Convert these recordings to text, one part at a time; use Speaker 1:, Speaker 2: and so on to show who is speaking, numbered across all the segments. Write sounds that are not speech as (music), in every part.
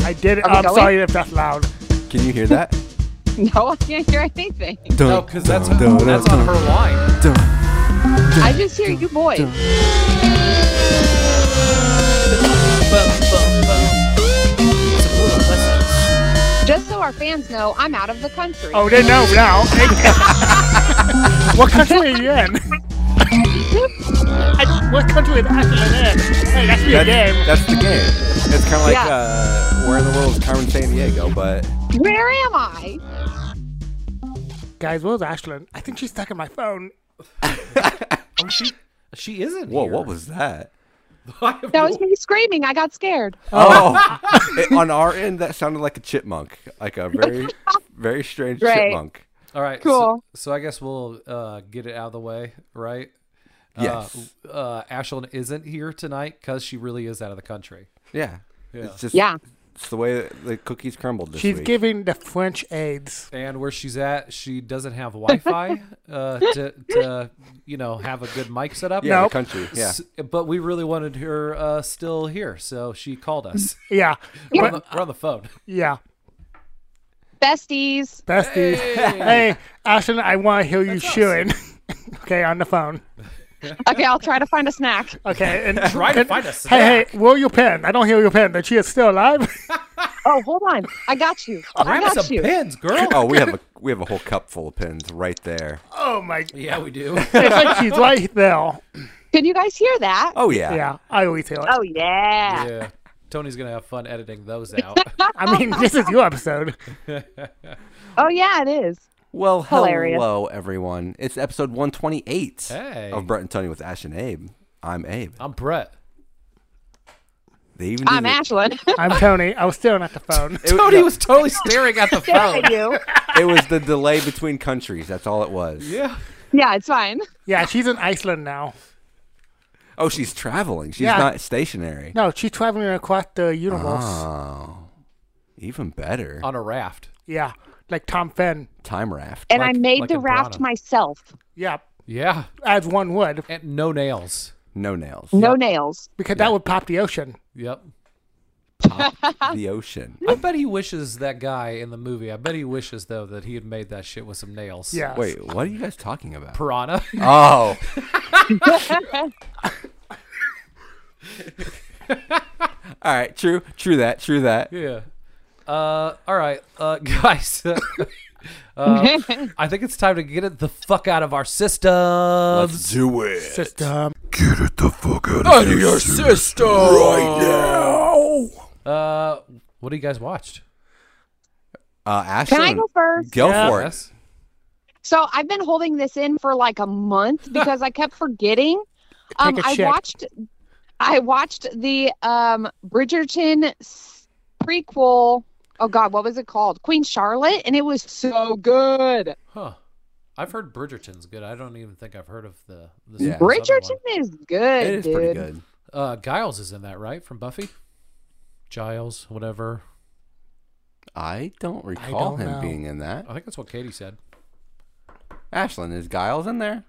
Speaker 1: I did it.
Speaker 2: Are we
Speaker 1: I'm
Speaker 2: going?
Speaker 1: sorry if that's loud.
Speaker 3: Can you hear that?
Speaker 2: (laughs) No, I can't hear anything.
Speaker 3: Dun,
Speaker 4: No, because that's,
Speaker 3: dun, dun,
Speaker 4: that's on
Speaker 3: dun,
Speaker 4: her line.
Speaker 3: dun.
Speaker 2: I just hear you boys.
Speaker 5: It's a brutal lessons.
Speaker 2: Just so our fans know, I'm out of the country.
Speaker 1: Oh, they know now. (laughs) what country are you in? I- what country is Ashland in? Hey, that's your
Speaker 3: That's,
Speaker 1: game.
Speaker 3: that's the game. It's kind of like
Speaker 2: Yeah.
Speaker 3: uh, where in the world is Carmen San Diego, but
Speaker 2: Where am I?
Speaker 1: Guys, where's Ashland? I think she's stuck in my phone.
Speaker 4: She isn't.
Speaker 3: whoa,
Speaker 4: here.
Speaker 3: what was that?
Speaker 4: (laughs) I have
Speaker 2: That
Speaker 4: no-
Speaker 2: was me screaming. I got scared.
Speaker 3: Oh, it- on our end, that sounded like a chipmunk, like a very, very strange
Speaker 2: Right.
Speaker 3: chipmunk.
Speaker 4: All right.
Speaker 2: Cool.
Speaker 4: So, so I guess we'll uh, get it out of the way, right?
Speaker 3: Yes.
Speaker 4: Uh, uh, Ashlyn isn't here tonight because she really is out of the country.
Speaker 3: Yeah.
Speaker 4: Yeah.
Speaker 3: It's just
Speaker 2: Yeah.
Speaker 3: It's the way that the cookies crumbled this
Speaker 1: She's
Speaker 3: week.
Speaker 1: giving the French AIDS.
Speaker 4: And where she's at, she doesn't
Speaker 2: (laughs)
Speaker 4: have Wi-Fi uh, to, to, you know, have a good mic set up.
Speaker 3: yeah,
Speaker 1: Nope.
Speaker 3: the country. Yeah.
Speaker 4: S- but we really wanted her uh, still here, so she called us.
Speaker 1: Yeah.
Speaker 4: we're, on
Speaker 1: But,
Speaker 4: the, we're on the phone. (laughs)
Speaker 1: yeah.
Speaker 2: Besties.
Speaker 1: Besties. Hey, Ashland, I want to hear you shooing. (laughs) okay, on the phone.
Speaker 2: Okay, I'll try to find a
Speaker 4: (laughs)
Speaker 2: snack.
Speaker 1: Okay, (laughs) and
Speaker 4: Try to
Speaker 1: and-
Speaker 4: find a
Speaker 1: Hey,
Speaker 4: snack.
Speaker 1: hey, where your pen? I don't hear your pen. That she is still alive.
Speaker 2: Oh, hold on. I got you. I
Speaker 4: Grab us
Speaker 2: got
Speaker 4: Oh, some
Speaker 2: you.
Speaker 4: pins, girl.
Speaker 3: Oh, we have a we have a whole cup full of pins right there.
Speaker 1: oh my!
Speaker 4: Yeah, we do.
Speaker 1: It's like she's right there.
Speaker 2: Can you guys hear that?
Speaker 3: Oh yeah.
Speaker 1: Yeah, I always hear it.
Speaker 2: Oh, yeah.
Speaker 4: (laughs) yeah. Tony's gonna have fun editing those out.
Speaker 1: I mean, this is your episode.
Speaker 2: Oh, yeah, it is.
Speaker 3: Well,
Speaker 2: Hilarious.
Speaker 3: hello everyone. It's episode 128
Speaker 4: Hey.
Speaker 3: of Brett and Tony with Ash and Abe. I'm Abe.
Speaker 4: I'm Brett.
Speaker 3: They even
Speaker 2: I'm
Speaker 3: did
Speaker 2: Ashlyn.
Speaker 1: I'm Tony. I was staring at the phone.
Speaker 3: It, it,
Speaker 4: (laughs) Tony
Speaker 3: no,
Speaker 4: was totally staring at
Speaker 2: (laughs)
Speaker 4: the phone.
Speaker 2: you.
Speaker 3: it was the delay between countries. That's all it was.
Speaker 4: Yeah.
Speaker 2: Yeah, it's fine.
Speaker 1: Yeah, she's in Iceland now.
Speaker 3: Oh, she's traveling. She's
Speaker 1: Yeah.
Speaker 3: not stationary.
Speaker 1: No, she's traveling across the universe.
Speaker 3: Oh, even better.
Speaker 4: On a raft.
Speaker 1: Yeah, like Tom Fenn.
Speaker 3: Time raft.
Speaker 2: And
Speaker 4: Like-
Speaker 2: I made
Speaker 4: like
Speaker 2: the
Speaker 4: in
Speaker 2: raft
Speaker 4: Piranha.
Speaker 2: myself.
Speaker 1: Yeah,
Speaker 4: Yeah.
Speaker 1: as one would,
Speaker 4: And no nails.
Speaker 3: No nails.
Speaker 2: No nails.
Speaker 1: because that would pop the ocean.
Speaker 4: Yep.
Speaker 3: The ocean.
Speaker 4: I bet he wishes that guy in the movie. I bet he wishes though that he had made that shit with some nails.
Speaker 1: Yeah.
Speaker 3: Wait, what are you guys talking about?
Speaker 4: Piranha.
Speaker 3: Oh, all right. True. True that. True that.
Speaker 4: (laughs) yeah. Uh, all right, uh, (laughs) guys.
Speaker 2: (laughs)
Speaker 4: uh, I think it's time to get it the fuck out of our systems.
Speaker 3: do it.
Speaker 1: System.
Speaker 3: Out of your system right now.
Speaker 4: Uh, what do you guys watched?
Speaker 3: Uh, Ashley,
Speaker 2: Can I go first?
Speaker 3: go
Speaker 1: Yeah.
Speaker 3: for it.
Speaker 4: Yes.
Speaker 2: So I've been holding this in for like
Speaker 1: (laughs)
Speaker 2: a month because I kept forgetting. Um,
Speaker 1: Take a
Speaker 2: I
Speaker 1: check.
Speaker 2: watched, I watched the um, Bridgerton s- prequel. Oh God, what was it called? Queen Charlotte, and it was so good.
Speaker 4: Huh. I've heard Bridgerton's good. I don't even think I've heard of the. This
Speaker 3: Yeah.
Speaker 4: this other one.
Speaker 2: Bridgerton is good,
Speaker 3: It is
Speaker 2: dude.
Speaker 3: pretty good.
Speaker 4: Uh, Giles is in that, right? From Buffy? Giles, whatever.
Speaker 3: I don't recall
Speaker 1: don't
Speaker 3: him
Speaker 1: know.
Speaker 3: being in that.
Speaker 4: I think that's what Katie said.
Speaker 3: Ashlyn, is Giles in there?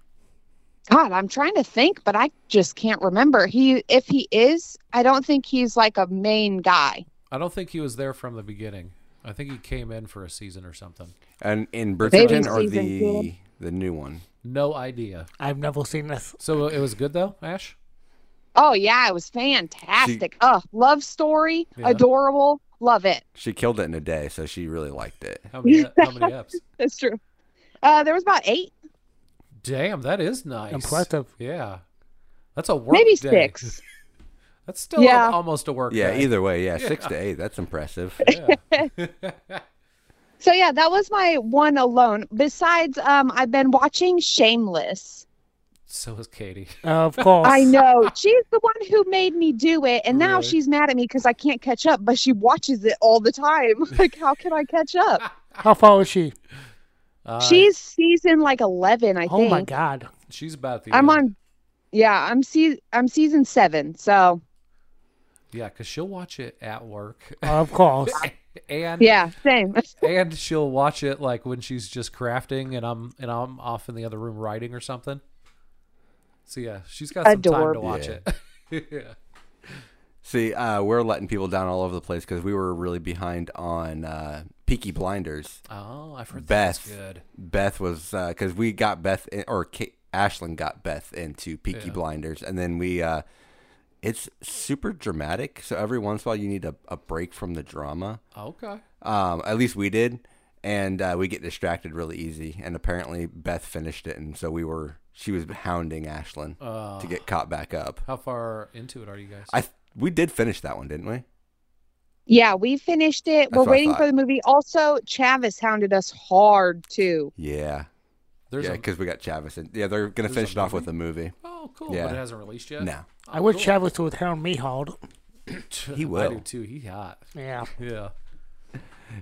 Speaker 2: God, I'm trying to think, but I just can't remember. He, if he is, I don't think he's like a main guy.
Speaker 4: I don't think he was there from the beginning. I think he came in for a season or something.
Speaker 3: And in
Speaker 2: Maybe
Speaker 3: Bridgerton or
Speaker 2: season
Speaker 3: the the new one?
Speaker 4: No idea.
Speaker 1: I've never seen this.
Speaker 4: So uh, it was good though, Ash.
Speaker 2: Oh yeah, it was fantastic. Oh, love story,
Speaker 4: Yeah.
Speaker 2: adorable, love it.
Speaker 3: She killed it in a day, so she really liked it.
Speaker 4: How many how many eps?
Speaker 2: That's true. Uh, there was about eight,
Speaker 4: Damn, that is nice.
Speaker 1: Impressive.
Speaker 4: Yeah, that's a work
Speaker 2: maybe
Speaker 4: day.
Speaker 2: six.
Speaker 4: That's still
Speaker 2: Yeah.
Speaker 4: al- almost a work.
Speaker 3: Yeah,
Speaker 4: day.
Speaker 3: either way, yeah, six to eight. That's impressive.
Speaker 2: So yeah, that was my one alone. Besides, um, I've been watching Shameless.
Speaker 4: So is Katie. (laughs)
Speaker 1: Of course.
Speaker 2: I know (laughs) she's the one who made me do it, and now
Speaker 4: Really?
Speaker 2: she's mad at me because I can't catch up. But she watches it all the time. (laughs) Like, how can I catch up?
Speaker 1: How far is she?
Speaker 4: Uh,
Speaker 2: she's season like eleven, I
Speaker 1: Oh
Speaker 2: think.
Speaker 1: my God.
Speaker 4: she's about at the.
Speaker 2: I'm
Speaker 4: end.
Speaker 2: on. Yeah, I'm se- I'm season seven. So
Speaker 4: Yeah, because she'll watch it at work, (laughs)
Speaker 1: Of course.
Speaker 4: and
Speaker 2: yeah, same. (laughs)
Speaker 4: and she'll watch it like when she's just crafting and I'm and I'm off in the other room writing or something. So yeah, she's got some time to
Speaker 3: (laughs)
Speaker 2: Adorable.
Speaker 4: watch
Speaker 3: Yeah.
Speaker 4: it. yeah.
Speaker 3: See, uh, we're letting people down all over the place because we were really behind on uh, Peaky Blinders.
Speaker 4: Oh, I've heard
Speaker 3: Beth,
Speaker 4: that's good.
Speaker 3: Beth was because we got Beth in, or Kate, Ashlyn got Beth into Peaky
Speaker 4: Yeah.
Speaker 3: Blinders, and then we. Uh, it's super dramatic, so every once in a while you need a, a break from the drama.
Speaker 4: Okay.
Speaker 3: Um, at least we did, and uh, we get distracted really easy. And apparently Beth finished it, and so we were she was hounding Ashlyn to get caught back up.
Speaker 4: How far into it are you guys?
Speaker 3: I th- we did finish that one, didn't we?
Speaker 2: Yeah, we finished it. We're
Speaker 3: what I
Speaker 2: waiting
Speaker 3: thought.
Speaker 2: for the movie. Also, Chavis hounded us hard too.
Speaker 3: Yeah,
Speaker 4: There's
Speaker 3: yeah,
Speaker 4: a,
Speaker 3: because we got Chavis, and yeah, they're gonna finish it off with a movie.
Speaker 4: oh, cool.
Speaker 3: yeah.
Speaker 4: But it hasn't released yet.
Speaker 3: No,
Speaker 1: I wish Travis would hound me hard.
Speaker 4: he I
Speaker 3: will.
Speaker 4: do too. He hot.
Speaker 1: Yeah.
Speaker 4: Yeah.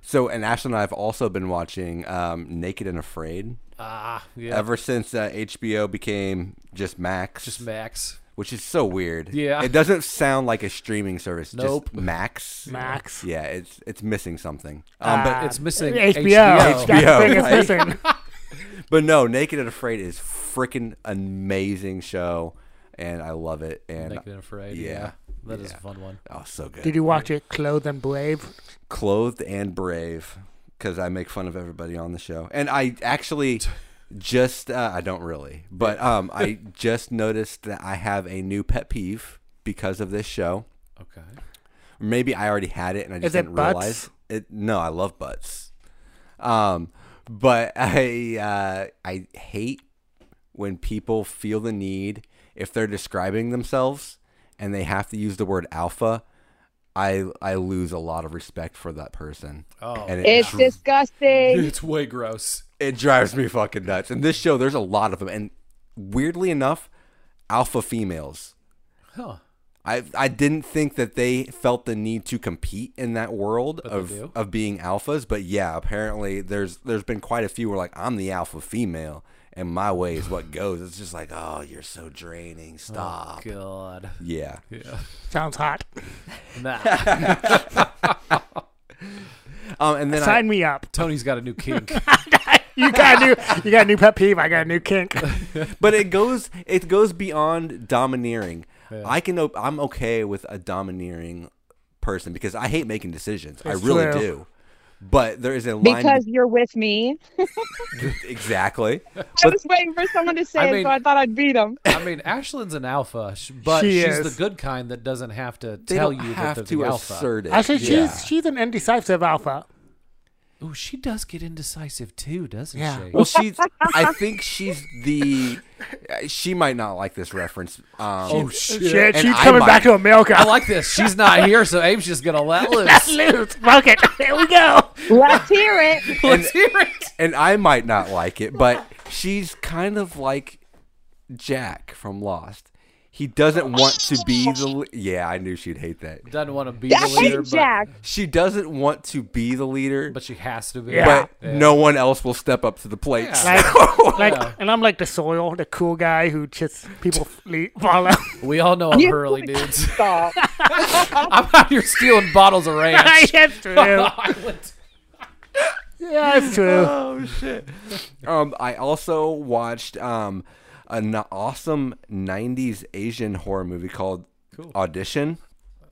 Speaker 3: so and Ashlyn and I have also been watching um, Naked and Afraid
Speaker 4: Ah. Yeah.
Speaker 3: ever since uh, HBO became just Max,
Speaker 4: Just Max.
Speaker 3: which is so weird.
Speaker 4: Yeah.
Speaker 3: it doesn't sound like a streaming service.
Speaker 4: Nope.
Speaker 3: just Max.
Speaker 1: Max.
Speaker 3: Yeah, it's it's missing something. Um, but
Speaker 1: Ah.
Speaker 4: It's missing
Speaker 1: HBO.
Speaker 4: HBO.
Speaker 1: That's the thing
Speaker 3: HBO,
Speaker 1: it's missing.
Speaker 3: But no, Naked and Afraid is freaking amazing show, and I love it. And uh,
Speaker 4: Naked and Afraid.
Speaker 3: Yeah.
Speaker 4: Yeah. That is
Speaker 3: Yeah.
Speaker 4: a fun one.
Speaker 3: oh, so good.
Speaker 1: Did you watch it, Clothed and Brave?
Speaker 3: Clothed and brave, because I make fun of everybody on the show, and I actually just uh, I don't really, but um, I just noticed that I have a new pet peeve because of this show.
Speaker 4: Okay.
Speaker 3: Maybe I already had it and I just
Speaker 1: it
Speaker 3: didn't
Speaker 1: butts?
Speaker 3: realize it. No, I love butts. Um, but (laughs) I uh, I hate when people feel the need if they're describing themselves and they have to use the word alpha. I I lose a lot of respect for that person.
Speaker 4: Oh.
Speaker 3: and it,
Speaker 2: It's
Speaker 3: dri-
Speaker 4: (laughs)
Speaker 2: disgusting.
Speaker 4: It's way gross.
Speaker 3: it drives me fucking nuts. And this show, there's a lot of them, and weirdly enough, alpha females.
Speaker 4: Huh.
Speaker 3: I I didn't think that they felt the need to compete in that world
Speaker 4: they
Speaker 3: of
Speaker 4: do.
Speaker 3: of being alphas, but yeah, apparently there's there's been quite a few where like I'm the alpha female and my way is
Speaker 4: (laughs)
Speaker 3: what goes. It's just like, oh, you're so draining. Stop. (laughs)
Speaker 4: God.
Speaker 3: yeah.
Speaker 4: Yeah.
Speaker 1: Sounds hot.
Speaker 4: Nah.
Speaker 3: Um and then
Speaker 1: Sign me up.
Speaker 4: Tony's got a
Speaker 2: (laughs)
Speaker 4: new kink.
Speaker 1: You got a new you got a new pet peeve, I got a new kink.
Speaker 3: I, (laughs) but it goes it goes beyond domineering. I can op- I'm okay with a domineering person because I hate making decisions. I
Speaker 1: It's
Speaker 3: really
Speaker 1: true.
Speaker 3: do. But there is a line
Speaker 2: Because you're with me.
Speaker 3: (laughs) exactly.
Speaker 2: I was waiting for someone to say
Speaker 4: I
Speaker 2: it,
Speaker 4: mean-
Speaker 2: so I thought I'd beat him.
Speaker 4: I mean, Ashlyn's an alpha, sh- but
Speaker 1: She
Speaker 4: she's
Speaker 1: is.
Speaker 4: the good kind that doesn't have to
Speaker 3: They
Speaker 4: tell
Speaker 3: don't
Speaker 4: you
Speaker 3: have
Speaker 4: that they're
Speaker 3: to
Speaker 4: the alpha.
Speaker 3: assert it.
Speaker 1: Actually she's
Speaker 3: Yeah.
Speaker 1: she's an indecisive alpha.
Speaker 4: Ooh, she does get indecisive too, doesn't
Speaker 1: Yeah.
Speaker 4: she?
Speaker 3: Well, she's. I think she's the. She might not like this reference. Um,
Speaker 4: Oh, shit.
Speaker 1: Shit,
Speaker 3: And
Speaker 1: she's
Speaker 3: I
Speaker 1: coming
Speaker 3: might-
Speaker 1: back to America.
Speaker 4: I like this. She's not here, so Abe's just gonna let
Speaker 1: (laughs)
Speaker 4: loose.
Speaker 1: Loot. Fuck it. (laughs) Here we
Speaker 3: (laughs)
Speaker 1: go.
Speaker 2: Let's hear it.
Speaker 4: Let's hear it.
Speaker 3: and I might not like it, but she's kind of like Jack from Lost. He doesn't want to be the. le- Yeah, I knew she'd hate that.
Speaker 4: Doesn't want to be
Speaker 2: I
Speaker 4: the
Speaker 2: hate
Speaker 4: leader, but,
Speaker 2: Jack.
Speaker 3: She doesn't want to be the leader,
Speaker 4: but she has to be.
Speaker 1: Yeah.
Speaker 3: but no one else will step up to the plate.
Speaker 1: Like, like
Speaker 4: Yeah.
Speaker 1: and I'm like the soil, the cool guy who just people (laughs) le- follow.
Speaker 4: We all know I'm
Speaker 2: You- (laughs)
Speaker 4: Hurley, dudes.
Speaker 2: Stop.
Speaker 4: I'm out here stealing bottles of ranch.
Speaker 1: That's
Speaker 4: (laughs)
Speaker 1: true.
Speaker 4: I went-
Speaker 1: Yeah,
Speaker 3: (laughs)
Speaker 1: it's true.
Speaker 3: oh shit. (laughs) Um, I also watched um, an awesome '90s Asian horror movie called Audition.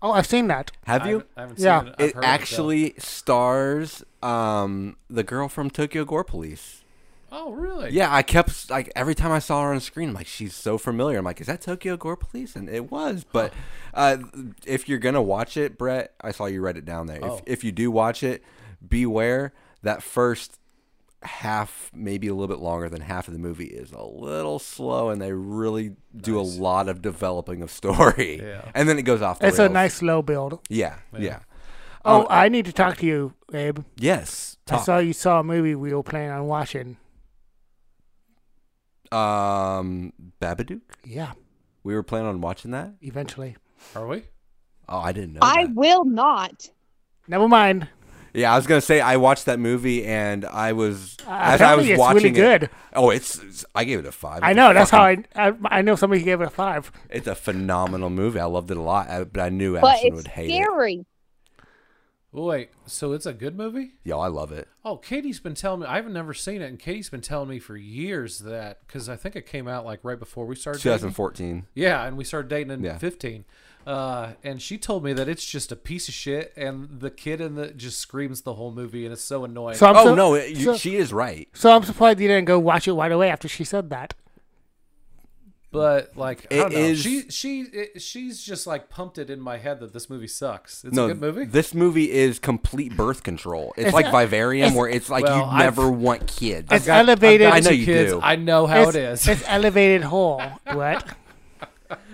Speaker 1: Oh, I've seen that.
Speaker 3: Have
Speaker 4: I
Speaker 3: you?
Speaker 4: haven't- I haven't
Speaker 1: Yeah.
Speaker 4: seen it. I've
Speaker 3: It
Speaker 4: heard though.
Speaker 3: actually stars um, the girl from Tokyo Gore Police.
Speaker 4: oh, really?
Speaker 3: Yeah, I kept like every time I saw her on screen, I'm like, she's so familiar. I'm like, is that Tokyo Gore Police? And it was. But uh, if you're gonna watch it, Brett, I saw you write it down there.
Speaker 4: Oh.
Speaker 3: If if you do watch it, beware that first half, maybe a little bit longer than half of the movie is a little slow, and they really do a lot of developing of story.
Speaker 4: Yeah.
Speaker 3: and then it goes off. The
Speaker 1: It's a
Speaker 3: rails.
Speaker 1: nice slow build.
Speaker 3: Yeah, yeah.
Speaker 1: Oh, I need to talk to you, Abe.
Speaker 3: Yes.
Speaker 1: I
Speaker 3: uh, Talk.
Speaker 1: saw you saw a movie we were planning on watching.
Speaker 3: Um, Babadook.
Speaker 1: Yeah,
Speaker 3: We were planning on watching that.
Speaker 1: eventually.
Speaker 4: Are we?
Speaker 3: Oh, I didn't know.
Speaker 2: I
Speaker 3: that.
Speaker 2: will not.
Speaker 1: Never mind.
Speaker 3: Yeah, I was gonna say I watched that movie and I was as I
Speaker 1: Uh, apparently it's
Speaker 3: was
Speaker 1: really
Speaker 3: watching it-
Speaker 1: good.
Speaker 3: Oh, it's, it's- I gave it a five.
Speaker 1: I
Speaker 3: It's
Speaker 1: know.
Speaker 3: a
Speaker 1: That's how
Speaker 3: fucking-
Speaker 1: I, I. I know somebody gave it a five.
Speaker 3: It's a phenomenal movie. I loved it a lot, I, but I knew
Speaker 2: But
Speaker 3: Ashton
Speaker 2: it's
Speaker 3: would hate it.
Speaker 2: scary.
Speaker 4: Wait. So it's a good movie?
Speaker 3: Yo, I love it.
Speaker 4: Oh, Katie's been telling me. I've not never seen it, and Katie's been telling me for years that because I think it came out like right before we started. dating.
Speaker 3: 2014.
Speaker 4: Yeah, and we started dating in
Speaker 3: Yeah.
Speaker 4: 15. Uh, and she told me that it's just a piece of shit, and the kid in the just screams the whole movie, and it's so annoying.
Speaker 1: Um, So I'm
Speaker 3: Oh
Speaker 1: su-
Speaker 3: no, it- you,
Speaker 1: so-
Speaker 3: she is right.
Speaker 1: So I'm surprised you didn't go watch it right away after she said that.
Speaker 4: but like, I don't
Speaker 3: It
Speaker 4: know.
Speaker 3: is-
Speaker 4: She she it, she's just like pumped it in my head that this movie sucks. It's
Speaker 3: no,
Speaker 4: a good movie.
Speaker 3: this movie is complete birth control. It's like Vivarium, where it's like
Speaker 4: Well,
Speaker 3: you
Speaker 4: I've-
Speaker 3: never want kids.
Speaker 1: It's elevated.
Speaker 3: I
Speaker 4: I
Speaker 3: know
Speaker 4: know
Speaker 3: you
Speaker 4: kids.
Speaker 3: do.
Speaker 4: I know how
Speaker 1: it's,
Speaker 4: it is. (laughs)
Speaker 1: It's elevated whole. What?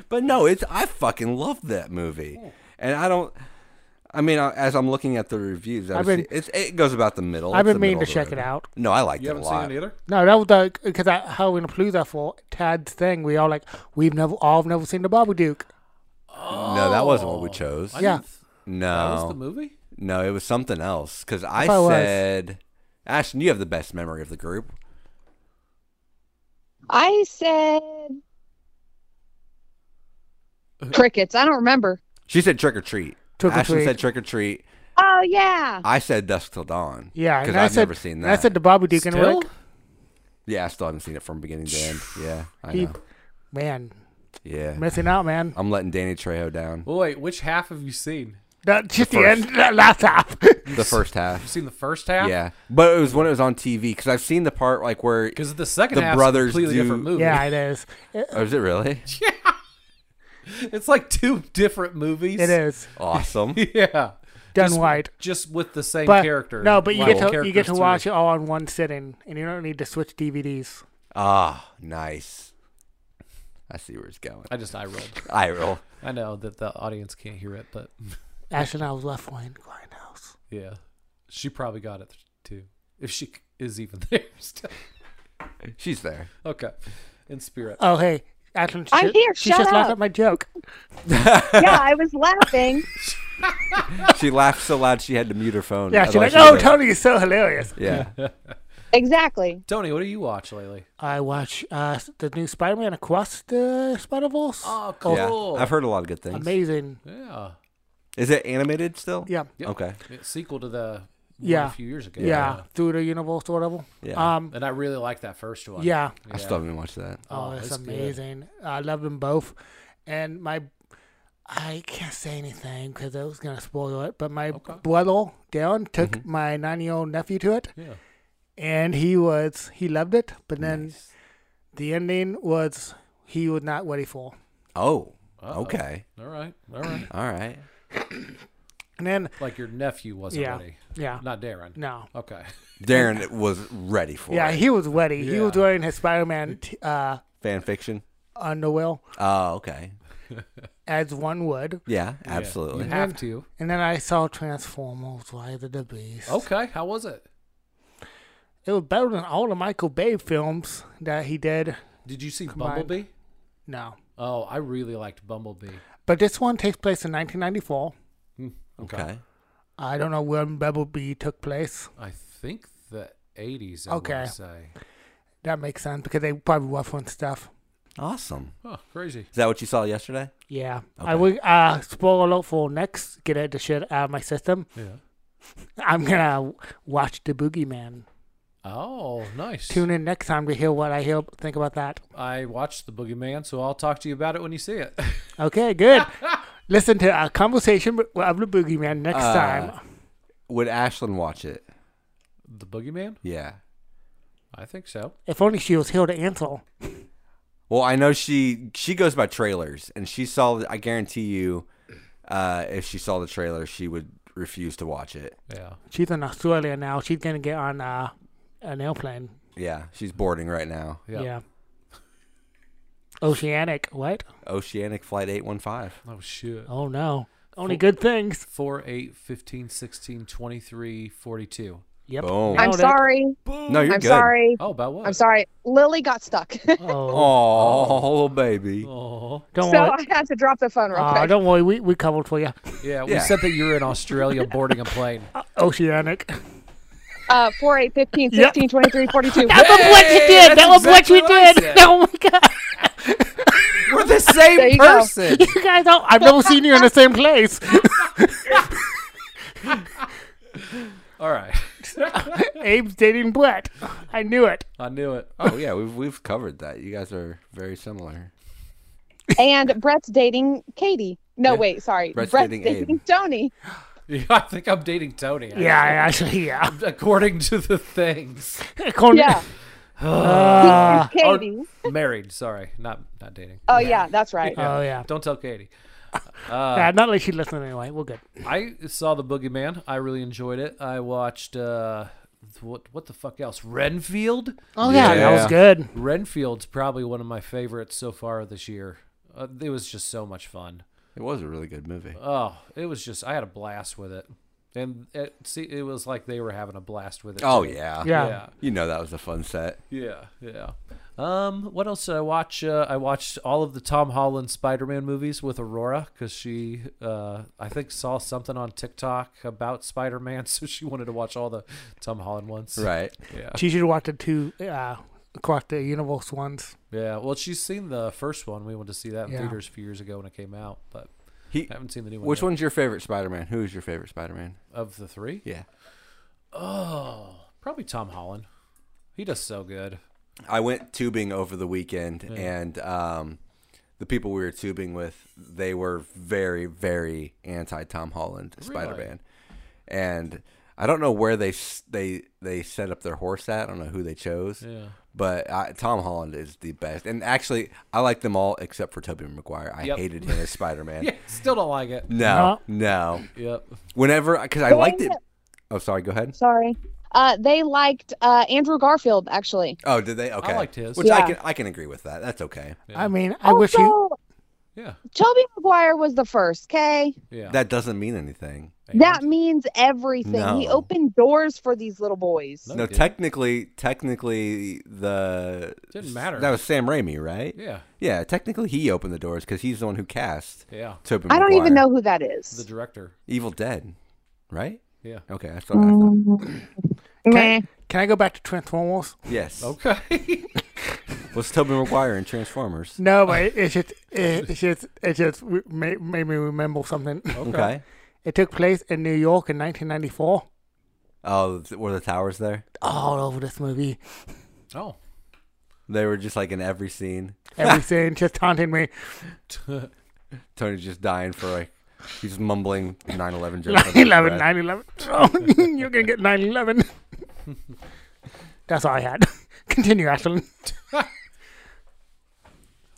Speaker 3: But no, it's I fucking love that movie, and I don't. I mean, I, as I'm looking at the reviews, I've
Speaker 1: I've been-
Speaker 3: seen, it's, it goes about the middle.
Speaker 1: I've
Speaker 3: It's
Speaker 1: been
Speaker 3: the
Speaker 1: meaning
Speaker 3: middle
Speaker 1: to
Speaker 3: of
Speaker 1: check
Speaker 3: the
Speaker 1: it
Speaker 3: road.
Speaker 1: out.
Speaker 3: No, I like
Speaker 4: you
Speaker 3: it a
Speaker 4: haven't seen
Speaker 3: lot.
Speaker 4: it either.
Speaker 1: No, that was the because at Halloween Palooza for Tad's thing, we all like we've never all have never seen the Babadook.
Speaker 3: No, that wasn't what we chose.
Speaker 4: I
Speaker 1: Yeah.
Speaker 4: didn't th- Oh. That was the
Speaker 3: No,
Speaker 4: movie.
Speaker 3: no, it was something else. Because I
Speaker 1: thought it was.
Speaker 3: said, Ashton, you have the best memory of the group.
Speaker 2: I said crickets. I don't remember.
Speaker 3: She said trick or treat.
Speaker 1: Trick or
Speaker 3: Ashton
Speaker 1: Treat.
Speaker 3: said trick or treat.
Speaker 2: Oh
Speaker 3: (laughs)
Speaker 2: yeah.
Speaker 3: I said dusk till dawn.
Speaker 1: Yeah,
Speaker 3: because
Speaker 1: and I
Speaker 3: I've
Speaker 1: said,
Speaker 3: never seen
Speaker 1: and
Speaker 3: that.
Speaker 1: I said the Babadook, and we're
Speaker 4: Still?
Speaker 1: like,
Speaker 3: yeah, I still haven't seen it from beginning to end. Yeah, I
Speaker 1: he-
Speaker 3: know. Uh,
Speaker 1: man,
Speaker 3: Yeah,
Speaker 1: missing out, man.
Speaker 3: I'm letting Danny Trejo down.
Speaker 4: Well, wait, which half have you seen?
Speaker 1: That, just the,
Speaker 3: first.
Speaker 1: end, that last half. (laughs)
Speaker 3: The first half.
Speaker 4: You've seen the first half?
Speaker 3: Yeah, but it was when it was on TV because I've seen the part like
Speaker 1: (laughs)
Speaker 3: where.
Speaker 4: Because the second
Speaker 3: The
Speaker 4: half's
Speaker 3: brothers
Speaker 4: a completely
Speaker 3: do-
Speaker 4: different movie.
Speaker 1: yeah, it is. It,
Speaker 3: Oh, is
Speaker 1: (laughs)
Speaker 3: it really
Speaker 4: It's like two (laughs) different movies.
Speaker 1: it is
Speaker 3: awesome?
Speaker 4: (laughs) Yeah.
Speaker 1: done
Speaker 4: Just-
Speaker 1: right.
Speaker 4: Just with the same
Speaker 1: But
Speaker 4: character.
Speaker 1: no, but you
Speaker 4: Well,
Speaker 1: get to you
Speaker 4: characters
Speaker 1: get to
Speaker 4: too.
Speaker 1: watch it all in one sitting, and you don't need to switch DVDs.
Speaker 3: ah, nice. I see where it's going.
Speaker 4: I just eye rolled.
Speaker 3: I roll.
Speaker 4: I know that the audience can't hear it, but (laughs)
Speaker 1: Ash and I was left wing grindhouse.
Speaker 4: yeah. She probably got it too. If she c- is even (laughs) there still.
Speaker 3: She's there.
Speaker 4: Okay. In spirit.
Speaker 1: Oh hey, Ashlyn, she,
Speaker 2: I'm here,
Speaker 1: she
Speaker 2: shut
Speaker 1: just laughed
Speaker 2: up.
Speaker 1: at my joke.
Speaker 2: Yeah, I was laughing.
Speaker 3: She laughed so loud she had to mute her phone.
Speaker 1: Yeah, she's
Speaker 3: otherwise
Speaker 1: like, oh,
Speaker 3: would've-
Speaker 1: Tony is so hilarious.
Speaker 3: Yeah.
Speaker 1: (laughs)
Speaker 2: exactly.
Speaker 4: Tony, what do you watch lately?
Speaker 1: I watch uh, the new Spider-Man across the Spider-Verse.
Speaker 4: Oh, cool.
Speaker 3: yeah. I've heard a lot of good things.
Speaker 1: Amazing.
Speaker 4: Yeah.
Speaker 3: Is it animated still?
Speaker 1: Yeah.
Speaker 4: Yep.
Speaker 3: Okay.
Speaker 4: It's Sequel to the one
Speaker 1: Yeah.
Speaker 4: a few years ago.
Speaker 1: yeah, through the universe or whatever.
Speaker 3: Yeah.
Speaker 1: Um,
Speaker 4: And I really like that first one.
Speaker 1: yeah.
Speaker 3: I still haven't watched that.
Speaker 1: Oh,
Speaker 4: it's
Speaker 1: it's
Speaker 4: good.
Speaker 1: amazing. I love them both, and my I can't say anything because I was gonna spoil it. But my brother Darren took my nine-year-old nephew to it,
Speaker 4: Yeah.
Speaker 1: and he was he loved it. But then the ending was he was not ready for.
Speaker 3: Oh. Okay.
Speaker 4: All right. All right.
Speaker 3: All right.
Speaker 1: And then
Speaker 4: like your nephew wasn't
Speaker 1: Yeah.
Speaker 4: ready.
Speaker 1: yeah,
Speaker 4: Not Darren.
Speaker 1: no.
Speaker 4: Okay.
Speaker 3: Darren was ready for
Speaker 1: Yeah,
Speaker 3: it.
Speaker 1: he was ready. He was
Speaker 4: Yeah.
Speaker 1: wearing his Spider-Man t- uh,
Speaker 3: Fan fiction.
Speaker 1: underwear,
Speaker 3: Oh, okay.
Speaker 1: as one would.
Speaker 3: Yeah,
Speaker 4: You
Speaker 3: absolutely.
Speaker 4: have to.
Speaker 1: And then I saw Transformers: Rise of the Beast.
Speaker 4: Okay. How was it?
Speaker 1: It was better than all the Michael Bay films that he did.
Speaker 4: Did you see
Speaker 1: Combined.
Speaker 4: Bumblebee?
Speaker 1: No.
Speaker 4: Oh, I really liked Bumblebee. Hmm,
Speaker 1: But this one takes place in 1994.
Speaker 3: Okay.
Speaker 1: I don't know when Bumblebee took place.
Speaker 4: I think the 80s. I
Speaker 1: Okay.
Speaker 4: okay. Say.
Speaker 1: That makes sense because they probably reference stuff.
Speaker 3: Awesome.
Speaker 4: Oh, crazy.
Speaker 3: Is that what you saw yesterday?
Speaker 1: Yeah. I will uh, spoil alert for next. Get it the shit out of my system.
Speaker 4: Yeah.
Speaker 1: I'm gonna watch the Boogeyman.
Speaker 4: Oh, nice.
Speaker 1: Tune in next time to hear what I hear, think about that.
Speaker 4: I watched The Boogeyman, so I'll talk to you about it when you see it. (laughs)
Speaker 1: Okay, good. (laughs) Listen to our conversation with- of the Boogeyman next
Speaker 3: Uh,
Speaker 1: time.
Speaker 3: Would Ashlyn watch it?
Speaker 4: the Boogeyman?
Speaker 3: Yeah.
Speaker 4: I think so.
Speaker 1: If only she was here to answer.
Speaker 3: Well, I know she she goes by trailers, and she saw. I guarantee you, uh, if she saw the trailer, she would refuse to watch it.
Speaker 4: Yeah.
Speaker 1: She's in Australia now. She's gonna get on uh, an airplane.
Speaker 3: Yeah, she's boarding right now.
Speaker 4: Yeah.
Speaker 1: Yeah. Oceanic, what?
Speaker 3: Oceanic Flight Eight One Five.
Speaker 4: Oh, shit.
Speaker 1: Oh no. Only good things.
Speaker 4: 4, 8, 15, 16, 23, 42.
Speaker 1: Yep.
Speaker 3: Boom.
Speaker 1: Nailed
Speaker 2: I'm
Speaker 1: it.
Speaker 2: sorry.
Speaker 3: No, you're
Speaker 2: I'm
Speaker 3: good.
Speaker 2: sorry.
Speaker 4: Oh, about what?
Speaker 2: I'm sorry. Lily got stuck. (laughs)
Speaker 1: Oh,
Speaker 3: Oh, little baby.
Speaker 4: Oh.
Speaker 1: don't
Speaker 2: so
Speaker 1: worry.
Speaker 2: I had to drop the phone real
Speaker 1: Uh,
Speaker 2: quick.
Speaker 1: don't worry. We we covered for you.
Speaker 4: Yeah, we
Speaker 3: Yeah.
Speaker 4: said that you were in Australia boarding a plane. (laughs)
Speaker 1: Oceanic.
Speaker 2: Uh, 4, 8, 15,
Speaker 1: Yep.
Speaker 2: 16, 23, 42.
Speaker 1: That was what you did. That was
Speaker 4: exactly
Speaker 1: what
Speaker 4: what I
Speaker 1: you did. (laughs)
Speaker 4: said.
Speaker 1: Oh my god.
Speaker 4: We're the
Speaker 2: There
Speaker 4: same
Speaker 2: you go.
Speaker 4: person.
Speaker 1: You guys, don't, I've never seen you in the same place.
Speaker 4: (laughs) All right.
Speaker 1: Abe's dating Brett. I knew it.
Speaker 4: I knew it. (laughs)
Speaker 3: Oh yeah, we've we've covered that. You guys are very similar.
Speaker 2: and Brett's dating Katie. No,
Speaker 3: Yeah.
Speaker 2: wait, sorry.
Speaker 3: Brett's
Speaker 2: Brett's
Speaker 3: dating
Speaker 2: dating
Speaker 3: Abe.
Speaker 2: Tony.
Speaker 4: Yeah, I think I'm dating Tony. actually,
Speaker 1: Yeah, actually, yeah.
Speaker 4: (laughs) According to the things. Oh,
Speaker 1: According-
Speaker 2: Yeah.
Speaker 1: (laughs) Uh,
Speaker 2: He's Katie.
Speaker 4: Married, sorry. Not not dating.
Speaker 2: Oh, yeah, that's right.
Speaker 1: Oh, yeah.
Speaker 4: Don't tell Katie.
Speaker 1: yeah, not like she listened anyway. We're good.
Speaker 4: I saw the Boogeyman. I really enjoyed it. I watched uh what what the fuck else? Renfield?
Speaker 1: Oh yeah, that was
Speaker 3: Yeah.
Speaker 1: good.
Speaker 4: Renfield's probably one of my favorites so far this year. Uh, it was just so much fun.
Speaker 3: It was a really good movie.
Speaker 4: Oh, it was just I had a blast with it. And it, see, it was like they were having a blast with it.
Speaker 3: Oh
Speaker 4: too.
Speaker 3: yeah.
Speaker 1: Yeah.
Speaker 4: Yeah.
Speaker 3: You know that was a fun set.
Speaker 4: Yeah, yeah. Um, what else did I watch? Uh, I watched all of the Tom Holland Spider-Man movies with Aurora because she, uh, I think, saw something on TikTok about Spider-Man, (laughs) so she wanted to watch all the Tom Holland ones.
Speaker 3: Right.
Speaker 4: Yeah.
Speaker 1: She should watch the two uh, across the universe ones.
Speaker 4: Yeah. Well, she's seen the first one. We went to see that in
Speaker 1: Yeah.
Speaker 4: theaters a few years ago when it came out, but
Speaker 3: He.
Speaker 4: I haven't seen the new one.
Speaker 3: Which
Speaker 4: yet.
Speaker 3: one's your favorite Spider-Man? Who is your favorite Spider-Man?
Speaker 4: of the three?
Speaker 3: Yeah.
Speaker 4: Oh, probably Tom Holland. He does so good.
Speaker 3: I went tubing over the weekend, and um, the people we were tubing with, they were very, very anti Tom Holland Spider Man, and I don't know where they s- they they set up their horse at. I don't know who they chose,
Speaker 4: Yeah.
Speaker 3: but I, Tom Holland is the best. And actually, I like them all except for Tobey Maguire. I
Speaker 4: Yep.
Speaker 3: hated him as Spider Man.
Speaker 4: (laughs) Yeah. Still don't like it.
Speaker 3: No, no.
Speaker 4: Yep.
Speaker 3: Whenever, because I
Speaker 2: Going
Speaker 3: liked it.
Speaker 2: to-
Speaker 3: Oh, sorry. Go ahead.
Speaker 2: Sorry. Uh, they liked uh, Andrew Garfield, actually.
Speaker 3: Oh, did they? Okay.
Speaker 4: liked his.
Speaker 3: Which I
Speaker 2: Yeah.
Speaker 3: can I can agree with that. That's okay.
Speaker 1: I mean, I wish you.
Speaker 2: also,
Speaker 4: Yeah.
Speaker 2: Toby Maguire was the first, okay?
Speaker 4: Yeah.
Speaker 3: That doesn't mean anything.
Speaker 2: That means everything. He
Speaker 3: No.
Speaker 2: opened doors for these little boys.
Speaker 4: No.
Speaker 3: No,
Speaker 4: didn't.
Speaker 3: technically, technically the
Speaker 4: Didn't matter.
Speaker 3: That was Sam Raimi, right?
Speaker 4: yeah.
Speaker 3: Yeah, technically he opened the doors because he's the one who cast
Speaker 4: Yeah.
Speaker 3: Tobey
Speaker 2: I don't even
Speaker 3: Maguire.
Speaker 2: know who that
Speaker 4: The
Speaker 2: is.
Speaker 4: director.
Speaker 3: Evil Dead, right?
Speaker 4: Yeah.
Speaker 3: Okay, that's what I thought.
Speaker 2: Mm. Meh.
Speaker 1: Can, can I go back to Transformers?
Speaker 3: Yes.
Speaker 4: Okay.
Speaker 3: Was Tobey Maguire in Transformers?
Speaker 1: No, but it- it's just it, it's just it just re- made, made me remember something.
Speaker 3: Okay.
Speaker 1: It took place in New York in 1994.
Speaker 3: Oh, th- were the towers there?
Speaker 1: All over this movie,
Speaker 4: (laughs) oh. (laughs)
Speaker 3: They were just like in every scene.
Speaker 1: (laughs) everything just haunting me.
Speaker 3: Tony's just dying for like, he's mumbling 9/11 jokes. under his
Speaker 1: 9/11,
Speaker 3: breath.
Speaker 1: 9/11. Oh, (laughs) you're gonna get (laughs) 9/11. That's all I had. (laughs) Continue, Ashlyn.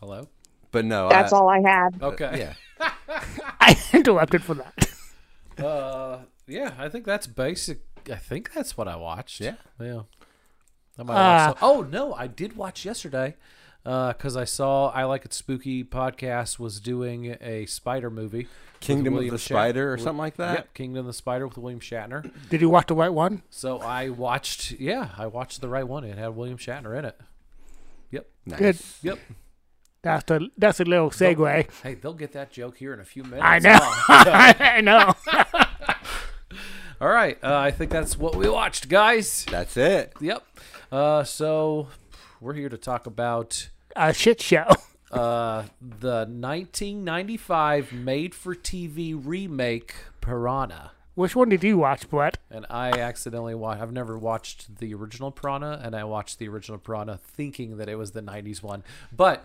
Speaker 4: Hello.
Speaker 3: But no,
Speaker 2: That's
Speaker 3: I,
Speaker 2: all I had.
Speaker 3: Uh,
Speaker 4: Okay. (laughs)
Speaker 3: Yeah.
Speaker 1: (laughs) I interrupted for that.
Speaker 4: Yeah. Uh, yeah. I think that's basic. I think that's what I watched.
Speaker 3: Yeah.
Speaker 4: Yeah. I might watch some- oh no, I did watch yesterday because I saw I like it spooky podcast was doing a spider movie,
Speaker 3: Kingdom of
Speaker 4: William
Speaker 3: the
Speaker 4: Shat-
Speaker 3: Spider or
Speaker 4: Wi-
Speaker 3: something like that.
Speaker 4: Yep, Kingdom of the Spider with William Shatner.
Speaker 1: Did you watch the right one?
Speaker 4: So I watched. Yeah, I watched the right one. It had William Shatner in it. Yep.
Speaker 3: Nice.
Speaker 1: Good.
Speaker 4: Yep.
Speaker 1: That's the that's a little segue.
Speaker 4: Hey, they'll get that joke here in a few minutes.
Speaker 1: I know. (laughs) I know.
Speaker 4: (laughs) All right. Uh, I think that's what we watched, guys.
Speaker 3: That's it.
Speaker 4: Yep. Uh, so we're here to talk about
Speaker 1: A shit show.
Speaker 4: uh, the 1995 made-for-TV remake Piranha.
Speaker 1: Which one did you watch, Brett?
Speaker 4: And I accidentally watched. I've never watched the original Piranha, and I watched the original Piranha thinking that it was the '90s one, but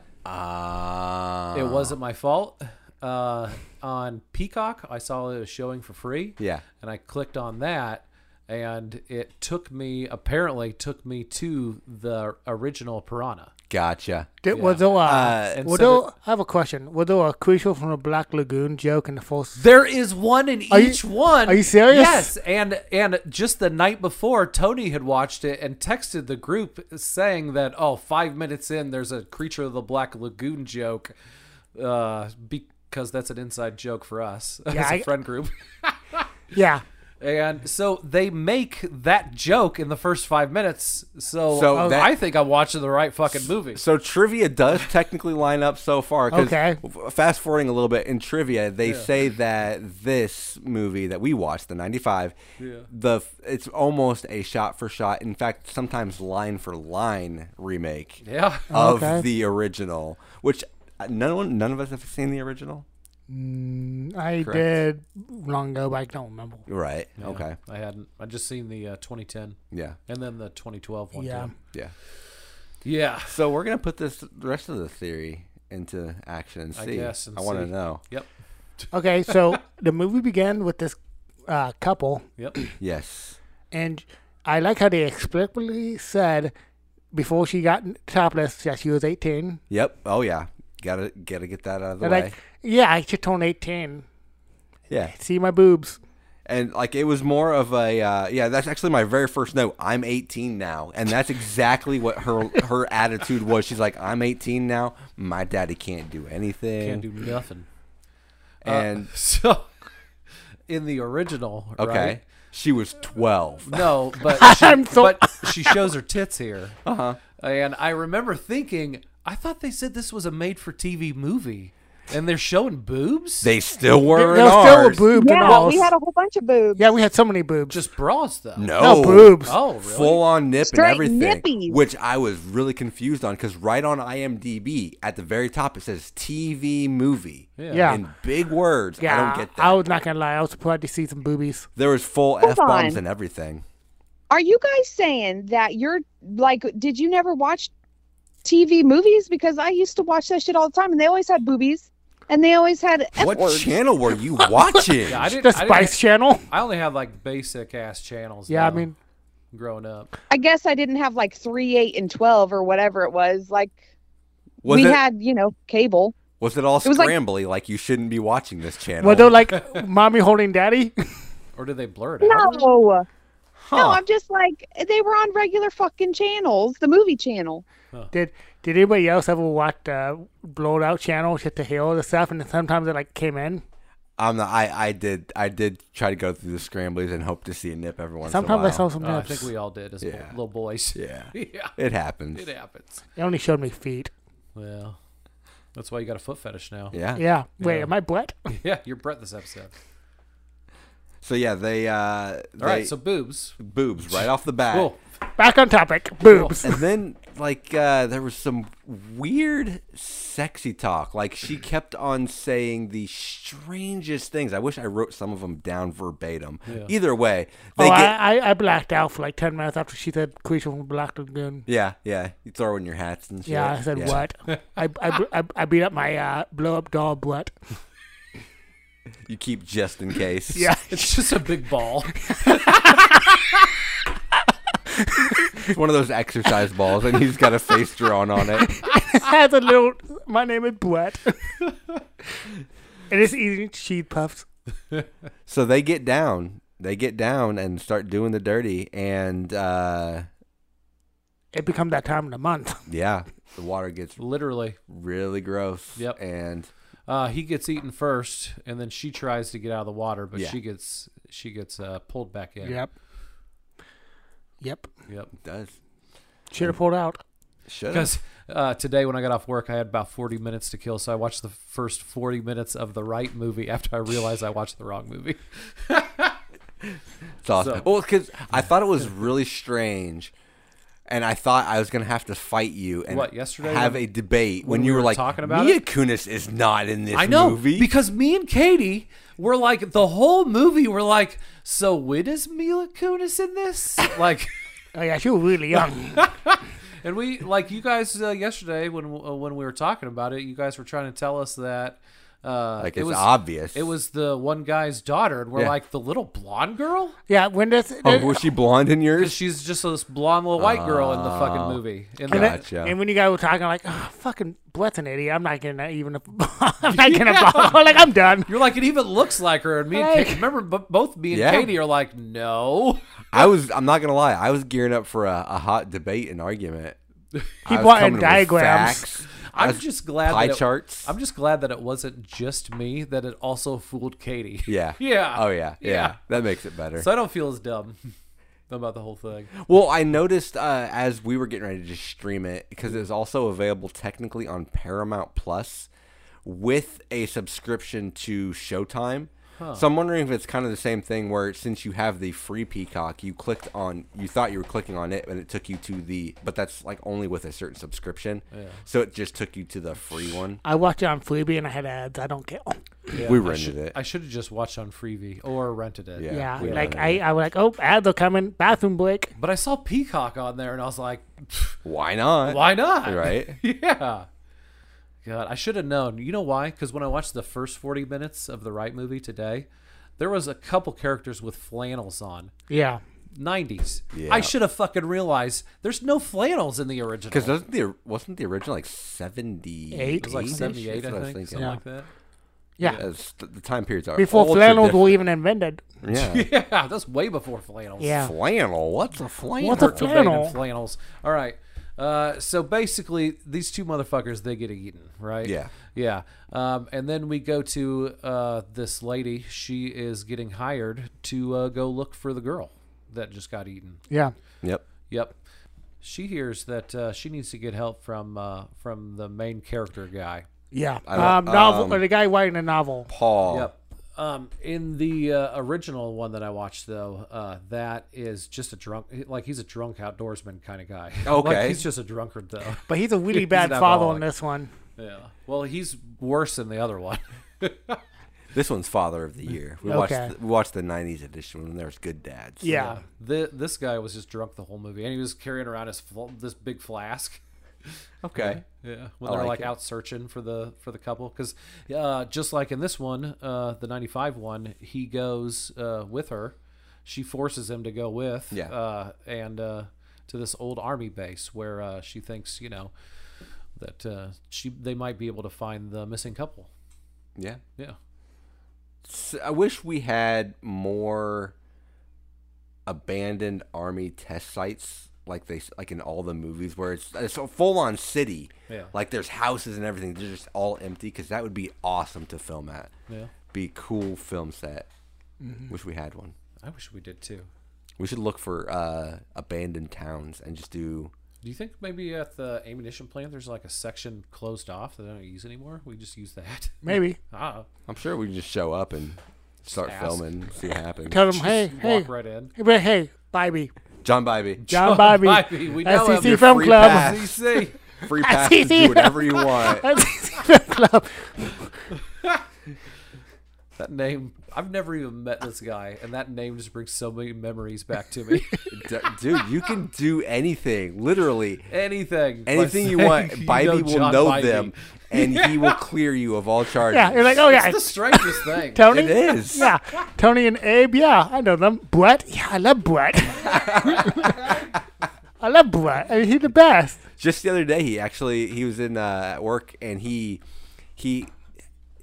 Speaker 3: Ah.
Speaker 4: it wasn't my fault. Uh, on Peacock, I saw it was showing for free.
Speaker 3: Yeah.
Speaker 4: and I clicked on that and it took me apparently took me to the original piranha.
Speaker 3: Gotcha.
Speaker 1: Did, Was there a,
Speaker 4: and
Speaker 1: was
Speaker 4: so
Speaker 1: there- I have a question. Was there a crucial from the Black Lagoon joke in the first?
Speaker 4: There is one in
Speaker 1: Are you-
Speaker 4: each one.
Speaker 1: are you serious?
Speaker 4: Yes, and and just the night before Tony had watched it and texted the group saying that oh, five minutes in there's a creature of the black lagoon joke uh because that's an inside joke for us (laughs)
Speaker 1: Yeah,
Speaker 4: as a
Speaker 1: I-
Speaker 4: friend group.
Speaker 1: Yeah.
Speaker 4: And so they make that joke in the first five minutes. So, uh,
Speaker 3: So that-
Speaker 4: I think I'm watching the right fucking movie.
Speaker 3: So trivia (laughs) does technically line up so far. 'cause
Speaker 1: Okay.
Speaker 3: f- Fast forwarding a little bit in trivia, they say that this movie that we watched, the '95, the f- it's almost a shot for shot. In fact, sometimes line for line remake
Speaker 4: Yeah.
Speaker 3: of
Speaker 1: Okay.
Speaker 3: the original, which uh, no one, none of us have seen the original.
Speaker 1: Mm, I did long ago, but I don't remember.
Speaker 3: Right. Okay.
Speaker 4: (laughs) I hadn't. I just seen the uh, 2010
Speaker 3: Yeah.
Speaker 4: and then the 2012 one.
Speaker 1: Yeah.
Speaker 4: too.
Speaker 3: Yeah.
Speaker 4: Yeah.
Speaker 3: So we're gonna put this the rest of the theory into action and see.
Speaker 4: guess, and
Speaker 3: want to
Speaker 4: see.
Speaker 3: know.
Speaker 4: Yep.
Speaker 1: Okay, so the movie began with this uh, couple,
Speaker 3: (clears throat)
Speaker 4: Yep.
Speaker 3: Yes.
Speaker 1: and I like how they explicitly said before she got topless that she was 18.
Speaker 3: Yep. Oh yeah. Gotta gotta get that out of the
Speaker 1: They're
Speaker 3: way.
Speaker 1: like, yeah, I should turn 18.
Speaker 3: yeah.
Speaker 1: See my boobs.
Speaker 3: And like it was more of a uh, yeah. That's actually my very first note. I'm 18 now, and that's exactly what her her attitude was. She's like, I'm 18 now. My daddy can't do anything.
Speaker 4: Can't do uh, nothing. (laughs)
Speaker 3: and
Speaker 4: So, in the original,
Speaker 3: okay,
Speaker 4: right?
Speaker 3: she was 12. (laughs)
Speaker 4: No, but she,
Speaker 1: I'm so-
Speaker 4: but she shows her tits here. Uh-huh. And I remember thinking, I thought they said this was a made-for-TV movie, and they're showing boobs,
Speaker 3: They still were
Speaker 1: There
Speaker 3: in
Speaker 1: still were
Speaker 3: ours.
Speaker 1: boobs in
Speaker 2: Yeah,
Speaker 1: ours.
Speaker 2: we had a whole bunch of boobs.
Speaker 1: yeah, we had so many boobs.
Speaker 4: just bras though.
Speaker 3: No,
Speaker 1: No, boobs.
Speaker 4: Oh, really?
Speaker 3: Full on nip
Speaker 2: Straight
Speaker 3: and everything,
Speaker 2: nippies.
Speaker 3: which I was really confused on because right on IMDb at the very top it says TV movie
Speaker 1: Yeah.
Speaker 3: in big words. I
Speaker 1: yeah,
Speaker 3: don't get that.
Speaker 1: I was not gonna lie. I was surprised to see some boobies.
Speaker 3: there was full
Speaker 2: Hold
Speaker 3: f bombs
Speaker 2: on.
Speaker 3: and everything.
Speaker 2: Are you guys saying that you're like, did you never watch TV movies? Because I used to watch that shit all the time, and they always had boobies, and they always had F
Speaker 3: What
Speaker 2: words.
Speaker 3: channel
Speaker 2: (laughs)
Speaker 3: were you watching?
Speaker 4: Yeah, I didn't.
Speaker 1: The
Speaker 4: I didn't
Speaker 1: Spice Channel.
Speaker 3: (laughs)
Speaker 4: ha- I only had like basic ass channels.
Speaker 1: Yeah, I
Speaker 4: though,
Speaker 1: mean,
Speaker 4: growing up,
Speaker 2: I guess I didn't have like three, eight, and twelve or whatever it was. Like
Speaker 3: was
Speaker 2: we
Speaker 3: it
Speaker 2: had, you know, cable.
Speaker 3: was it all
Speaker 2: was like-
Speaker 3: scrambly? Like, you shouldn't be watching this channel.
Speaker 1: were they
Speaker 3: (laughs)
Speaker 1: like mommy holding daddy?
Speaker 4: or did they blur it
Speaker 2: No,
Speaker 4: out?
Speaker 2: no, I'm just like they were on regular fucking channels, the movie channel.
Speaker 3: Uh.
Speaker 1: Did Did anybody else ever watch the blowed out channel just to hear all the stuff? And sometimes it like came in.
Speaker 3: I'm not, I I did I did try to go through the scramblies and hope to see a nip every once
Speaker 1: Sometimes
Speaker 3: in a
Speaker 1: I
Speaker 3: while.
Speaker 1: saw
Speaker 3: Oh,
Speaker 1: some
Speaker 4: Uh, I
Speaker 1: nips.
Speaker 4: think we all did as bo-
Speaker 3: Yeah.
Speaker 4: little boys.
Speaker 3: Yeah.
Speaker 4: (laughs) yeah,
Speaker 3: It happens.
Speaker 4: it happens.
Speaker 1: It only showed me feet.
Speaker 4: Well, that's why you got a foot fetish now.
Speaker 3: Yeah.
Speaker 1: Yeah. Wait,
Speaker 4: Yeah.
Speaker 1: am I Brett?
Speaker 4: (laughs) Yeah, you're Brett this episode.
Speaker 3: So yeah, they uh all
Speaker 4: All right, so boobs.
Speaker 3: boobs right off the bat.
Speaker 4: Cool.
Speaker 1: (laughs) Back on topic. Boobs.
Speaker 3: and then like uh, there was some weird sexy talk like she kept on saying the strangest things i wish i wrote some of them down verbatim either way
Speaker 1: Oh,
Speaker 3: they get
Speaker 1: I, I I blacked out for like ten minutes after she said creature from Black Lagoon.
Speaker 3: yeah yeah you throw in your hats and shit.
Speaker 1: Yeah, I said what? I, I, I, I beat up my uh, blow up doll Brett.
Speaker 3: you keep just in
Speaker 1: (laughs)
Speaker 3: case
Speaker 1: Yeah.
Speaker 4: (laughs) It's just a big ball.
Speaker 3: it's one of those exercise balls and he's got a face drawn on it
Speaker 1: has a little. My name is Brett. and it's eating cheese puffs.
Speaker 3: so they get down they get down and start doing the dirty and uh
Speaker 1: It becomes that time of the month.
Speaker 3: yeah the water gets
Speaker 4: Literally.
Speaker 3: really gross
Speaker 4: Yep.
Speaker 3: and
Speaker 4: Uh, he gets eaten first, and then she tries to get out of the water, but
Speaker 3: Yeah.
Speaker 4: she gets she gets uh, pulled back in.
Speaker 1: (laughs) Yep. Yep.
Speaker 4: Yep.
Speaker 3: does
Speaker 1: Should have pulled out.
Speaker 4: (laughs)
Speaker 3: should
Speaker 4: Because uh, today when I got off work, I had about 40 minutes to kill, so I watched the first 40 minutes of the right movie after I realized I watched the
Speaker 3: (laughs)
Speaker 4: wrong movie.
Speaker 3: It's awesome.
Speaker 4: So-
Speaker 3: well, because I thought it was really strange, and I thought I was gonna have to fight you and
Speaker 4: What, yesterday
Speaker 3: have
Speaker 4: when-
Speaker 3: a debate when,
Speaker 4: when
Speaker 3: you
Speaker 4: we
Speaker 3: were,
Speaker 4: were
Speaker 3: like
Speaker 4: talking about
Speaker 3: Mia
Speaker 4: it?
Speaker 3: Kunis is not in this
Speaker 4: I know
Speaker 3: movie.
Speaker 4: because me and Katie were like the whole movie. We're like, so when is Mila Kunis
Speaker 3: (laughs)
Speaker 4: in this? Like.
Speaker 1: Oh yeah, she was really young. (laughs)
Speaker 4: And we like you guys uh, yesterday when uh, when we were talking about it, you guys were trying to tell us that uh,
Speaker 3: like
Speaker 4: it
Speaker 3: it's
Speaker 4: was
Speaker 3: obvious.
Speaker 4: It was the one guy's daughter, and we're
Speaker 3: Yeah.
Speaker 4: like the little blonde girl.
Speaker 1: yeah, when this.
Speaker 3: Oh, was she blonde in
Speaker 4: 'Cause
Speaker 3: yours?
Speaker 4: She's just this blonde little white girl in the
Speaker 3: Ah,
Speaker 4: fucking movie. In the,
Speaker 1: and, then-
Speaker 3: Gotcha.
Speaker 1: and when you guys were talking, like, oh, fucking Brett's an idiot. I'm not getting that even. A, (laughs) I'm not getting a bottle. (laughs) Like, I'm done.
Speaker 4: You're like it even looks like her, and me and
Speaker 1: Like-
Speaker 4: Katie. Remember, b- both me and
Speaker 3: Yeah.
Speaker 4: Katie are like, no.
Speaker 3: I was. I'm not gonna lie. I was gearing up for a, a hot debate and
Speaker 4: (laughs)
Speaker 3: argument. He
Speaker 1: brought in diagrams.
Speaker 4: I'm just glad
Speaker 3: pie
Speaker 4: that it-
Speaker 3: charts.
Speaker 4: I'm just glad that it wasn't just me; that it also fooled Katie.
Speaker 3: yeah.
Speaker 4: yeah.
Speaker 3: Oh yeah. Yeah.
Speaker 4: Yeah.
Speaker 3: That makes it better.
Speaker 4: So I don't feel as dumb (laughs) about the whole thing.
Speaker 3: Well, I noticed uh, as we were getting ready to just stream it because it was also available technically on Paramount Plus with a subscription to Showtime. So I'm wondering if it's kind of the same thing where since you have the free Peacock, you clicked on, you thought you were clicking on it, and it took you to the, but that's like only with a certain subscription. So it just took you to the free
Speaker 4: (sniffs)
Speaker 3: one.
Speaker 1: I watched it on Freebie and I had ads. I don't care.
Speaker 3: we
Speaker 4: I
Speaker 3: rented
Speaker 4: should,
Speaker 3: it.
Speaker 4: I should have just watched on Freevee or rented it.
Speaker 3: Yeah.
Speaker 1: Yeah,
Speaker 3: we
Speaker 1: like
Speaker 3: don't know.
Speaker 1: I, I was like, oh, ads are coming. Bathroom break.
Speaker 4: But I saw Peacock on there, and I was like,
Speaker 3: Why not?
Speaker 4: why not?
Speaker 3: Right.
Speaker 4: (laughs) yeah. God, I should have known. You know why? Because when I watched the first 40 minutes of the Right movie today, there was a couple characters with flannels on.
Speaker 1: Yeah.
Speaker 4: 90s.
Speaker 3: Yeah.
Speaker 4: I should have fucking realized there's no flannels in the original.
Speaker 3: Because wasn't the wasn't the original like seventy
Speaker 1: Eight.
Speaker 4: it was like 78, I think, something
Speaker 1: Yeah.
Speaker 4: like that.
Speaker 1: Yeah.
Speaker 3: the time periods are
Speaker 1: Before
Speaker 3: ultra
Speaker 1: flannels
Speaker 3: different.
Speaker 1: were even invented.
Speaker 3: Yeah.
Speaker 4: (laughs) Yeah, that's way before
Speaker 1: (laughs)
Speaker 4: flannels.
Speaker 1: Yeah.
Speaker 3: flannel. What's a flannel?
Speaker 1: What's a
Speaker 4: Kurt Cobain and
Speaker 1: flannel?
Speaker 4: flannels. All right. Uh, so basically, these two motherfuckers they get eaten, right?
Speaker 3: Yeah.
Speaker 4: yeah. Um, and then we go to uh, this lady. She is getting hired to uh, go look for the girl that just got eaten.
Speaker 1: Yeah.
Speaker 3: Yep.
Speaker 4: Yep. She hears that uh, she needs to get help from uh, from the main character guy.
Speaker 1: Yeah.
Speaker 3: don't-
Speaker 1: Um, novel,
Speaker 3: um,
Speaker 1: or the guy writing the novel.
Speaker 3: Paul.
Speaker 4: Yep. Um, in the uh, original one that I watched, though, uh, that is just a drunk, like he's a drunk outdoorsman kind of guy. (laughs) like
Speaker 3: Okay.
Speaker 4: he's just a drunkard though.
Speaker 1: But he's a really
Speaker 4: He's
Speaker 1: bad
Speaker 4: an
Speaker 1: father
Speaker 4: alcoholic.
Speaker 1: in this one.
Speaker 4: Yeah. Well, he's worse than the other one.
Speaker 3: This one's Father of the Year. We
Speaker 1: Okay.
Speaker 3: watched the, we watched the '90s edition when there was good dads.
Speaker 1: Yeah.
Speaker 4: Th this guy was just drunk the whole movie, and he was carrying around his fl- this big flask.
Speaker 3: Okay.
Speaker 4: Yeah, when
Speaker 3: I
Speaker 4: they're
Speaker 3: like
Speaker 4: like,
Speaker 3: it.
Speaker 4: out searching for the for the couple, because uh, just like in this one, uh, the '95 one, he goes uh, with her. She forces him to go with,
Speaker 3: Yeah.
Speaker 4: uh, and uh, to this old army base where uh, she thinks you know that uh, she they might be able to find the missing couple.
Speaker 3: Yeah.
Speaker 4: Yeah,
Speaker 3: S- I wish we had more abandoned army test sites like they s- like in all the movies where it's it's a full on city.
Speaker 4: Yeah.
Speaker 3: Like there's houses and everything. They're just all empty because that would be awesome to film at.
Speaker 4: yeah.
Speaker 3: Be cool film set. Wish we had one.
Speaker 4: I wish we did too.
Speaker 3: We should look for uh, abandoned towns and just do.
Speaker 4: Do you think maybe at the ammunition plant there's like a section closed off that I don't use anymore? We just use that. (laughs)
Speaker 1: Maybe.
Speaker 4: ah,
Speaker 3: I'm sure we can just show up and start
Speaker 4: ask.
Speaker 3: filming, see what happens.
Speaker 1: Tell him, hey,
Speaker 4: just
Speaker 1: hey,
Speaker 4: walk right (laughs) in.
Speaker 1: hey, hey, Bobby,
Speaker 3: (laughs) John Bybee.
Speaker 1: John Bobby,
Speaker 4: Bobby, we know him.
Speaker 1: SEC
Speaker 4: You're
Speaker 1: Film
Speaker 3: free
Speaker 1: Club. (laughs)
Speaker 3: pass.
Speaker 4: CC.
Speaker 3: Free pass to
Speaker 1: see.
Speaker 3: do whatever
Speaker 1: (laughs)
Speaker 3: you want.
Speaker 1: SEC E Film Club.
Speaker 4: That name, I've never even met this guy, and that name just brings so many memories back to
Speaker 3: (laughs)
Speaker 4: me.
Speaker 3: D- dude, you can do anything. Literally
Speaker 4: Anything, by
Speaker 3: anything you
Speaker 4: saying
Speaker 3: want.
Speaker 4: (laughs) you
Speaker 3: Bybee will
Speaker 4: John
Speaker 3: know
Speaker 4: Bybee.
Speaker 3: them, and he
Speaker 4: (laughs)
Speaker 3: will clear you of all charges.
Speaker 1: Yeah, you're like, oh yeah,
Speaker 4: It's
Speaker 3: (laughs)
Speaker 4: the strangest thing.
Speaker 1: Tony.
Speaker 3: it
Speaker 1: (laughs)
Speaker 3: is.
Speaker 1: Yeah, Tony and Abe. Yeah, I know them. Brett. Yeah, I love
Speaker 3: (laughs)
Speaker 1: Brett. I love Brett. I mean, he's the best.
Speaker 3: Just the other day, he actually he was in uh, at work, and he he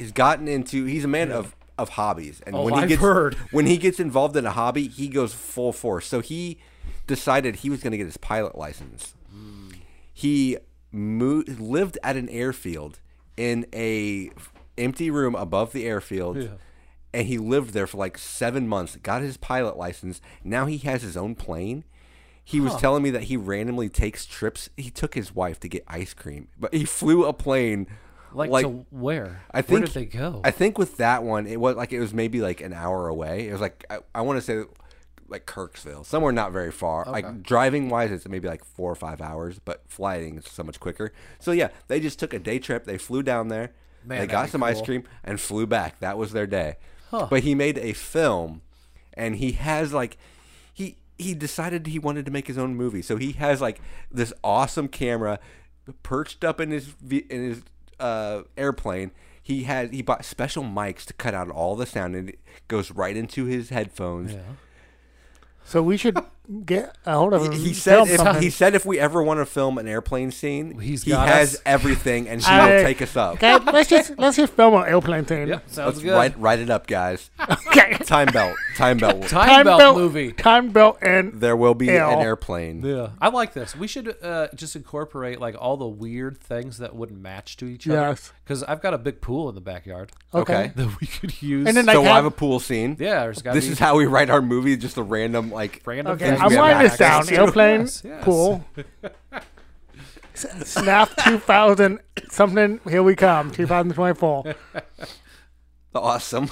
Speaker 3: has gotten into. He's a man of of hobbies, and
Speaker 4: Oh,
Speaker 3: when he
Speaker 4: I've
Speaker 3: gets
Speaker 4: heard. (laughs)
Speaker 3: when he gets involved in a hobby, he goes full force. So he decided he was going to get his pilot license. he moved, lived at an airfield in a f- empty room above the airfield and he lived there for like seven months got his pilot license now he has his own plane he was telling me that he randomly takes trips he took his wife to get ice cream but he flew a plane
Speaker 4: Like, to where?
Speaker 3: I think
Speaker 4: where did they go?
Speaker 3: I think with that one, it was like it was maybe like an hour away. It was like I, I want to say like Kirksville, somewhere not very far. Like driving wise, it's maybe like four or five hours, but flying is so much quicker. So yeah, they just took a day trip. They flew down there,
Speaker 4: Man,
Speaker 3: they
Speaker 4: that'd
Speaker 3: got
Speaker 4: be
Speaker 3: some ice
Speaker 4: cool.
Speaker 3: cream, and flew back. That was their day. But he made a film, and he has like he. He decided he wanted to make his own movie, so he has like this awesome camera perched up in his ve- in his uh, airplane. He had he bought special mics to cut out all the sound, and it goes right into his headphones.
Speaker 1: So we should get a hold of him.
Speaker 3: He
Speaker 1: and
Speaker 3: said
Speaker 1: film
Speaker 3: if,
Speaker 1: something.
Speaker 3: he said if we ever want to film an airplane scene,
Speaker 4: He's
Speaker 3: he
Speaker 4: got
Speaker 3: has
Speaker 4: us.
Speaker 3: everything,
Speaker 4: (laughs)
Speaker 3: and he
Speaker 1: I-
Speaker 3: will take us up.
Speaker 1: Okay, let's just let's just film an airplane thing.
Speaker 4: Yep, sounds
Speaker 3: Let's
Speaker 4: good.
Speaker 3: write write it up,
Speaker 4: (laughs)
Speaker 3: guys.
Speaker 1: Okay.
Speaker 3: Time belt, time belt.
Speaker 4: Time, belt, movie.
Speaker 1: Time belt and
Speaker 3: There will be
Speaker 1: Ew.
Speaker 3: an airplane.
Speaker 4: Yeah, I like this. We should uh, just incorporate like all the weird things that wouldn't match to each other.
Speaker 1: Yes.
Speaker 4: Because I've got a big pool in
Speaker 3: (laughs)
Speaker 4: the backyard
Speaker 1: okay.
Speaker 3: Okay.
Speaker 4: that we could use.
Speaker 1: And then
Speaker 3: So
Speaker 1: like
Speaker 3: we'll have a
Speaker 1: have,
Speaker 3: pool scene.
Speaker 4: yeah, there's got to
Speaker 3: This
Speaker 4: be
Speaker 3: is how we write our movie. Just a random like.
Speaker 4: random.
Speaker 1: okay,
Speaker 4: things
Speaker 1: I'm
Speaker 4: we have
Speaker 1: writing this
Speaker 4: access
Speaker 1: down.
Speaker 4: to.
Speaker 1: Airplane
Speaker 4: Yes, yes.
Speaker 1: pool. S- Snap 2000 something. Here we come. 2024.
Speaker 3: Awesome.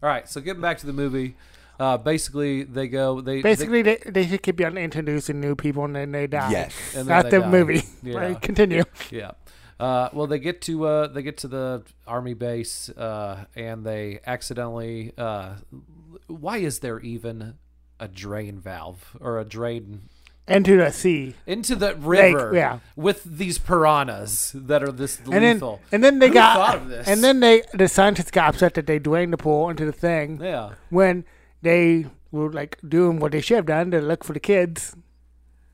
Speaker 4: All right, so getting back to the movie, uh, basically they go they
Speaker 1: Basically, they, they should keep on introducing new people and then they die.
Speaker 3: Yes.
Speaker 4: they, and then
Speaker 1: That's
Speaker 4: they
Speaker 1: the
Speaker 4: die.
Speaker 1: movie.
Speaker 4: (laughs) Yeah.
Speaker 1: Right, (laughs) Continue.
Speaker 4: Yeah. Uh, well, they get to uh, they get to the army base uh, and they accidentally. Uh, why is there even a drain valve or a drain
Speaker 1: into the sea.
Speaker 4: into the river
Speaker 1: yeah.
Speaker 4: with these piranhas that are this
Speaker 1: And
Speaker 4: lethal.
Speaker 1: then, and then they
Speaker 4: Who
Speaker 1: got,
Speaker 4: thought of this?
Speaker 1: and then they, the scientists got upset that they drained the pool into the thing
Speaker 4: yeah,
Speaker 1: when they were like doing what they should have done to look for the kids.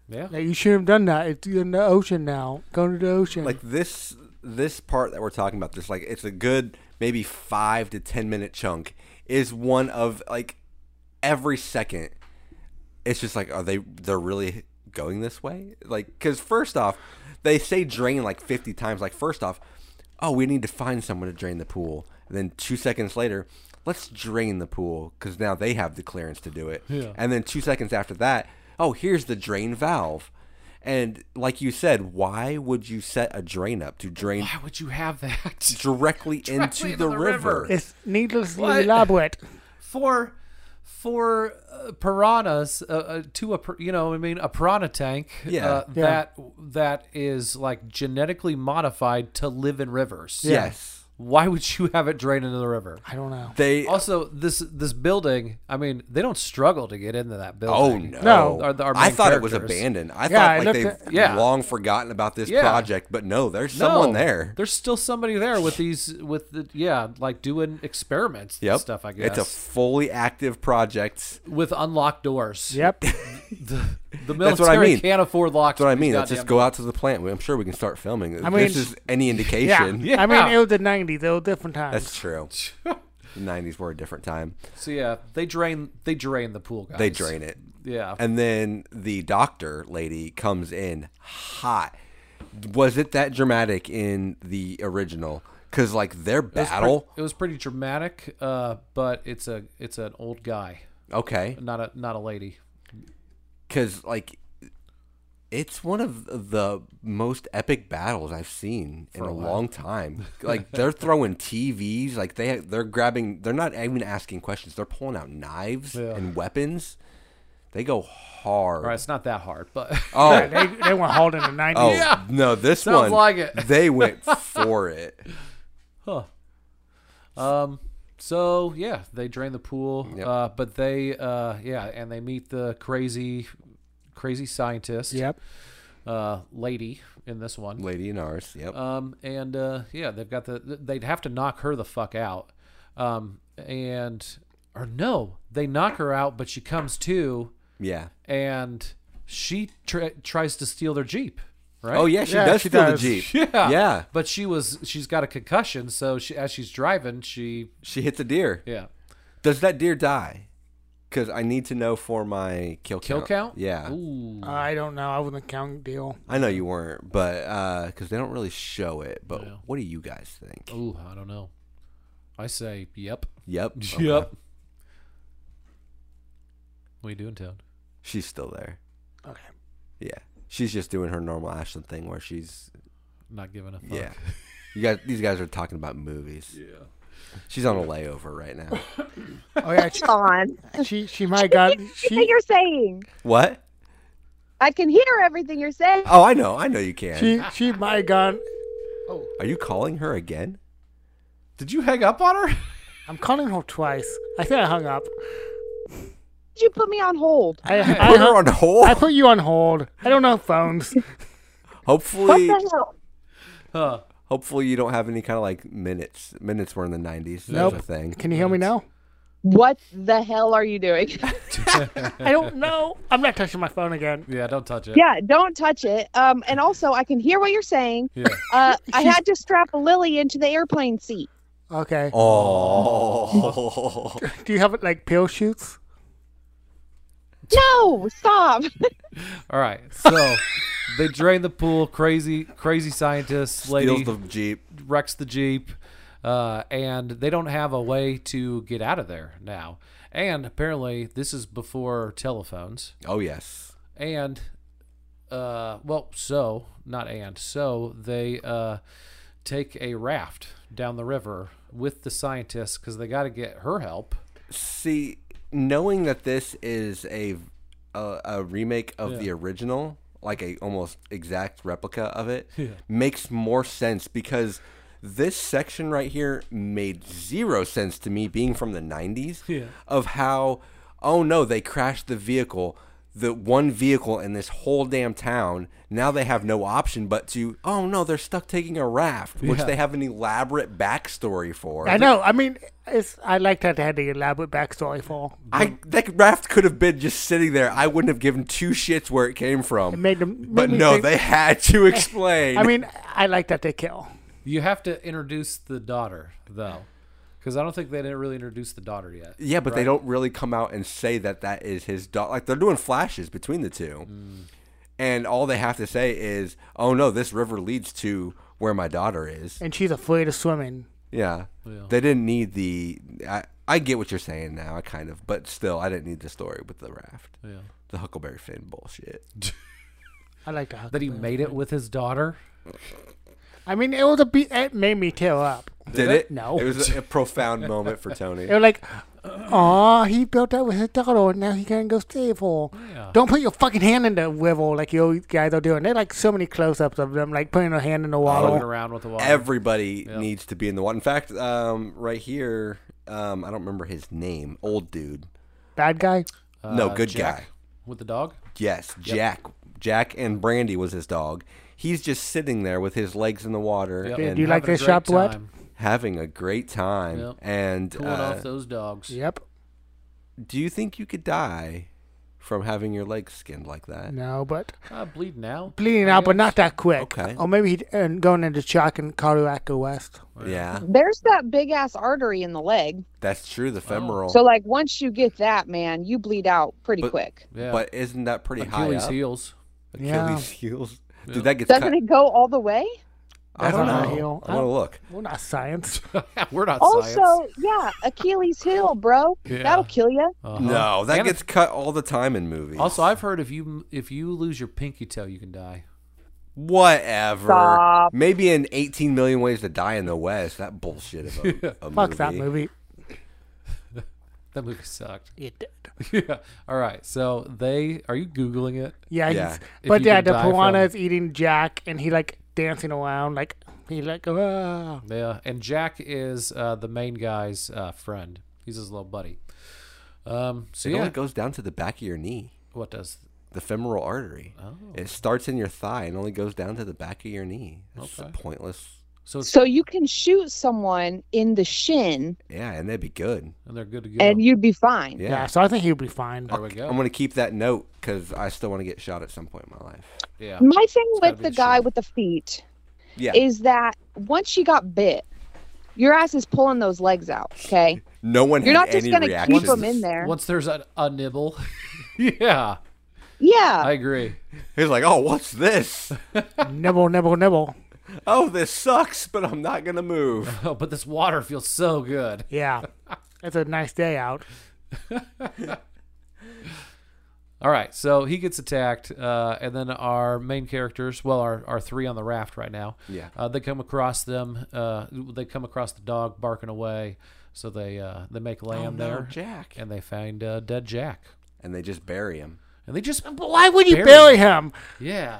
Speaker 4: yeah,
Speaker 1: Like you should have done that. It's in the ocean now. Go to the ocean.
Speaker 3: like this this part that we're talking about this like it's a good maybe five to ten minute chunk is one of like every second it's just like are they they're really going this way like because first off they say drain like 50 times like first off oh we need to find someone to drain the pool and then two seconds later let's drain the pool because now they have the clearance to do it
Speaker 4: Yeah.
Speaker 3: and then two seconds after that oh here's the drain valve and like you said why would you set a drain up to drain
Speaker 4: Why would you
Speaker 1: (laughs)
Speaker 4: have that (laughs)
Speaker 3: directly, into,
Speaker 4: into
Speaker 3: the,
Speaker 4: the
Speaker 3: river,
Speaker 4: river.
Speaker 1: it's needlessly
Speaker 4: What?
Speaker 1: elaborate.
Speaker 4: for for uh, piranhas uh, uh, to a pir- you know I mean a piranha tank
Speaker 3: Yeah.
Speaker 4: uh,
Speaker 1: Yeah.
Speaker 4: that that is like genetically modified to live in rivers.
Speaker 3: yes
Speaker 4: Why would you have it drain into the river?
Speaker 1: I don't know.
Speaker 3: they
Speaker 4: Also, this this building. I mean, they don't struggle to get into that building.
Speaker 3: Oh no!
Speaker 1: No.
Speaker 4: Our- our
Speaker 3: I
Speaker 4: main
Speaker 3: thought it was
Speaker 4: characters.
Speaker 3: abandoned. I
Speaker 1: Yeah, it
Speaker 3: thought like
Speaker 1: looked
Speaker 3: they've
Speaker 1: at-
Speaker 4: yeah.
Speaker 3: long forgotten about this
Speaker 4: Yeah.
Speaker 3: project, but no, there's
Speaker 4: No,
Speaker 3: someone there.
Speaker 4: There's still somebody there with these with the yeah, like doing experiments and
Speaker 3: Yep.
Speaker 4: stuff. I
Speaker 3: it's
Speaker 4: guess
Speaker 3: a fully active project.
Speaker 4: with unlocked doors.
Speaker 1: Yep.
Speaker 4: The, the military
Speaker 3: That's what I mean.
Speaker 4: can't afford locks.
Speaker 3: That's what I
Speaker 4: for these
Speaker 3: mean. Let's just
Speaker 4: goddamn-
Speaker 3: go out to the plant. We- I'm sure we can start filming.
Speaker 1: I
Speaker 3: I
Speaker 1: mean-
Speaker 3: this is any
Speaker 1: Yeah.
Speaker 3: indication.
Speaker 1: I mean,
Speaker 4: Yeah.
Speaker 1: it was the 90s. It was different times.
Speaker 3: That's
Speaker 4: (laughs)
Speaker 3: true. The 90s were a different time.
Speaker 4: So yeah, they drain they drain the pool guys.
Speaker 3: They drain it.
Speaker 4: Yeah.
Speaker 3: And then the doctor lady comes in hot. Was it that dramatic in the original? Because like their
Speaker 4: It was pre-
Speaker 3: battle.
Speaker 4: It was pretty dramatic, uh, but it's a it's an old guy,
Speaker 3: okay.
Speaker 4: not a not a lady.
Speaker 3: because like it's one of the most epic battles I've seen in a, long
Speaker 4: (laughs)
Speaker 3: time. Like they're throwing TVs, like they they're grabbing, they're not even asking questions. They're pulling out knives
Speaker 4: Yeah.
Speaker 3: and weapons. They go hard.
Speaker 4: All right, it's not that hard, but (laughs)
Speaker 3: Oh,
Speaker 1: they, they went hard in
Speaker 3: (laughs)
Speaker 1: the 90s.
Speaker 3: oh
Speaker 4: Yeah.
Speaker 3: no, this
Speaker 4: Sounds
Speaker 3: one
Speaker 4: like it. (laughs)
Speaker 3: they went for it.
Speaker 4: um, so yeah, they drain the pool,
Speaker 3: Yep.
Speaker 4: uh, but they uh, yeah, and they meet the crazy crazy scientist,
Speaker 1: Yep.
Speaker 4: uh, lady in this one.
Speaker 3: Lady in ours. Yep.
Speaker 4: Um, and uh, yeah, they've got the. They'd have to knock her the fuck out. Um, and or no, they knock her out, but she comes to,
Speaker 3: yeah.
Speaker 4: and she tr tries to steal their jeep. Right?
Speaker 3: Oh yeah, she
Speaker 1: Yeah,
Speaker 3: does
Speaker 1: she
Speaker 3: steal
Speaker 1: does.
Speaker 3: the jeep.
Speaker 4: (laughs) yeah,
Speaker 3: Yeah.
Speaker 4: But she was. She's got a concussion, so she as she's driving, she
Speaker 3: She hits a deer.
Speaker 4: yeah.
Speaker 3: Does that deer die? Because I need to know for my kill
Speaker 4: Kill
Speaker 3: count.
Speaker 4: count?
Speaker 3: Yeah.
Speaker 4: Ooh.
Speaker 1: Uh, I don't know. I wasn't counting deal.
Speaker 3: I know you weren't, but because they don't really show it. But
Speaker 4: No. Oh.
Speaker 3: what do you guys think?
Speaker 4: Ooh. I don't know. I say yep. (laughs)
Speaker 3: Yep.
Speaker 4: Yep.
Speaker 3: Okay.
Speaker 4: What are you doing, Toad?
Speaker 3: She's still there.
Speaker 1: Okay.
Speaker 3: Yeah. She's just doing her normal Ashland thing where she's
Speaker 4: Not giving a fuck.
Speaker 3: yeah. You guys, these guys are talking about movies. Yeah. She's on a layover right now. (laughs)
Speaker 1: Oh yeah, she
Speaker 2: (laughs) on.
Speaker 1: she, she might got
Speaker 2: (laughs) Everything
Speaker 1: she
Speaker 2: you're saying.
Speaker 3: what?
Speaker 2: I can hear everything you're saying.
Speaker 3: Oh, I know. I know you can.
Speaker 1: she she might gone.
Speaker 3: are you calling her again?
Speaker 4: Did you hang up on her? (laughs)
Speaker 1: I'm calling her twice. I think I hung up.
Speaker 2: Did you put me on hold?
Speaker 3: (laughs)
Speaker 1: I, I,
Speaker 3: Put her
Speaker 1: hung-
Speaker 3: on hold.
Speaker 1: I put you on hold. I don't know phones.
Speaker 2: What
Speaker 3: (laughs) hopefully,
Speaker 2: the hell?
Speaker 4: Huh.
Speaker 3: hopefully you don't have any kind of like minutes. Minutes were in the nineties. That
Speaker 1: Nope.
Speaker 3: was a thing.
Speaker 1: Can you hear me now?
Speaker 2: What the hell are you doing? (laughs)
Speaker 1: I don't know. I'm not touching my phone again.
Speaker 4: Yeah. Don't touch
Speaker 2: (laughs)
Speaker 4: it.
Speaker 2: yeah, don't touch it. Um, and also, I can hear what you're saying.
Speaker 4: Yeah.
Speaker 2: Uh, I had to strap Lily into the airplane seat.
Speaker 1: Okay.
Speaker 4: (laughs)
Speaker 3: Oh.
Speaker 1: Do you have like pill shoots?
Speaker 2: No, stop.
Speaker 4: All right. So they drain the pool. Crazy, crazy scientist lady
Speaker 3: Steals the jeep.
Speaker 4: wrecks the jeep, uh, and they don't have a way to get out of there now. And apparently, this is before telephones.
Speaker 3: Oh yes.
Speaker 4: And uh, well, so not and so they uh, take a raft down the river with the scientist because they got to get her help.
Speaker 3: See, knowing that this is a a, a remake of the original, like a almost exact replica of
Speaker 4: (laughs)
Speaker 3: it, makes more sense because this section right here made zero sense to me being from the 90s
Speaker 4: Yeah.
Speaker 3: of how oh no, they crashed the vehicle. the one vehicle in this whole damn town. Now they have no option but to, oh no, they're stuck taking a raft, which
Speaker 4: Yeah.
Speaker 3: they have an elaborate backstory for.
Speaker 1: I know. I mean, it's I like that they had the elaborate backstory for.
Speaker 3: I that raft could have been just sitting there. I wouldn't have given two shits where it came from.
Speaker 1: It made them. made
Speaker 3: but
Speaker 1: me
Speaker 3: no,
Speaker 1: think-
Speaker 3: they had to
Speaker 1: (laughs)
Speaker 3: explain.
Speaker 1: I mean, I like that they kill.
Speaker 4: You have to introduce the daughter though, because I don't think they didn't really introduce the daughter yet.
Speaker 3: yeah, but they don't really come out and say that that is his dog. Like they're doing flashes between the two,
Speaker 1: Mm.
Speaker 3: and all they have to say is, "Oh no, this river leads to where my daughter is."
Speaker 1: And she's afraid of swimming.
Speaker 3: Yeah, they didn't need the. I, I get what you're saying now. I kind of, but still, I didn't need the story with the raft,
Speaker 4: Yeah.
Speaker 3: the Huckleberry Finn bullshit.
Speaker 1: I like that.
Speaker 4: That he made it with his daughter.
Speaker 1: I mean, it was a beat. It made me tear up.
Speaker 3: Did it?
Speaker 1: No. (laughs)
Speaker 3: It was a, a profound moment for Tony.
Speaker 1: It was like, oh, he built that with his daughter, and now he can't go save her. Don't put your fucking hand in the river like you guys are doing. They're like so many close-ups of them, like putting their hand in the
Speaker 4: Floating
Speaker 1: water.
Speaker 4: around with the water.
Speaker 3: Everybody needs to be in the water. In fact, um, right here, um, I don't remember his name. Old dude.
Speaker 1: Bad guy.
Speaker 3: no,
Speaker 4: Uh,
Speaker 3: good
Speaker 4: Jack
Speaker 3: guy.
Speaker 4: with the dog.
Speaker 3: Yes, Jack. Jack and Brandy was his dog. He's just sitting there with his legs in the water
Speaker 4: Yep.
Speaker 3: and
Speaker 1: Do you like
Speaker 4: Having a
Speaker 1: this
Speaker 4: great
Speaker 1: shop, what?
Speaker 4: time.
Speaker 3: having a great time.
Speaker 4: Yep.
Speaker 3: And
Speaker 4: Pulling
Speaker 3: uh,
Speaker 4: off those dogs.
Speaker 1: Yep.
Speaker 3: do you think you could die from having your legs skinned like that?
Speaker 1: No, but
Speaker 4: I bleed now.
Speaker 1: bleeding out, but not that quick.
Speaker 3: Okay.
Speaker 1: Or maybe he and going into shock and cardiac arrest.
Speaker 3: Yeah,
Speaker 2: There's that big ass artery in the leg.
Speaker 3: that's true. The femoral.
Speaker 2: So like once you get that, man, you bleed out pretty
Speaker 3: But-
Speaker 2: quick.
Speaker 4: Yeah.
Speaker 3: But isn't that pretty
Speaker 4: Achilles
Speaker 3: high up?
Speaker 4: heels. (laughs)
Speaker 1: Yeah.
Speaker 3: Achilles heels. Dude, that gets
Speaker 2: Doesn't
Speaker 3: cut.
Speaker 2: it go all the way?
Speaker 3: I don't
Speaker 1: Doesn't it
Speaker 3: know.
Speaker 1: heal?
Speaker 3: I want to look.
Speaker 1: We're not
Speaker 4: (laughs)
Speaker 1: science.
Speaker 4: We're not science.
Speaker 2: Also, yeah, Achilles heel, bro.
Speaker 4: Yeah.
Speaker 2: That'll kill you.
Speaker 4: Uh-huh.
Speaker 3: No, that
Speaker 4: And
Speaker 3: gets cut all the time in movies.
Speaker 4: Also, I've heard if you if you lose your pinky toe, you can die. (laughs)
Speaker 3: Whatever.
Speaker 2: Stop.
Speaker 3: Maybe in 18 million ways to die in the West. That bullshit
Speaker 4: (laughs)
Speaker 3: of a, a movie.
Speaker 1: Fuck that movie.
Speaker 4: That movie sucked. (laughs)
Speaker 1: It did.
Speaker 4: yeah. All right. So they are you googling it?
Speaker 1: Yeah,
Speaker 3: Yeah.
Speaker 1: he's-
Speaker 4: If
Speaker 1: but
Speaker 4: you
Speaker 1: yeah,
Speaker 4: can
Speaker 1: the
Speaker 4: die from-
Speaker 1: piranha is eating Jack, and he like dancing around, like he like ah.
Speaker 4: Yeah. And Jack is uh, the main guy's uh, friend. He's his little buddy. Um. So
Speaker 3: It
Speaker 4: yeah.
Speaker 3: only goes down to the back of your knee,
Speaker 4: what does?
Speaker 3: the femoral artery.
Speaker 4: Oh.
Speaker 3: It starts in your thigh and only goes down to the back of your knee. That's
Speaker 4: Okay.
Speaker 3: pointless.
Speaker 4: So it's,
Speaker 2: So you can shoot someone in the shin
Speaker 3: Yeah, and that'd be good.
Speaker 4: and they're good to go.
Speaker 2: and you'd be fine.
Speaker 1: Yeah.
Speaker 3: Yeah.
Speaker 1: so I think he'll be fine.
Speaker 4: there we go.
Speaker 3: I'm going to keep that note because I still want to get shot at some point in my life.
Speaker 4: yeah.
Speaker 2: My thing
Speaker 4: gotta
Speaker 2: with
Speaker 4: be
Speaker 2: the
Speaker 4: the
Speaker 2: guy
Speaker 4: shin.
Speaker 2: with the feet
Speaker 3: Yeah.
Speaker 2: is that once you got bit, your ass is pulling those legs out. Okay.
Speaker 3: no one
Speaker 2: You're
Speaker 3: had
Speaker 2: not just
Speaker 3: any
Speaker 2: going to keep
Speaker 3: reactions.
Speaker 2: them in there.
Speaker 4: Once there's a, a nibble. (laughs) yeah. I
Speaker 2: Yeah.
Speaker 4: agree. (laughs)
Speaker 3: He's like, oh, what's this?
Speaker 1: nibble, nibble, nibble.
Speaker 3: oh, this sucks, but I'm not going to move.
Speaker 4: Oh, but this water feels so good. (laughs)
Speaker 1: Yeah, it's a nice day out.
Speaker 4: All right, so he gets attacked, uh, and then our main characters, well, our, our three on the raft right now,
Speaker 3: Yeah.
Speaker 4: uh, they come across them. Uh, they come across the dog barking away, so they uh, they make
Speaker 1: Oh,
Speaker 2: Oh,
Speaker 4: land
Speaker 3: no,
Speaker 4: there,
Speaker 3: Jack.
Speaker 4: and they find uh, dead Jack,
Speaker 3: And they just bury him.
Speaker 4: and they just
Speaker 1: Uh, But why would you
Speaker 4: Bury
Speaker 1: bury him?
Speaker 4: yeah,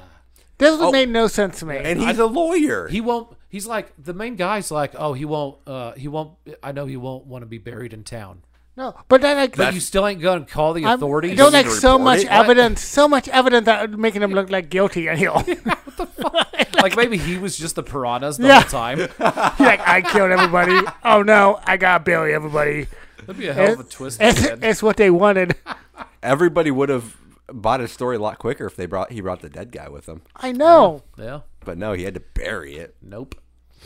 Speaker 1: This
Speaker 4: Oh.
Speaker 1: would make no sense to me.
Speaker 3: And he's a lawyer.
Speaker 4: he won't. He's like the main guy's like, oh, he won't, uh, he won't. I know he won't want to be buried in town,
Speaker 1: no, but then like
Speaker 4: but you still ain't gonna call the
Speaker 1: I'm-
Speaker 4: authorities.
Speaker 1: There's like
Speaker 3: to
Speaker 1: so
Speaker 3: report
Speaker 1: much
Speaker 3: it? What?
Speaker 1: evidence, so much evidence that would making him look like guilty. And he'll he's
Speaker 4: like maybe he was just the piranhas the
Speaker 1: (laughs) Yeah.
Speaker 4: whole time.
Speaker 1: like, I killed (laughs) everybody. Oh no, I gotta bury everybody.
Speaker 4: That'd be a hell of
Speaker 1: (laughs)
Speaker 4: a
Speaker 1: It's-
Speaker 4: twist. at the
Speaker 1: It's,
Speaker 4: end.
Speaker 1: it's what they wanted.
Speaker 3: Everybody would have bought his story a lot quicker if they brought he brought the dead guy with him.
Speaker 1: (laughs) I know.
Speaker 4: yeah,
Speaker 3: But no, he had to bury it.
Speaker 4: nope,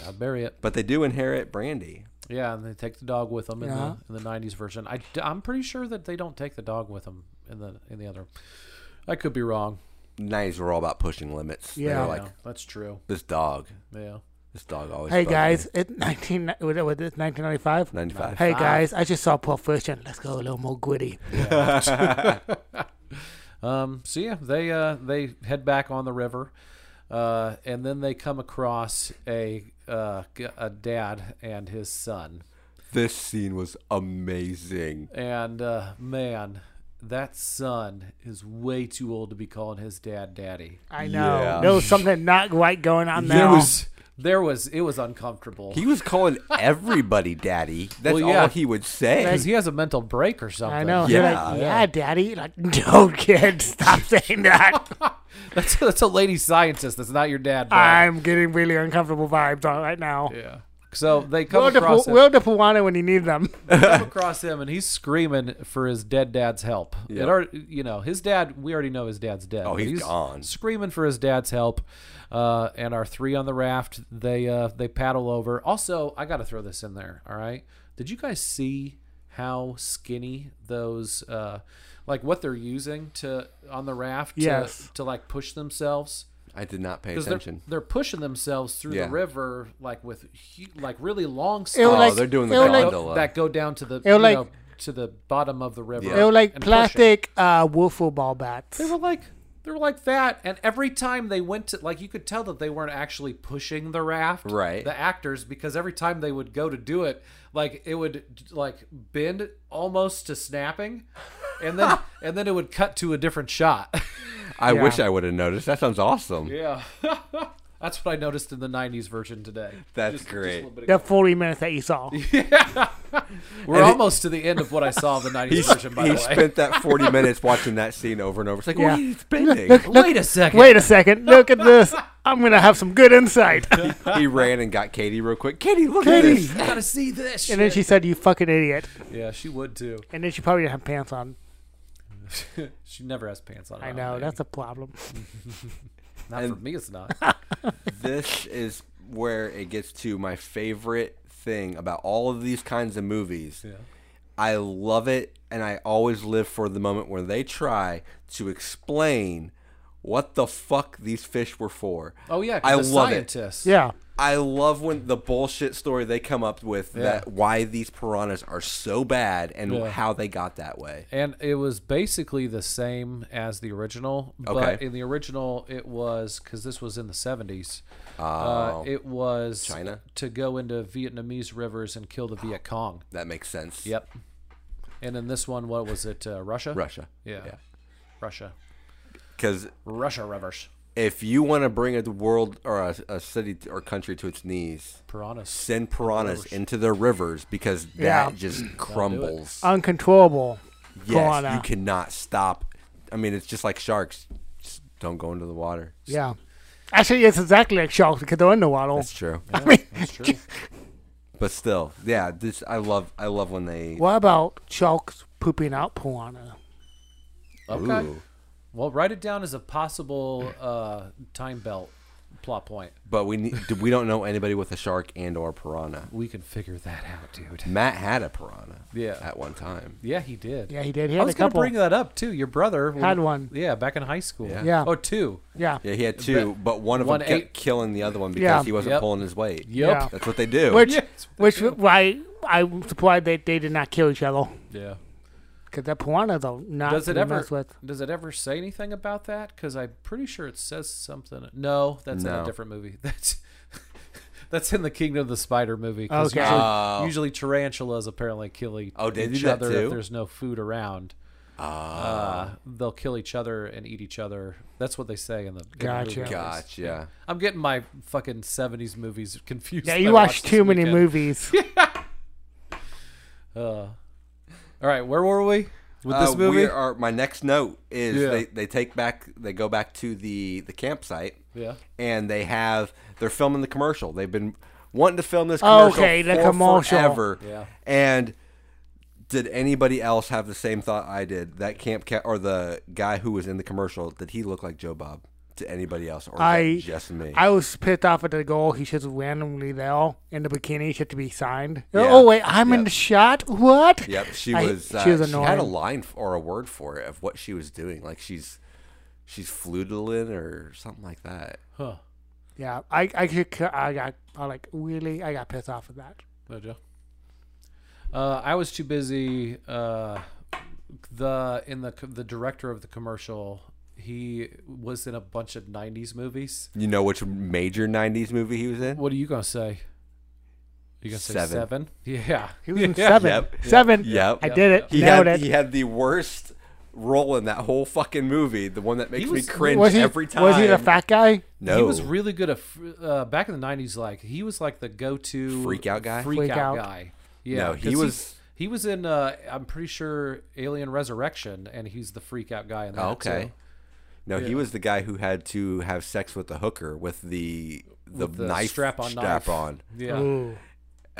Speaker 4: gotta bury it.
Speaker 3: But they do inherit Brandy.
Speaker 4: Yeah, and they take the dog with them in,
Speaker 1: Yeah.
Speaker 4: the, in the '90s version. I, am pretty sure that they don't take the dog with them in the in the other. I could be wrong.
Speaker 3: Nineties were all about pushing limits.
Speaker 1: Yeah.
Speaker 3: they were like
Speaker 4: yeah, that's true.
Speaker 3: this dog.
Speaker 4: Yeah,
Speaker 3: This dog always.
Speaker 1: Hey guys, it 19 was it- was it 1995.
Speaker 3: ninety five.
Speaker 1: Hey guys, I just saw Proficient. Let's go a little more gritty.
Speaker 4: Um, so yeah, they uh, they head back on the river, uh, and then they come across a uh, g- a dad and his son,
Speaker 3: This scene was amazing.
Speaker 4: and uh, man, that son is way too old to be calling his dad daddy.
Speaker 1: I know.
Speaker 3: Yeah.
Speaker 1: There was something not quite going on
Speaker 4: There
Speaker 1: now.
Speaker 4: was There was it was uncomfortable.
Speaker 3: He was calling everybody daddy. That's
Speaker 4: Well, yeah.
Speaker 3: all he would
Speaker 1: (clears throat)
Speaker 3: say.
Speaker 4: Because he has a mental break or something.
Speaker 1: I know.
Speaker 3: Yeah.
Speaker 1: You're like, yeah, daddy. Like, (laughs) no, kid, stop saying that.
Speaker 4: (laughs) That's that's a lady scientist. That's not your dad. Brad.
Speaker 1: I'm getting really uncomfortable vibes on right now.
Speaker 4: Yeah. So they come
Speaker 1: Will
Speaker 4: across
Speaker 1: DePu-
Speaker 4: him,
Speaker 1: Will DePuano when you need
Speaker 4: (laughs)
Speaker 1: them. (laughs)
Speaker 4: come across him, and he's screaming for his dead dad's help. It alre- you know, his dad. We already know his dad's dead.
Speaker 3: Oh,
Speaker 4: but
Speaker 3: he's gone.
Speaker 4: Screaming for his dad's help. Uh, and our three on the raft, they uh, they paddle over. Also, I got to throw this in there. All right, did you guys see how skinny those, uh, like what they're using to on the raft? to-
Speaker 1: Yes.
Speaker 4: to like push themselves.
Speaker 3: I did not pay
Speaker 4: because they're,
Speaker 3: attention.
Speaker 4: they're pushing themselves through
Speaker 3: Yeah.
Speaker 4: the river like with hu- like really long
Speaker 1: It
Speaker 4: sticks
Speaker 1: was
Speaker 3: Oh,
Speaker 1: like-
Speaker 3: they're doing the
Speaker 1: it was like-
Speaker 4: that
Speaker 3: gondola.
Speaker 4: go, that go down to the
Speaker 1: It was
Speaker 4: you
Speaker 1: like-
Speaker 4: know, to the bottom of the river.
Speaker 3: Yeah.
Speaker 1: They were like
Speaker 4: and push
Speaker 1: plastic
Speaker 4: it.
Speaker 1: uh, wiffle ball bats.
Speaker 4: They were like they were like that, and every time they went to like you could tell that they weren't actually pushing the raft,
Speaker 3: Right.
Speaker 4: The actors because every time they would go to do it, like it would like bend almost to snapping,
Speaker 1: (laughs)
Speaker 4: and then and then it would cut to a different shot.
Speaker 3: I wish I would have noticed. That sounds awesome.
Speaker 4: Yeah. (laughs) That's what I noticed in the 90s version today.
Speaker 3: That's
Speaker 4: Just- just a
Speaker 3: great.
Speaker 4: little bit of-
Speaker 1: The 40 minutes that you saw.
Speaker 4: We're
Speaker 3: And it-
Speaker 4: almost to the end of what I saw in the 90s
Speaker 3: He,
Speaker 4: version, by
Speaker 3: he
Speaker 4: the way.
Speaker 3: spent that
Speaker 4: (laughs)
Speaker 3: 40 minutes watching that scene over and over. It's like,
Speaker 1: Yeah.
Speaker 3: what are you spending?
Speaker 4: Wait a second.
Speaker 1: Wait a second. Look at
Speaker 4: (laughs)
Speaker 1: this. I'm going to have some good insight. and
Speaker 3: he ran and got Katie real quick. Katie, look at
Speaker 1: Katie.
Speaker 3: this.
Speaker 4: I gotta see this.
Speaker 1: then she said, you fucking idiot.
Speaker 4: yeah, she would too.
Speaker 1: And then she probably didn't have pants on.
Speaker 4: She never has pants on.
Speaker 1: I
Speaker 4: around
Speaker 1: know.
Speaker 4: me.
Speaker 1: That's a problem.
Speaker 4: not for
Speaker 3: and-
Speaker 4: me.
Speaker 3: (laughs)
Speaker 4: It's not.
Speaker 3: this is where it gets to my favorite thing about all of these kinds of movies. I love it, and I always live for the moment where they try to explain what the fuck these fish were for.
Speaker 4: Oh yeah, 'cause
Speaker 3: I
Speaker 4: the
Speaker 3: love it.
Speaker 4: scientists. (laughs)
Speaker 1: Yeah.
Speaker 3: I love when the bullshit story they come up with that why these piranhas are so bad and
Speaker 4: Yeah.
Speaker 3: how they got that way.
Speaker 4: And it was basically the same as the original, but
Speaker 3: Okay.
Speaker 4: in the original it was because this was in the seventies. Uh,
Speaker 3: Oh.
Speaker 4: it was
Speaker 3: China?
Speaker 4: to go into Vietnamese rivers and kill the Viet Cong.
Speaker 3: That makes sense.
Speaker 4: Yep. And in this one, what was it? Uh, Russia.
Speaker 3: Russia.
Speaker 4: Yeah. Russia.
Speaker 3: Because
Speaker 4: Russia rivers.
Speaker 3: if you want to bring a world or a, a city or country to its knees,
Speaker 4: Piranhas.
Speaker 3: send piranhas into their rivers because
Speaker 1: Yeah.
Speaker 3: that just crumbles.
Speaker 1: Uncontrollable.
Speaker 3: yes, you
Speaker 1: piranha.
Speaker 3: cannot stop. I mean, it's just like sharks. Just don't go into the water.
Speaker 1: Yeah. Actually, it's exactly like sharks because they're underwater.
Speaker 3: That's true.
Speaker 4: That's true.
Speaker 3: But still, yeah, this I love. I love when they.
Speaker 1: What about sharks pooping out piranha?
Speaker 4: Okay.
Speaker 3: Ooh.
Speaker 4: (laughs) Well, write it down as a possible uh, time belt plot point.
Speaker 3: But we need, we don't know anybody with a shark and or piranha.
Speaker 4: We can figure that out, dude.
Speaker 3: Matt had a piranha.
Speaker 4: Yeah.
Speaker 3: At one time.
Speaker 4: Yeah, he did.
Speaker 1: Yeah, he did. He
Speaker 4: I
Speaker 1: had a
Speaker 4: was gonna
Speaker 1: couple.
Speaker 4: bring that up too. Your brother when-
Speaker 1: Had one.
Speaker 4: Yeah, back in high school.
Speaker 3: Yeah.
Speaker 1: Yeah.
Speaker 4: Oh, two.
Speaker 1: yeah.
Speaker 3: Yeah, he had two, but, one of
Speaker 4: One
Speaker 3: them kept
Speaker 4: ate-
Speaker 3: killing the other one because
Speaker 1: Yeah.
Speaker 3: he wasn't
Speaker 4: Yep.
Speaker 3: pulling his weight.
Speaker 1: Yeah.
Speaker 3: That's what they do.
Speaker 1: Which,
Speaker 4: Yes.
Speaker 1: which, why I'm surprised they, they did not kill each other.
Speaker 4: Yeah.
Speaker 1: Because that piranha, though, not
Speaker 4: Does it
Speaker 1: to
Speaker 4: ever
Speaker 1: mess with.
Speaker 4: does it ever say anything about that? Because I'm pretty sure it says something. No, that's in a
Speaker 3: No.
Speaker 4: different movie. (laughs) That's that's in the Kingdom of the Spider movie. 'cause
Speaker 1: Okay.
Speaker 4: Usually,
Speaker 3: Oh.
Speaker 4: usually tarantulas apparently kill e-
Speaker 3: Oh, they do
Speaker 4: each
Speaker 3: that
Speaker 4: other if
Speaker 3: too? Oh.
Speaker 4: there's no food around. Uh, they'll kill each other and eat each other. That's what they say in the. in the
Speaker 1: Gotcha.
Speaker 4: movie.
Speaker 3: gotcha.
Speaker 4: I'm getting my fucking 70s movies confused.
Speaker 1: Yeah,
Speaker 4: that (laughs) I
Speaker 1: you watch
Speaker 4: watched this
Speaker 1: too many
Speaker 4: weekend. (laughs) Uh.
Speaker 1: movies.
Speaker 4: All right, where were we with
Speaker 3: Uh,
Speaker 4: this movie?
Speaker 3: we are, my next note is
Speaker 4: Yeah.
Speaker 3: they, they take back they go back to the the campsite
Speaker 4: Yeah.
Speaker 3: and they have they're filming the commercial they've been wanting to film this commercial
Speaker 1: Okay, the
Speaker 3: for
Speaker 1: commercial.
Speaker 3: forever
Speaker 4: Yeah.
Speaker 3: and did anybody else have the same thought I did that camp ca- or the guy who was in the commercial did he look like Joe Bob to anybody else or was
Speaker 1: I
Speaker 3: that just me
Speaker 1: I was pissed off at the goal. He just randomly there in the bikini. She had to be signed.
Speaker 3: Yeah.
Speaker 1: Oh wait, I'm in
Speaker 3: Yep.
Speaker 1: the shot. What?
Speaker 3: yep she
Speaker 1: I-
Speaker 3: was uh,
Speaker 1: she was
Speaker 3: she had a
Speaker 1: annoying.
Speaker 3: line f- or a word for it of what she was doing like she's she's fluidlin or something like that
Speaker 4: Huh.
Speaker 1: Yeah, I I could, I got I like really I got pissed off at that.
Speaker 4: There you go. Uh, I was too busy. Uh, the in the co- the director of the commercial, he was in a bunch of '90s movies.
Speaker 3: You know which major '90s movie he was in?
Speaker 4: What are you gonna say? You gonna say
Speaker 3: Seven.
Speaker 4: seven? (laughs) Yeah.
Speaker 3: (laughs)
Speaker 1: He was in seven.
Speaker 3: Yep.
Speaker 1: Seven.
Speaker 3: Yep.
Speaker 1: I did it. (laughs)
Speaker 3: He
Speaker 1: Nailed
Speaker 3: had
Speaker 1: it.
Speaker 3: he had the worst role in that whole fucking movie, the one that makes
Speaker 4: was-
Speaker 3: me cringe
Speaker 1: was he,
Speaker 3: every time.
Speaker 1: Was he the fat guy?
Speaker 3: No,
Speaker 4: He was really good at fr- uh, back in the '90s. Like he was like the go-to
Speaker 3: Freak out guy?
Speaker 4: Freak,
Speaker 1: Freak
Speaker 4: out,
Speaker 1: out.
Speaker 4: guy. Yeah,
Speaker 3: No, he
Speaker 4: 'cause he's-
Speaker 3: was-
Speaker 4: He was in. Uh, I'm pretty sure Alien Resurrection, and he's the freak out guy in that.
Speaker 3: Oh, okay.
Speaker 4: too.
Speaker 3: No, he was the guy who had to have sex with the hooker with the the,
Speaker 4: With the
Speaker 3: knife
Speaker 4: strap-on
Speaker 3: strap
Speaker 4: knife.
Speaker 3: on.
Speaker 4: Yeah.
Speaker 1: Ooh.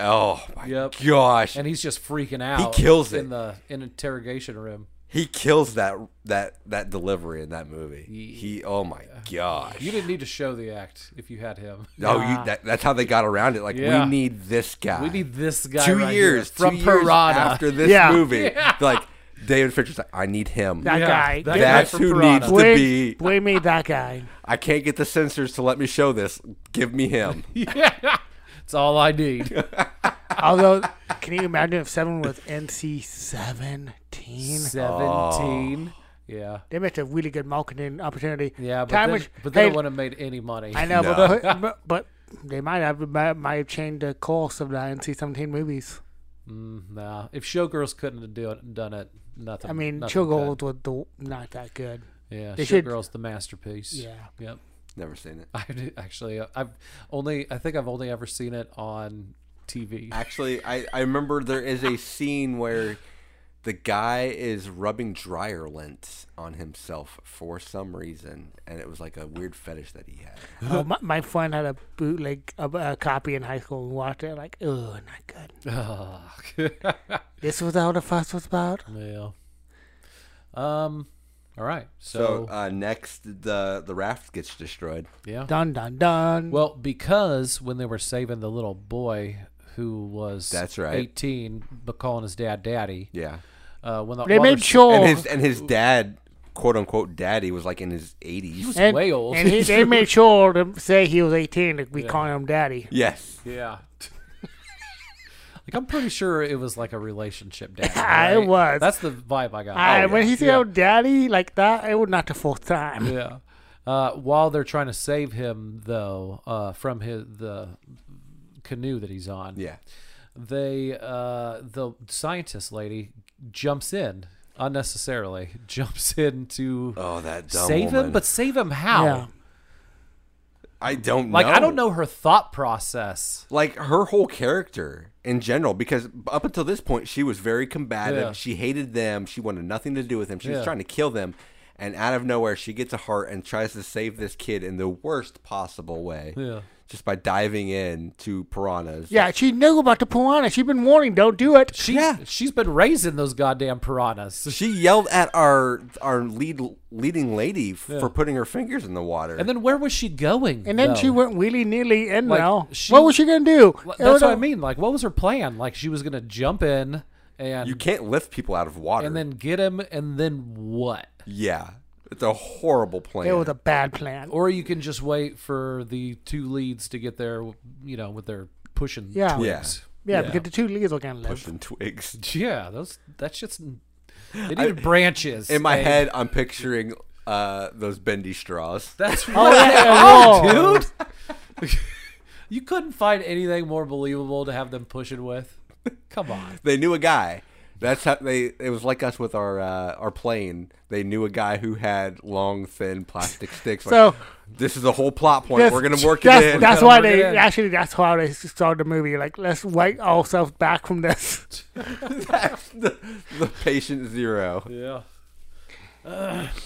Speaker 3: Oh my
Speaker 4: Yep.
Speaker 3: gosh,
Speaker 4: And he's just freaking out.
Speaker 3: kills
Speaker 4: in
Speaker 3: it.
Speaker 4: the in interrogation room.
Speaker 3: he kills that that that delivery in that movie. He oh my gosh.
Speaker 4: You didn't need to show the act if you had him.
Speaker 3: No, you, that, that's how they got around it. Like
Speaker 4: Yeah.
Speaker 3: we need this guy.
Speaker 4: We need this guy.
Speaker 3: Ah. two
Speaker 4: right here
Speaker 3: years
Speaker 4: from
Speaker 3: two years
Speaker 4: Piranha.
Speaker 3: after this
Speaker 1: Yeah.
Speaker 3: movie. Like David Fincher's like, I need him.
Speaker 1: That
Speaker 4: (laughs) Yeah,
Speaker 1: guy.
Speaker 4: that
Speaker 3: That's
Speaker 4: guy from
Speaker 3: who
Speaker 4: Piranha.
Speaker 3: needs to
Speaker 1: Blame-
Speaker 3: be.
Speaker 1: blame me, that
Speaker 3: (laughs)
Speaker 1: guy.
Speaker 3: I can't get the censors to let me show this. Give me him.
Speaker 4: (laughs) yeah. It's all I need.
Speaker 3: (laughs)
Speaker 1: Although, can you imagine if someone was NC seventeen?
Speaker 4: Seventeen. Oh. Yeah.
Speaker 1: They missed a really good marketing opportunity.
Speaker 4: Yeah, but
Speaker 1: Time
Speaker 4: then,
Speaker 1: is-
Speaker 4: but they
Speaker 1: hey,
Speaker 4: don't want to made any money.
Speaker 1: I know,
Speaker 3: No.
Speaker 1: but, but but they might have might, might have changed the course of the NC seventeen movies.
Speaker 4: Nah, if Showgirls couldn't have do it, done it, nothing.
Speaker 1: I mean,
Speaker 4: nothing
Speaker 1: Chilgold was the, not that good.
Speaker 4: could. Yeah,
Speaker 1: they
Speaker 4: Showgirls,
Speaker 1: should-
Speaker 4: the masterpiece.
Speaker 1: Yeah.
Speaker 4: Yep. (laughs)
Speaker 3: Never seen it.
Speaker 4: I do- actually, uh, I've only, I think I've only ever seen it on TV.
Speaker 3: Actually, I, I remember there is a scene where the guy is rubbing dryer lint on himself for some reason, and it was like a weird fetish that he had.
Speaker 1: oh, my, my friend had a bootleg a, a copy in high school and watched it. Like, oh, not good.
Speaker 4: Ugh.
Speaker 1: This was all the fuss was about.
Speaker 4: yeah. Um. All right. So,
Speaker 3: So uh, next, the the raft gets destroyed.
Speaker 4: yeah.
Speaker 1: Dun dun dun.
Speaker 4: Well, because when they were saving the little boy who was
Speaker 3: That's right.
Speaker 4: 18, but calling his dad daddy.
Speaker 3: Yeah,
Speaker 4: Uh, when the,
Speaker 1: they
Speaker 4: while
Speaker 1: made
Speaker 4: they're-
Speaker 1: sure
Speaker 3: and his and his dad, quote unquote, daddy was like in his eighties.
Speaker 4: was- way old.
Speaker 1: and he, they made sure to say he was eighteen to be calling him daddy.
Speaker 3: (laughs) Yes,
Speaker 4: Yeah. like I'm pretty sure it was like a relationship dad.
Speaker 1: Yeah, (laughs) it
Speaker 4: right?
Speaker 1: was.
Speaker 4: That's the vibe I got.
Speaker 1: I,
Speaker 3: yeah.
Speaker 1: When he said
Speaker 4: Yeah.
Speaker 1: oh, daddy like that, it was not the fourth time.
Speaker 4: yeah. Uh, while they're trying to save him though, uh, from his the canoe that he's on.
Speaker 3: yeah.
Speaker 4: They uh, the scientist lady jumps in unnecessarily. (laughs) Jumps in to
Speaker 3: Oh, that dumb
Speaker 4: save
Speaker 3: woman.
Speaker 4: him, but save him how?
Speaker 1: Yeah.
Speaker 3: I don't
Speaker 4: Like
Speaker 3: know.
Speaker 4: I don't know her thought process.
Speaker 3: like her whole character in general because up until this point she was very combative
Speaker 4: Yeah.
Speaker 3: she hated them she wanted nothing to do with them she
Speaker 4: Yeah.
Speaker 3: was trying to kill them and out of nowhere she gets a heart and tries to save this kid in the worst possible way
Speaker 4: Yeah.
Speaker 3: just by diving in to piranhas
Speaker 1: Yeah, she knew about the piranha. She'd been warning, don't do it.
Speaker 4: She's,
Speaker 3: Yeah.
Speaker 4: she's been raising those goddamn piranhas.
Speaker 3: she yelled at our our lead leading lady f- for putting her fingers in the water
Speaker 4: And then where was she going?
Speaker 1: and then
Speaker 4: though?
Speaker 1: she went willy nilly in
Speaker 4: Like,
Speaker 1: now.
Speaker 4: she-
Speaker 1: what was she going to do?
Speaker 4: Well,
Speaker 1: It was
Speaker 4: That's what
Speaker 1: a-
Speaker 4: I mean. Like, what was her plan? Like, she was gonna jump in and
Speaker 3: you can't lift people out of water
Speaker 4: and then get him, and then what?
Speaker 3: yeah it's a horrible plan
Speaker 1: It was a bad plan.
Speaker 4: Or you can just wait for the two leads to get there. You know, with their pushing.
Speaker 1: Yeah.
Speaker 4: twigs.
Speaker 1: yeah, because the two leads were going to live.
Speaker 3: Pushing twigs
Speaker 4: (laughs) yeah. Those that shit's. They needed branches.
Speaker 3: in my
Speaker 4: Hey,
Speaker 3: head i'm picturing uh those bendy straws
Speaker 4: (laughs) That's
Speaker 1: Oh,
Speaker 4: what.
Speaker 1: yeah, whoa.
Speaker 4: dude. (laughs) you couldn't find anything more believable to have them pushing with. Come
Speaker 3: (laughs)
Speaker 4: on.
Speaker 3: they knew a guy. That's how they. It was like us with our uh, our plane. They knew a guy who had long, thin plastic sticks. Like,
Speaker 1: So-
Speaker 3: this is the whole plot point.
Speaker 1: That's-
Speaker 3: We're gonna work
Speaker 1: that's,
Speaker 3: it in.
Speaker 1: That's
Speaker 4: Gotta
Speaker 1: why
Speaker 4: work it
Speaker 1: they
Speaker 4: in.
Speaker 1: actually. That's why they started the movie. Like, let's write ourselves back from this.
Speaker 3: (laughs) (laughs) That's the, the patient zero.
Speaker 4: Yeah. (sighs)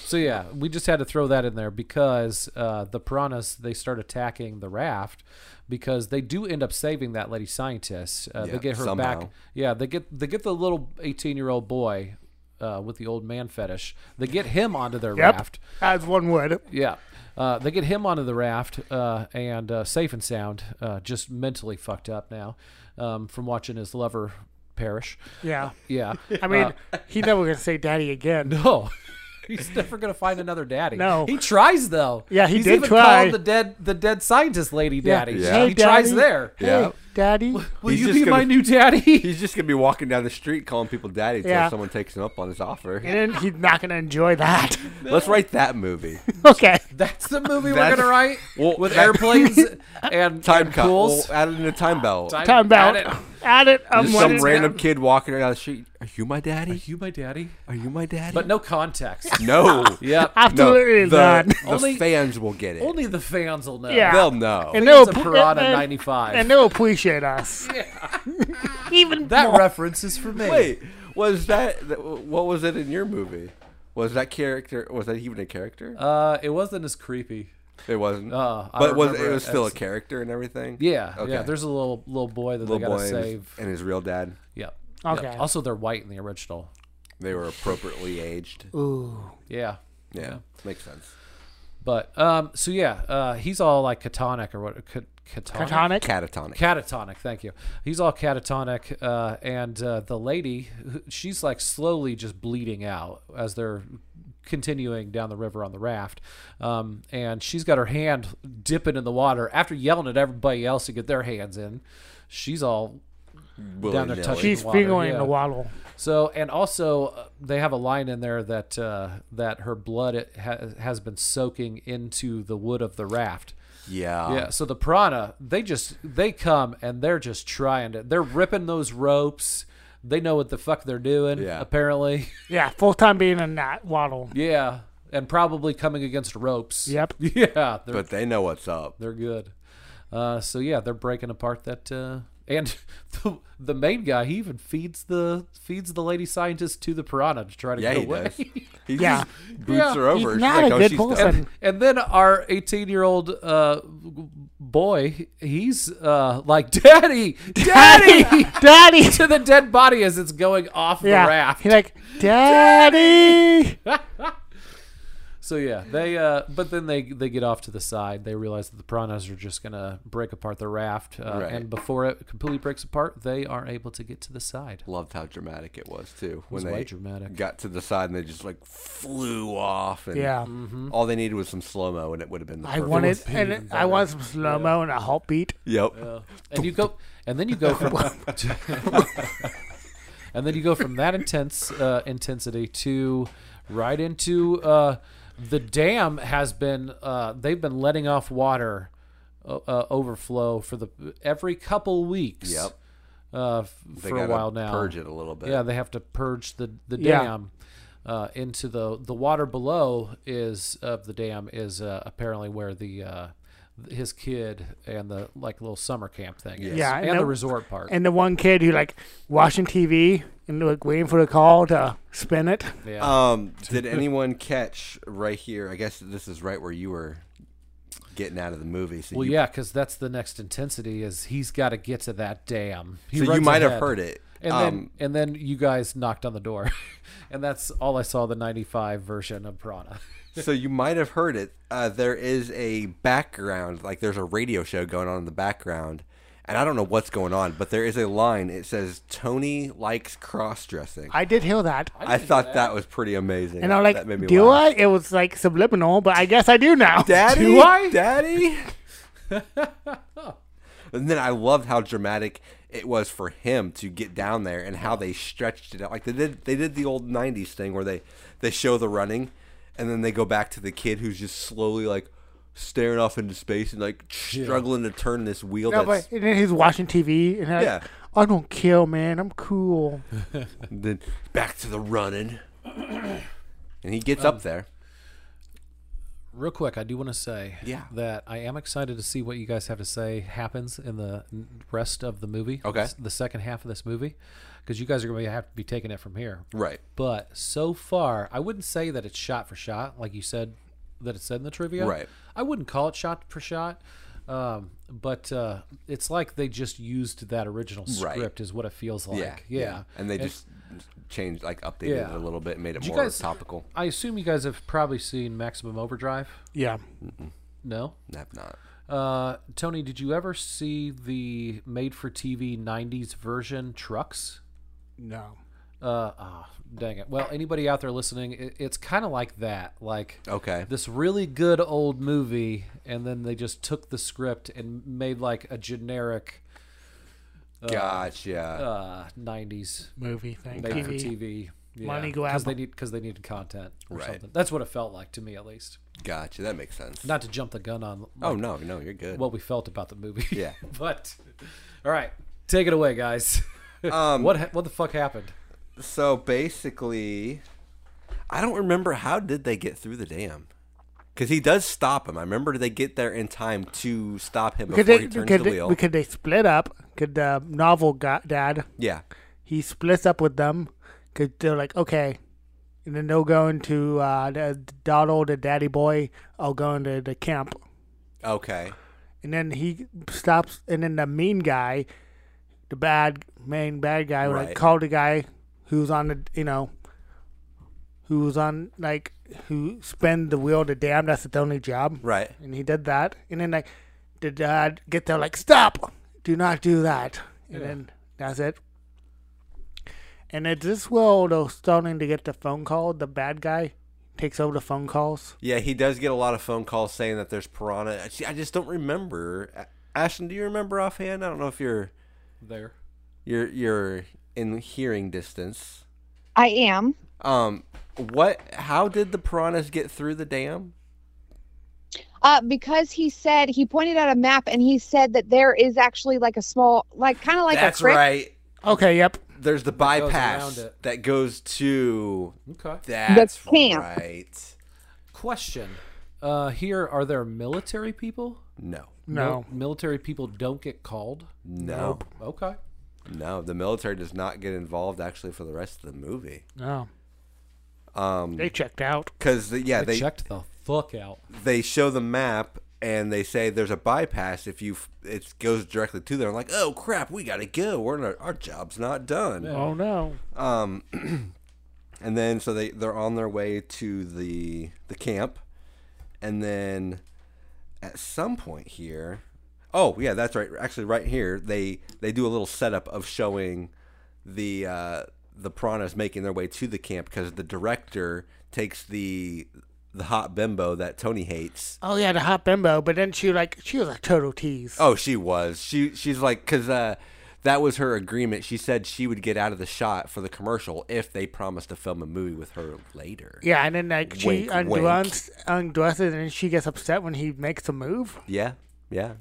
Speaker 4: so yeah, we just had to throw that in there because uh, the piranhas they start attacking the raft because they do end up saving that lady scientist. Uh, they
Speaker 3: Yeah,
Speaker 4: get her back.
Speaker 3: somehow.
Speaker 4: Yeah, they get they get the little eighteen year old boy uh, with the old man fetish. They get him onto their
Speaker 1: Yep.
Speaker 4: raft.
Speaker 1: As one would.
Speaker 4: Yeah. Uh, they get him onto the raft uh, and uh, safe and sound, uh, just mentally fucked up now um, from watching his lover perish.
Speaker 1: Yeah. (laughs)
Speaker 4: Yeah. Uh,
Speaker 1: I mean, he never going to say daddy again.
Speaker 4: No. (laughs) He's never gonna find another daddy.
Speaker 1: No.
Speaker 4: he tries though.
Speaker 1: Yeah, he
Speaker 4: He's
Speaker 1: did
Speaker 4: even
Speaker 1: try.
Speaker 4: called the dead the dead scientist lady daddy.
Speaker 3: Yeah.
Speaker 4: He
Speaker 1: Hey,
Speaker 4: tries
Speaker 1: daddy.
Speaker 4: there.
Speaker 1: Hey,
Speaker 3: Yeah.
Speaker 4: (laughs)
Speaker 1: daddy.
Speaker 4: Will
Speaker 3: He's
Speaker 4: you
Speaker 3: just
Speaker 4: be
Speaker 3: gonna-
Speaker 4: my
Speaker 1: (laughs)
Speaker 4: new daddy?
Speaker 3: He's just gonna be walking down the street calling people daddy until
Speaker 1: Yeah.
Speaker 3: someone takes him up on his offer.
Speaker 1: and then he's not going to enjoy that. (laughs)
Speaker 3: Let's write that
Speaker 4: (laughs)
Speaker 3: movie.
Speaker 1: okay.
Speaker 4: (laughs) That's the movie we're
Speaker 3: That's-
Speaker 4: gonna write
Speaker 3: well,
Speaker 1: (laughs)
Speaker 4: with
Speaker 3: that-
Speaker 4: airplanes and
Speaker 3: Time
Speaker 4: and
Speaker 3: cut.
Speaker 4: pools.
Speaker 3: We'll add it in a time belt.
Speaker 4: Time-
Speaker 1: Time out.
Speaker 4: Add it.
Speaker 1: Add it. I'm
Speaker 3: Just some
Speaker 1: wondering.
Speaker 3: random kid walking down the street. Are you my
Speaker 4: Are
Speaker 3: daddy?
Speaker 4: you my daddy?
Speaker 3: Are you my daddy?
Speaker 4: But no
Speaker 1: (laughs)
Speaker 4: context. (laughs)
Speaker 3: no.
Speaker 4: yep.
Speaker 1: Absolutely
Speaker 3: no, the,
Speaker 1: not.
Speaker 3: The
Speaker 4: Only-
Speaker 3: fans will get it.
Speaker 4: Only the fans will know.
Speaker 1: Yeah.
Speaker 3: They'll know.
Speaker 1: And
Speaker 4: It's
Speaker 1: they'll
Speaker 4: a
Speaker 1: appre-
Speaker 4: Piranha
Speaker 1: and-
Speaker 4: 95.
Speaker 1: Oh, and they'll appreciate us. Even
Speaker 4: That
Speaker 1: more.
Speaker 4: reference is for me.
Speaker 3: Wait, was that th- what was it in your movie? Was that character? Was that even a character?
Speaker 4: Uh, it wasn't as creepy.
Speaker 3: it wasn't.
Speaker 4: uh, I
Speaker 3: but was it
Speaker 4: remember
Speaker 3: was still a
Speaker 4: as-
Speaker 3: character and everything?
Speaker 4: Yeah,
Speaker 3: Okay.
Speaker 4: yeah. There's a little little boy that they
Speaker 3: little
Speaker 4: gotta
Speaker 3: boy and his,
Speaker 4: save.
Speaker 3: and his real dad.
Speaker 4: Yep.
Speaker 1: Okay.
Speaker 4: Yep. Also, they're white in the original.
Speaker 3: They were appropriately aged.
Speaker 1: Ooh.
Speaker 4: Yeah.
Speaker 3: Yeah, makes sense.
Speaker 4: But um, so yeah, uh, he's all like catonic or what? Cat-
Speaker 1: Platonic?
Speaker 4: catonic.
Speaker 3: Catatonic.
Speaker 4: Catatonic, thank you. He's all catatonic, uh, and uh, the lady, who- she's like slowly just bleeding out as they're continuing down the river on the raft. Um, and she's got her hand dipping in the water after yelling at everybody else to get their hands in. She's all down there
Speaker 3: Willy-nilly.
Speaker 4: touching-
Speaker 1: She's
Speaker 4: water,
Speaker 1: fingering
Speaker 4: yeah.
Speaker 1: the waddle.
Speaker 4: so, and also uh, they have a line in there that uh, that her blood it ha- has been soaking into the wood of the raft.
Speaker 3: Yeah.
Speaker 4: Yeah, so the Prana, they just they come and they're just trying to they're ripping those ropes. They know what the fuck they're doing,
Speaker 3: Yeah. (laughs)
Speaker 4: apparently.
Speaker 1: Yeah, full time being in that waddle.
Speaker 4: yeah. And probably coming against ropes.
Speaker 1: Yep.
Speaker 4: (laughs) Yeah. They're
Speaker 3: But they know what's up.
Speaker 4: they're good. Uh, so yeah, they're breaking apart that uh, and (laughs) the, the main guy he even feeds the feeds the lady scientist to the piranha to try to
Speaker 3: Yeah,
Speaker 4: get
Speaker 3: he
Speaker 4: away. (laughs)
Speaker 3: does. He
Speaker 1: Yeah.
Speaker 3: just boots her
Speaker 1: He's
Speaker 3: over. She's
Speaker 1: not
Speaker 3: like,
Speaker 1: a
Speaker 3: oh,
Speaker 1: good
Speaker 3: she's
Speaker 1: person.
Speaker 3: dead.
Speaker 4: And then our 18 year old uh, boy, he's uh, like, Daddy, Daddy!
Speaker 1: (laughs) Daddy!
Speaker 4: to the dead body as it's going off the
Speaker 1: yeah.
Speaker 4: raft.
Speaker 1: He's like, Daddy!
Speaker 4: so yeah, they. Uh, but then they they get off to the side. They realize that the piranhas are just gonna break apart the raft, uh,
Speaker 3: Right.
Speaker 4: and before it completely breaks apart, they are able to get to the side.
Speaker 3: Loved how dramatic it was too. When
Speaker 4: was
Speaker 3: they
Speaker 4: way dramatic.
Speaker 3: got to the side and they just like flew off. And
Speaker 1: Yeah.
Speaker 4: Mm-hmm.
Speaker 3: All they needed was some slow mo, and it would have been the
Speaker 1: I
Speaker 3: perfect.
Speaker 1: wanted, and I want some slow mo and a heartbeat.
Speaker 3: Yep.
Speaker 4: And you go, and then you go from, (laughs) and then you go from that intense uh, intensity to right into uh, the dam has been uh, they've been letting off water uh, uh, overflow for the every couple weeks.
Speaker 3: Yep.
Speaker 4: Uh, f-
Speaker 3: They
Speaker 4: for a
Speaker 3: gotta
Speaker 4: while now.
Speaker 3: Purge it a little bit.
Speaker 4: Yeah, they have to purge the the
Speaker 1: Yeah.
Speaker 4: dam uh, into the the water below is of the dam is uh, apparently where the uh, his kid and the like little summer camp thing is.
Speaker 1: Yeah,
Speaker 4: and,
Speaker 1: and
Speaker 4: the
Speaker 1: the-
Speaker 4: resort park.
Speaker 1: And the one kid who, like, watching TV and, like, waiting for the call to spin it.
Speaker 4: (laughs) yeah.
Speaker 3: Um, did anyone catch right here? I guess this is right where you were getting out of the movie. So
Speaker 4: well,
Speaker 3: you,
Speaker 4: yeah, because that's the next intensity is he's got to get to that dam. He
Speaker 3: So you
Speaker 4: runs
Speaker 3: might have
Speaker 4: ahead.
Speaker 3: heard it.
Speaker 4: And
Speaker 3: um,
Speaker 4: then and then you guys knocked on the door, (laughs) and that's all I saw the '95 version of Prana.
Speaker 3: so you might have heard it. Uh, there is a background, like there's a radio show going on in the background, and I don't know what's going on, but there is a line. It says Tony likes cross dressing. I,
Speaker 1: I did hear that.
Speaker 3: thought that. was pretty amazing.
Speaker 1: And I'm
Speaker 3: that
Speaker 1: like, do I? It was, like, subliminal, but I guess I do now.
Speaker 3: Daddy,
Speaker 1: Do I?
Speaker 3: Daddy. (laughs) and then I loved how dramatic it was for him to get down there and how they stretched it out. Like they did, they did the old '90s thing where they they show the running, and then they go back to the kid who's just slowly like staring off into space and like struggling to turn this wheel.
Speaker 1: No,
Speaker 3: that's,
Speaker 1: but, and then he's watching TV and he's
Speaker 3: Yeah.
Speaker 1: like, I don't kill, man. I'm cool.
Speaker 3: then back to the running, and he gets up there.
Speaker 4: Real quick, I do want to say
Speaker 3: Yeah.
Speaker 4: that I am excited to see what you guys have to say happens in the n- rest of the movie.
Speaker 3: Okay.
Speaker 4: s- The second half of this movie, because you guys are going to have to be taking it from here.
Speaker 3: Right.
Speaker 4: But so far, I wouldn't say that it's shot for shot, like you said that it said in the trivia.
Speaker 3: Right.
Speaker 4: I wouldn't call it shot for shot. Um, but uh, it's like they just used that original
Speaker 3: Right.
Speaker 4: script, is what it feels like.
Speaker 3: Yeah. And they just changed, like updated
Speaker 4: Yeah.
Speaker 3: it a little bit, and made it
Speaker 4: you
Speaker 3: more
Speaker 4: guys-
Speaker 3: topical.
Speaker 4: I assume you guys have probably seen Maximum Overdrive.
Speaker 1: Yeah.
Speaker 4: No.
Speaker 3: Nap not.
Speaker 4: Uh, Tony, did you ever see the made-for-TV '90s version trucks?
Speaker 1: No.
Speaker 4: Uh, ah, dang it. Well, anybody out there listening, it, it's kind of like that. Like
Speaker 3: Okay.
Speaker 4: this really good old movie, and then they just took the script and made like a generic
Speaker 3: Gotcha.
Speaker 4: uh, '90s
Speaker 1: Movie thing. TV.
Speaker 4: made-for-TV. Yeah,
Speaker 1: Money
Speaker 4: because
Speaker 1: grab.
Speaker 4: they need because they needed content or
Speaker 3: Right.
Speaker 4: something. That's what it felt like to me, at least.
Speaker 3: gotcha. That makes sense.
Speaker 4: Not to jump the gun on
Speaker 3: oh no, no, you're good.
Speaker 4: what we felt about the movie. (laughs)
Speaker 3: Yeah.
Speaker 4: but all right, take it away, guys.
Speaker 3: um,
Speaker 4: (laughs) what ha- what the fuck happened?
Speaker 3: so basically, I don't remember how did they get through the dam. Because he does stop him. I remember they get there in time to stop him before
Speaker 1: Could they,
Speaker 3: he turns
Speaker 1: could,
Speaker 3: the
Speaker 1: they,
Speaker 3: wheel.
Speaker 1: could they split up? Could the novel got, dad,
Speaker 3: yeah.
Speaker 1: he splits up with them because they're like, okay. And then they'll go into uh, the Donald, the daddy boy, I'll go into the camp.
Speaker 3: Okay.
Speaker 1: And then he stops, and then the mean guy, the bad main bad guy, would
Speaker 3: Right.
Speaker 1: like call the guy who's on the, you know, who's on like who spend the wheel to dam. That's the only job,
Speaker 3: Right.
Speaker 1: And he did that, and then like the dad get there like stop, do not do that, and then that's it. And at this wheel, they're starting to get the phone call. The bad guy takes over the phone calls.
Speaker 3: Yeah, he does get a lot of phone calls saying that there's piranha. I- See, I just don't remember. A- Ashton, do you remember offhand? I don't know if you're
Speaker 4: There.
Speaker 3: you're you're in hearing distance.
Speaker 2: I am.
Speaker 3: Um, what? How did the piranhas get through the dam?
Speaker 2: Uh, because he said he pointed out a map and he said that there is actually like a small, like kind of like
Speaker 3: That's
Speaker 2: a crypt.
Speaker 3: right.
Speaker 1: Okay, yep.
Speaker 3: There's the
Speaker 4: goes
Speaker 3: bypass
Speaker 4: around it.
Speaker 3: that goes to.
Speaker 4: Okay.
Speaker 3: That's
Speaker 2: camp.
Speaker 3: right.
Speaker 4: Question. Uh, here are there military people?
Speaker 3: No,
Speaker 1: No.
Speaker 4: Mil- military people don't get called.
Speaker 3: no,
Speaker 4: Okay.
Speaker 3: no. The military does not get involved actually for the rest of the movie.
Speaker 1: No.
Speaker 3: Um,
Speaker 1: They checked out.
Speaker 3: because yeah,
Speaker 4: They
Speaker 3: they
Speaker 4: checked the fuck out.
Speaker 3: they show the map and they say there's a bypass if you f- it goes directly to there. I'm like, oh crap, we gotta go. We're not, our job's not done.
Speaker 1: Oh no.
Speaker 3: Um, and then so they they're on their way to the the camp, and then at some point here, oh yeah, that's right. Actually, right here they they do a little setup of showing the uh, the piranhas making their way to the camp because the director takes the the hot bimbo that Tony hates.
Speaker 1: Oh yeah, the hot bimbo. But then she like she was a total tease.
Speaker 3: Oh, she was. She she's like because uh, that was her agreement. She said she would get out of the shot for the commercial if they promised to film a movie with her later.
Speaker 1: Yeah, and then like she
Speaker 3: Wink, wink.
Speaker 1: undress, undresses, and she gets upset when he makes a move.
Speaker 3: Yeah, yeah,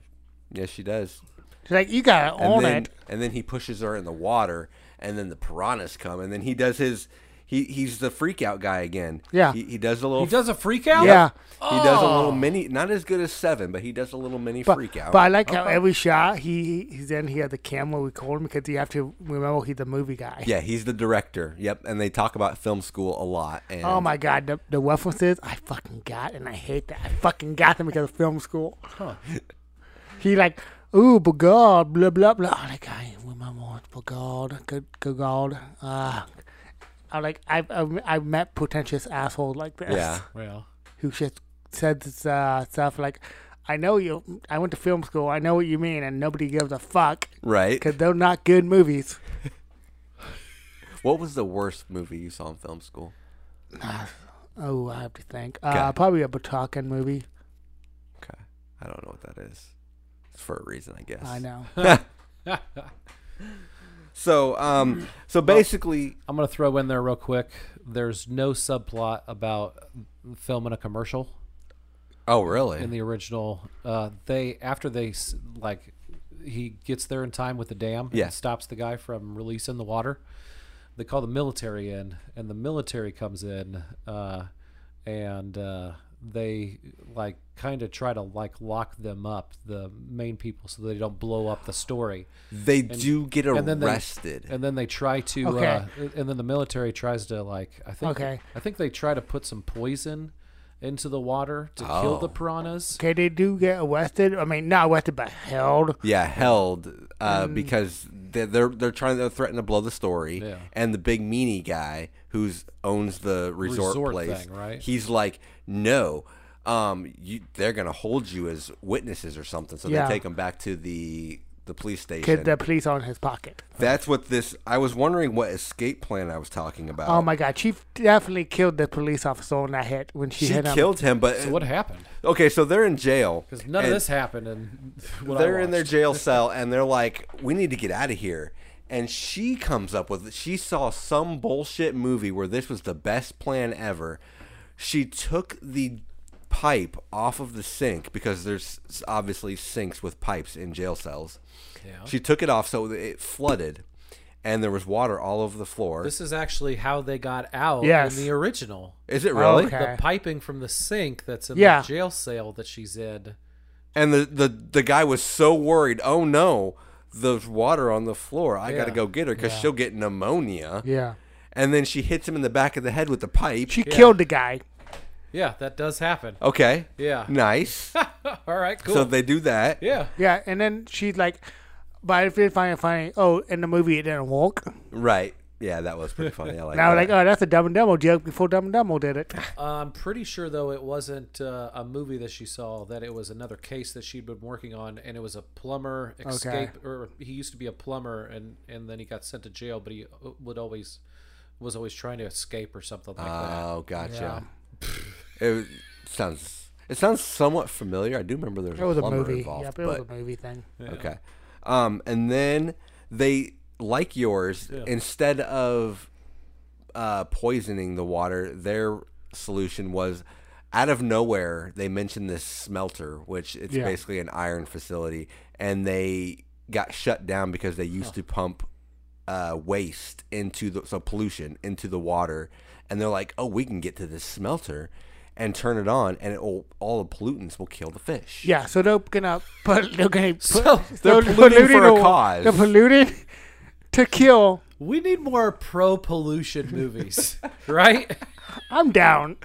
Speaker 3: yeah. She does.
Speaker 1: She's like, "You gotta
Speaker 3: And
Speaker 1: own
Speaker 3: then
Speaker 1: it."
Speaker 3: and then he pushes her in the water, and then the piranhas come, and then he does his. He, he's the freak out guy again.
Speaker 1: Yeah.
Speaker 3: He, he does a little.
Speaker 4: He does a freak out.
Speaker 1: Yeah,
Speaker 3: He does a little mini. Not as good as seven, but he does a little mini
Speaker 1: but,
Speaker 3: freak out.
Speaker 1: but I like how every shot he he's in. He had the camera recording because you have to remember he's the movie guy.
Speaker 3: yeah, he's the director. Yep, and they talk about film school a lot. And
Speaker 1: Oh my god, the, the references I fucking got, and I hate that. I fucking got them because of film school. he like, ooh, Bogard, blah blah blah. Oh, I'm like, I remember what Bogard, good good God. Uh, I'm like, I've, I've I've met pretentious assholes like this
Speaker 3: Yeah.
Speaker 4: Well, (laughs)
Speaker 1: who just said this uh, stuff like, I know you. I went to film school. I know what you mean, and nobody gives a fuck (laughs)
Speaker 3: Right.
Speaker 1: because they're not good movies.
Speaker 3: What was the worst movie you saw in film school?
Speaker 1: Oh, I have to think.
Speaker 3: Okay.
Speaker 1: Uh, probably a Batakan movie.
Speaker 3: Okay. I don't know what that is. It's for a reason, I guess.
Speaker 1: I know.
Speaker 3: (laughs) So, um, so basically,
Speaker 4: I'm gonna throw in there real quick. There's no subplot about filming a commercial
Speaker 3: oh
Speaker 4: in
Speaker 3: really?
Speaker 4: the original. Uh, they after they s- like he gets there in time with the dam
Speaker 3: Yeah.
Speaker 4: and stops the guy from releasing the water. They call the military in, and the military comes in, uh, and uh, they like kind of try to like lock them up, the main people, so they don't blow up the story.
Speaker 3: They do get
Speaker 4: and then they-
Speaker 3: arrested.
Speaker 4: and then they try to
Speaker 1: Okay.
Speaker 4: uh, and then the military tries to like i think
Speaker 1: Okay.
Speaker 4: i think they try to put some poison into the water to kill the
Speaker 3: Oh.
Speaker 4: piranhas
Speaker 1: Okay, they do get arrested. I mean, not arrested, but held.
Speaker 3: yeah, held uh,
Speaker 4: Mm.
Speaker 3: because they're, they're they're trying to threaten to blow the story,
Speaker 4: Yeah.
Speaker 3: and the big meanie guy who's owns the resort,
Speaker 4: Resort
Speaker 3: place,
Speaker 4: thing, right?
Speaker 3: He's like, no, um, you, they're gonna hold you as witnesses or something. So
Speaker 1: Yeah.
Speaker 3: they take him back to the the police station.
Speaker 1: Kid, the police are in his pocket.
Speaker 3: That's what this. I was wondering what escape plan I was talking about.
Speaker 4: Um,
Speaker 1: Oh my god, she definitely killed the police officer on that hit when she,
Speaker 3: she
Speaker 1: hit him.
Speaker 3: killed him, but
Speaker 4: so what happened
Speaker 3: okay, so they're in jail.
Speaker 4: because none of
Speaker 3: and
Speaker 4: this happened and (laughs) what
Speaker 3: They're in their
Speaker 4: their (laughs)
Speaker 3: jail cell, and they're like, "We need to get out of here." And she comes up with. She saw some bullshit movie where this was the best plan ever. She took the pipe off of the sink because there's obviously sinks with pipes in jail cells. She took it off so that it flooded, and there was water all over the floor.
Speaker 4: This is actually how they got out
Speaker 1: Yes.
Speaker 4: in the original.
Speaker 3: is it really?
Speaker 1: okay.
Speaker 4: The piping from the sink that's in
Speaker 1: Yeah.
Speaker 4: the jail cell that she's in.
Speaker 3: And the, the the guy was so worried. Oh no, there's water on the floor. I gotta
Speaker 4: Yeah.
Speaker 3: go get her because she'll get pneumonia.
Speaker 1: Yeah.
Speaker 3: And then she hits him in the back of the head with the pipe.
Speaker 1: She killed the guy.
Speaker 4: Yeah, that does happen. (laughs)
Speaker 3: okay.
Speaker 4: Yeah.
Speaker 3: Nice.
Speaker 4: All right, (laughs) cool.
Speaker 3: So they do that.
Speaker 4: yeah.
Speaker 1: Yeah, and then she's like, but I did find it funny. Oh, in the movie it didn't walk.
Speaker 3: Right. Yeah, that was pretty funny. I like
Speaker 1: And I was like,
Speaker 3: that.
Speaker 1: oh, that's a Dumb and Dumber joke before Dumb and Dumber did
Speaker 3: (sighs)
Speaker 1: it.
Speaker 4: I'm pretty sure though it wasn't uh, a movie that she saw. That it was another case that she'd been working on, and it was a plumber escape. Or he used to be a plumber, and and then he got sent to jail, but he uh, would always was always trying to escape or something like that.
Speaker 3: Oh, gotcha. It was- sounds it sounds somewhat familiar. I do remember there was,
Speaker 1: It was
Speaker 3: a
Speaker 1: a
Speaker 3: plumber
Speaker 1: movie.
Speaker 3: involved.
Speaker 1: yep, it
Speaker 3: but,
Speaker 1: was a movie thing.
Speaker 3: Okay. Um, and then they like yours instead of uh, poisoning the water, their solution was out of nowhere they mentioned this smelter, which it's
Speaker 1: Yeah.
Speaker 3: basically an iron facility, and they got shut down because they used to pump uh, waste into the so pollution into the water, and they're like, oh, we can get to this smelter. And turn it on, and it will, all the pollutants will kill the fish.
Speaker 1: Yeah, so they're gonna put. They're
Speaker 3: (laughs)
Speaker 1: gonna put.
Speaker 4: So
Speaker 3: they're polluting for a
Speaker 1: the-
Speaker 3: cause.
Speaker 1: They're polluting to kill.
Speaker 4: We need more pro pollution movies, (laughs) right?
Speaker 1: I'm down.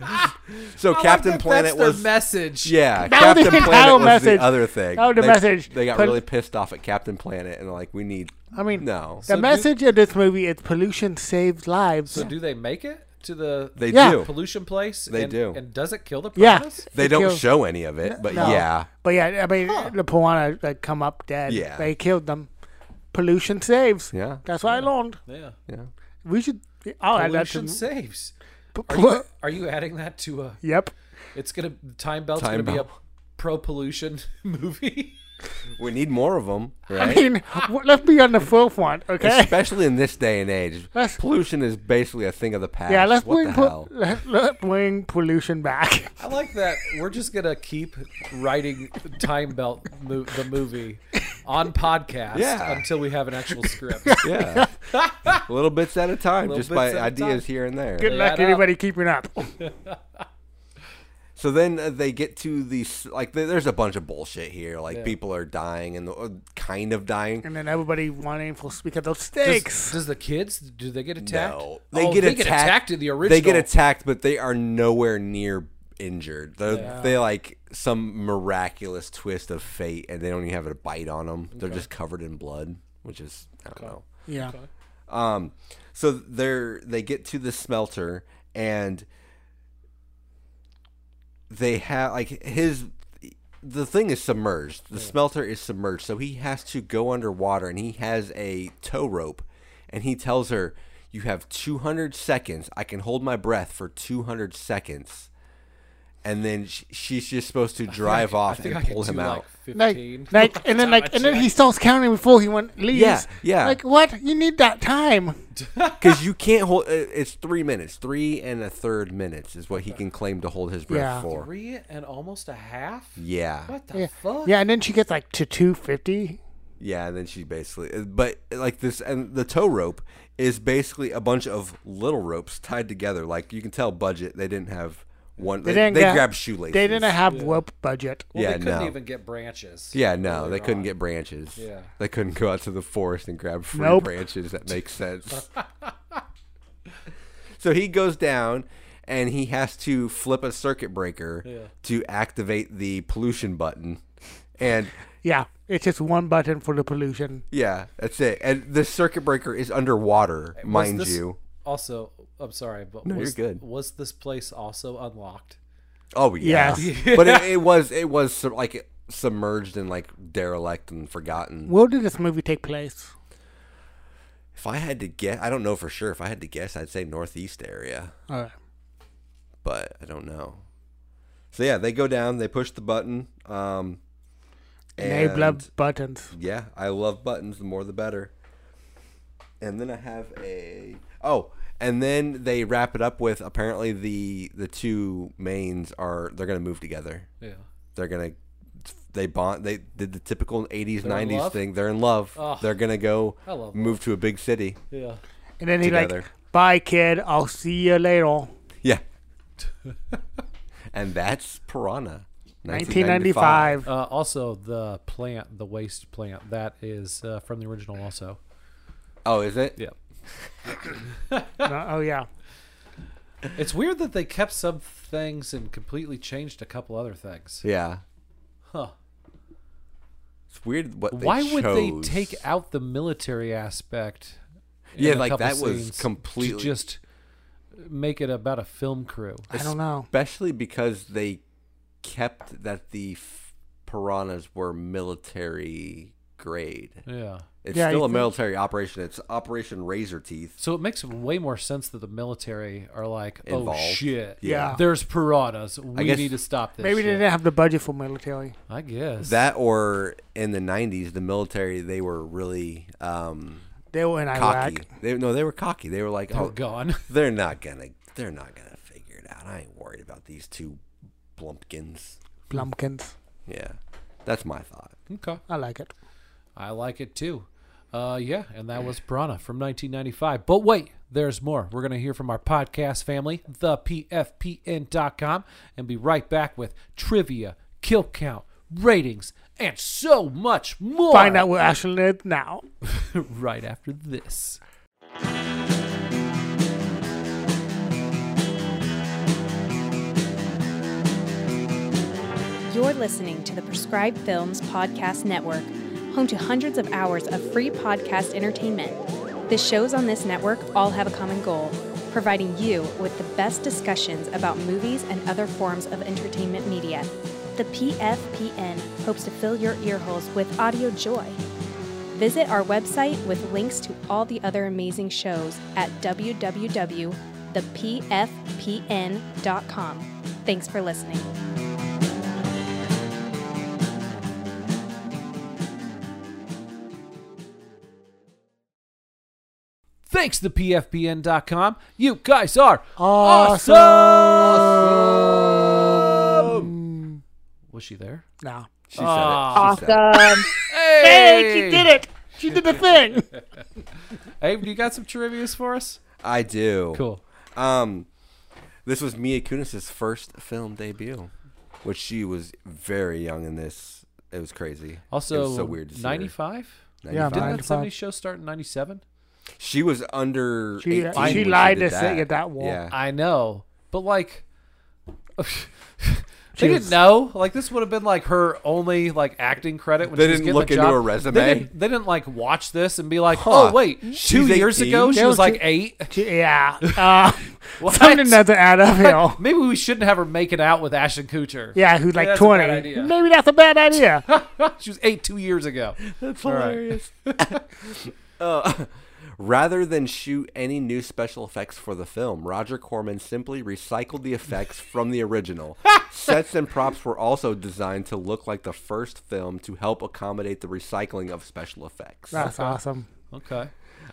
Speaker 3: So
Speaker 4: I like
Speaker 3: Captain
Speaker 4: that
Speaker 3: Planet
Speaker 4: that's
Speaker 3: was
Speaker 4: their message.
Speaker 3: Yeah,
Speaker 1: That was
Speaker 3: Captain
Speaker 1: the
Speaker 3: Planet
Speaker 1: entire
Speaker 3: was
Speaker 1: message.
Speaker 3: the other thing.
Speaker 1: That was the
Speaker 3: they,
Speaker 1: message.
Speaker 3: They got
Speaker 1: Pol-
Speaker 3: really pissed off at Captain Planet and like we need.
Speaker 1: I mean,
Speaker 3: no,
Speaker 1: The
Speaker 4: do-
Speaker 1: message of this movie is pollution saves lives.
Speaker 4: So do they make it to the
Speaker 3: they
Speaker 1: yeah.
Speaker 3: do.
Speaker 4: pollution place?
Speaker 3: They
Speaker 4: and,
Speaker 3: do.
Speaker 4: and does it kill the
Speaker 1: Yeah.
Speaker 4: promise?
Speaker 3: They
Speaker 1: It
Speaker 3: don't
Speaker 1: kills-
Speaker 3: show any of it, but
Speaker 1: No.
Speaker 3: yeah,
Speaker 1: But yeah, I mean, the piranha like come up dead.
Speaker 3: Yeah.
Speaker 1: they killed them. Pollution saves.
Speaker 3: Yeah.
Speaker 1: that's what I learned.
Speaker 4: Yeah,
Speaker 3: yeah.
Speaker 1: We should. I'll add that
Speaker 4: pollution
Speaker 1: Oh, to.
Speaker 4: saves.
Speaker 1: p-
Speaker 4: Are
Speaker 1: pl-
Speaker 4: you, are you adding that to a?
Speaker 1: yep.
Speaker 4: It's gonna time belt's
Speaker 3: Time
Speaker 4: gonna be a
Speaker 3: Belt.
Speaker 4: pro pollution (laughs) movie.
Speaker 3: We need more of them,
Speaker 1: (laughs) I
Speaker 3: right?
Speaker 1: mean, w- let's be on the forefront, okay?
Speaker 3: Especially in this day and age,
Speaker 1: Let's-
Speaker 3: pollution is basically a thing of the past.
Speaker 1: Yeah, let's
Speaker 3: what
Speaker 1: bring
Speaker 3: the
Speaker 1: po-
Speaker 3: hell?
Speaker 1: let, let's bring pollution back. (laughs)
Speaker 4: I like that. We're just gonna keep writing Time Belt mo- the movie on podcast
Speaker 3: Yeah.
Speaker 4: until we have an actual script.
Speaker 1: (laughs)
Speaker 3: Yeah, (laughs) little bits at a time, just
Speaker 4: bits
Speaker 3: by
Speaker 4: at a
Speaker 3: ideas
Speaker 4: time.
Speaker 3: here and there.
Speaker 1: Good luck,
Speaker 4: up.
Speaker 1: anybody keeping up.
Speaker 3: So then uh, they get to these like there- there's a bunch of bullshit here. Like people are dying and uh, kind of dying.
Speaker 1: And then everybody running for because of
Speaker 4: Does,
Speaker 1: stakes.
Speaker 4: does the kids do they get attacked?
Speaker 3: No,
Speaker 4: they,
Speaker 3: they
Speaker 4: oh,
Speaker 3: get,
Speaker 4: they
Speaker 3: attacked,
Speaker 4: get attacked in the original.
Speaker 3: They get attacked, but they are nowhere near injured. They're, They like some miraculous twist of fate, and they don't even have a bite on them. They're just covered in blood, which is I don't know.
Speaker 1: yeah.
Speaker 3: Um, so they're they get to the smelter and they have like his the thing is submerged. The smelter is submerged, so he has to go underwater and he has a tow rope and he tells her you have 200 seconds. I can hold my breath for 200 seconds. And then sh she's just supposed to drive
Speaker 4: I
Speaker 3: off
Speaker 4: think
Speaker 3: and
Speaker 4: I
Speaker 3: pull
Speaker 4: can
Speaker 3: him
Speaker 4: do,
Speaker 3: out.
Speaker 4: Like
Speaker 1: Like,
Speaker 4: Fifteen.
Speaker 1: like, and then like, and then he starts counting before he went leaves.
Speaker 3: Yeah, yeah.
Speaker 1: Like, what? You need that time.
Speaker 3: Because you can't hold. uh, It's three minutes, three and a third minutes is what he can claim to hold his breath
Speaker 1: Yeah.
Speaker 3: for.
Speaker 4: three and almost a half.
Speaker 3: Yeah,
Speaker 4: What the fuck?
Speaker 1: Yeah, and then she gets like to two fifty.
Speaker 3: yeah, and then she basically, uh, but like this, and the tow rope is basically a bunch of little ropes tied together. Like you can tell, budget they didn't have one. They, they, grabbed shoelaces.
Speaker 1: They didn't have rope budget.
Speaker 4: Well,
Speaker 3: yeah,
Speaker 4: they couldn't
Speaker 3: no.
Speaker 4: even get branches.
Speaker 3: Yeah, no, they couldn't get branches.
Speaker 4: Yeah.
Speaker 3: they couldn't go out to the forest and grab free
Speaker 1: Nope.
Speaker 3: branches. That makes
Speaker 4: (laughs)
Speaker 3: sense. so he goes down, and he has to flip a circuit breaker to activate the pollution button, and
Speaker 1: Yeah, it's just one button for the pollution.
Speaker 3: yeah, that's it. And the circuit breaker is underwater,
Speaker 4: Was
Speaker 3: mind
Speaker 4: this-
Speaker 3: you.
Speaker 4: Also, I'm sorry, but
Speaker 3: No,
Speaker 4: was,
Speaker 3: you're good.
Speaker 4: Was this place also unlocked?
Speaker 3: Oh yeah,
Speaker 1: Yes.
Speaker 3: but
Speaker 4: (laughs)
Speaker 3: it, it was it was sub- like submerged and like derelict and forgotten.
Speaker 1: Where did this movie take place?
Speaker 3: If I had to guess, I don't know for sure. If I had to guess, I'd say northeast area.
Speaker 1: All right.
Speaker 3: but I don't know. So yeah, they go down, they push the button. Um, and
Speaker 1: They love buttons.
Speaker 3: yeah, I love buttons. The more, the better. And then I have a oh, and then they wrap it up with apparently the the two mains are they're gonna move together.
Speaker 4: Yeah.
Speaker 3: They're gonna they bond. They did the typical '80s,
Speaker 4: They're in
Speaker 3: '90s
Speaker 4: love?
Speaker 3: thing. They're in love.
Speaker 4: Oh.
Speaker 3: They're gonna go
Speaker 4: I love
Speaker 3: move to a big city.
Speaker 4: Yeah.
Speaker 1: And then he
Speaker 3: Together.
Speaker 1: like, bye, kid. I'll see you later.
Speaker 4: (laughs)
Speaker 3: Yeah. and that's Piranha.
Speaker 1: 1995.
Speaker 4: Uh, also, the plant, the waste plant, that is uh, from the original. Also,
Speaker 3: Oh, is it?
Speaker 4: yeah.
Speaker 1: No, oh, yeah.
Speaker 4: It's weird that they kept some things and completely changed a couple other things.
Speaker 3: Yeah.
Speaker 4: Huh.
Speaker 3: It's weird what they
Speaker 4: Why would they
Speaker 3: chose.
Speaker 4: take out the military aspect? in
Speaker 3: Yeah,
Speaker 4: a
Speaker 3: like,
Speaker 4: couple
Speaker 3: that was
Speaker 4: scenes
Speaker 3: completely-
Speaker 4: to just make it about a film crew.
Speaker 1: I don't know.
Speaker 3: Especially because they kept that the f- piranhas were military grade.
Speaker 4: Yeah.
Speaker 3: It's
Speaker 1: Yeah,
Speaker 3: still
Speaker 1: you
Speaker 3: a
Speaker 1: think-
Speaker 3: military operation. It's Operation Razor Teeth.
Speaker 4: So it makes way more sense that the military are like,
Speaker 3: Involved.
Speaker 4: oh shit,
Speaker 1: Yeah.
Speaker 4: there's piranhas. We
Speaker 3: guess-
Speaker 4: need to stop this.
Speaker 1: Maybe they
Speaker 4: shit."
Speaker 1: didn't have the budget for military.
Speaker 4: I guess
Speaker 3: That or in the 90s, the military, they were really um,
Speaker 1: They were in Iraq.
Speaker 3: cocky. They, no, they were cocky. They were like,
Speaker 4: they're
Speaker 3: oh,
Speaker 4: gone. (laughs)
Speaker 3: they're not gonna they're not gonna figure it out. I ain't worried about these two blumpkins.
Speaker 1: Plumpkins.
Speaker 3: Yeah. That's my thought.
Speaker 4: okay.
Speaker 1: I like it.
Speaker 4: I like it too. Uh, yeah, and that was Piranha from 1995. But wait, there's more. We're going to hear from our podcast family, thepfpn.com, and be right back with trivia, kill count, ratings, and so much more.
Speaker 1: Find
Speaker 4: (laughs)
Speaker 1: out where Ashley lives now.
Speaker 4: right after this.
Speaker 6: You're listening to the Prescribed Films Podcast Network, home to hundreds of hours of free podcast entertainment. The shows on this network all have a common goal providing you with the best discussions about movies and other forms of entertainment media. The PFPN hopes to fill your earholes with audio joy. Visit our website with links to all the other amazing shows at www.thepfpn.com. Thanks for listening.
Speaker 4: Thanks to pfpn.com. You guys are
Speaker 1: Awesome!
Speaker 4: awesome! Was she there?
Speaker 1: Nah.
Speaker 3: She said it. She
Speaker 2: Awesome.
Speaker 3: said it.
Speaker 1: Hey, she did it. She did the thing.
Speaker 4: Hey, you got some trivias for us?
Speaker 3: I do.
Speaker 4: Cool.
Speaker 3: Um this was Mia Kunis's first film debut, which she was very young in this. It was crazy. it
Speaker 4: Also,
Speaker 3: was so weird. to see her.
Speaker 4: 95?
Speaker 1: Yeah,
Speaker 3: 95.
Speaker 4: Didn't that 70s
Speaker 1: 95.
Speaker 4: show start in 97?
Speaker 3: She was under.
Speaker 1: She-
Speaker 3: 18
Speaker 1: she
Speaker 3: when
Speaker 1: lied
Speaker 3: did
Speaker 1: to say it that wall.
Speaker 3: Yeah.
Speaker 4: I know, but like, (laughs)
Speaker 1: She
Speaker 4: they
Speaker 1: was-
Speaker 4: didn't know. Like this would have been like her only like acting credit. When
Speaker 3: They
Speaker 4: she was
Speaker 3: didn't
Speaker 4: getting
Speaker 3: look
Speaker 4: the
Speaker 3: into
Speaker 4: job.
Speaker 3: her resume?
Speaker 4: They didn't, they didn't like watch this and be like,
Speaker 3: Huh.
Speaker 4: oh wait,
Speaker 3: She's
Speaker 4: two years
Speaker 3: 18?
Speaker 4: ago she
Speaker 1: They
Speaker 4: was
Speaker 1: were
Speaker 4: like
Speaker 1: two-
Speaker 4: eight.
Speaker 1: (laughs) She- yeah. Uh,
Speaker 4: (laughs) What?
Speaker 1: something doesn't add
Speaker 4: (laughs)
Speaker 1: up here.
Speaker 4: Maybe we shouldn't have her make it out with Ashton Kutcher.
Speaker 1: Yeah, who's like
Speaker 4: that's a bad
Speaker 1: 20.
Speaker 4: idea.
Speaker 1: Maybe that's a bad idea.
Speaker 4: (laughs) she was eight two
Speaker 1: (laughs)
Speaker 4: years ago.
Speaker 3: That's
Speaker 4: All right.
Speaker 3: hilarious. uh, rather than shoot any new special effects for the film, Roger Corman simply recycled
Speaker 1: (laughs)
Speaker 3: the effects from the original. Sets and props were also designed to look like the first film to help accommodate the recycling of special effects.
Speaker 1: That's awesome.
Speaker 4: Okay.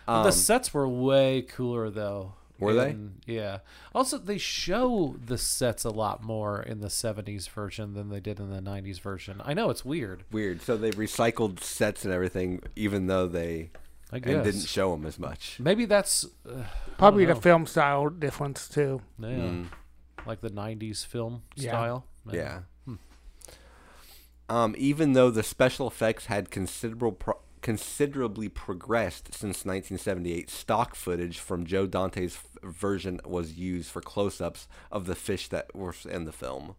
Speaker 4: the sets were way cooler though.
Speaker 3: Um, Were they?
Speaker 4: they? Yeah. Also, they show the sets a lot more in the '70s version than they did in the '90s version. I know it's weird.
Speaker 3: Weird. So they recycled sets and everything, even though they
Speaker 4: I guess. Hmm.
Speaker 3: and didn't show them as much.
Speaker 4: Maybe that's uh,
Speaker 1: Probably the
Speaker 4: know.
Speaker 1: film style difference, too.
Speaker 4: yeah, like the '90s film
Speaker 1: Yeah.
Speaker 4: style.
Speaker 3: Hmm. Yeah.
Speaker 4: Hmm.
Speaker 3: Um, even though the special effects had considerable pro- considerably progressed since 1978, stock footage from Joe Dante's f- version was used for close-ups of the fish that were in the film.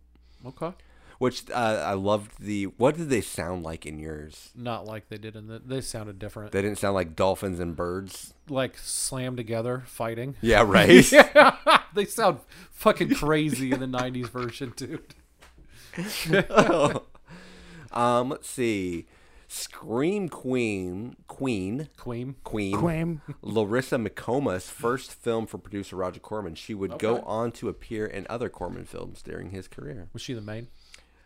Speaker 4: Okay.
Speaker 3: Which uh, I loved. The what did they sound like in yours?
Speaker 4: Not like they did in the. They sounded different.
Speaker 3: They didn't sound like dolphins and birds.
Speaker 4: like slammed together fighting. (laughs)
Speaker 3: Yeah, (laughs) right.
Speaker 4: they sound fucking
Speaker 1: (laughs)
Speaker 4: crazy in the '90s version, dude.
Speaker 3: (laughs) um, let's see. Scream Queen, Queen,
Speaker 4: Queen.
Speaker 3: Queen,
Speaker 1: Quim.
Speaker 3: Larissa McComas' first film for producer Roger Corman. She would go on to appear in other Corman films during his career.
Speaker 4: Was she the main?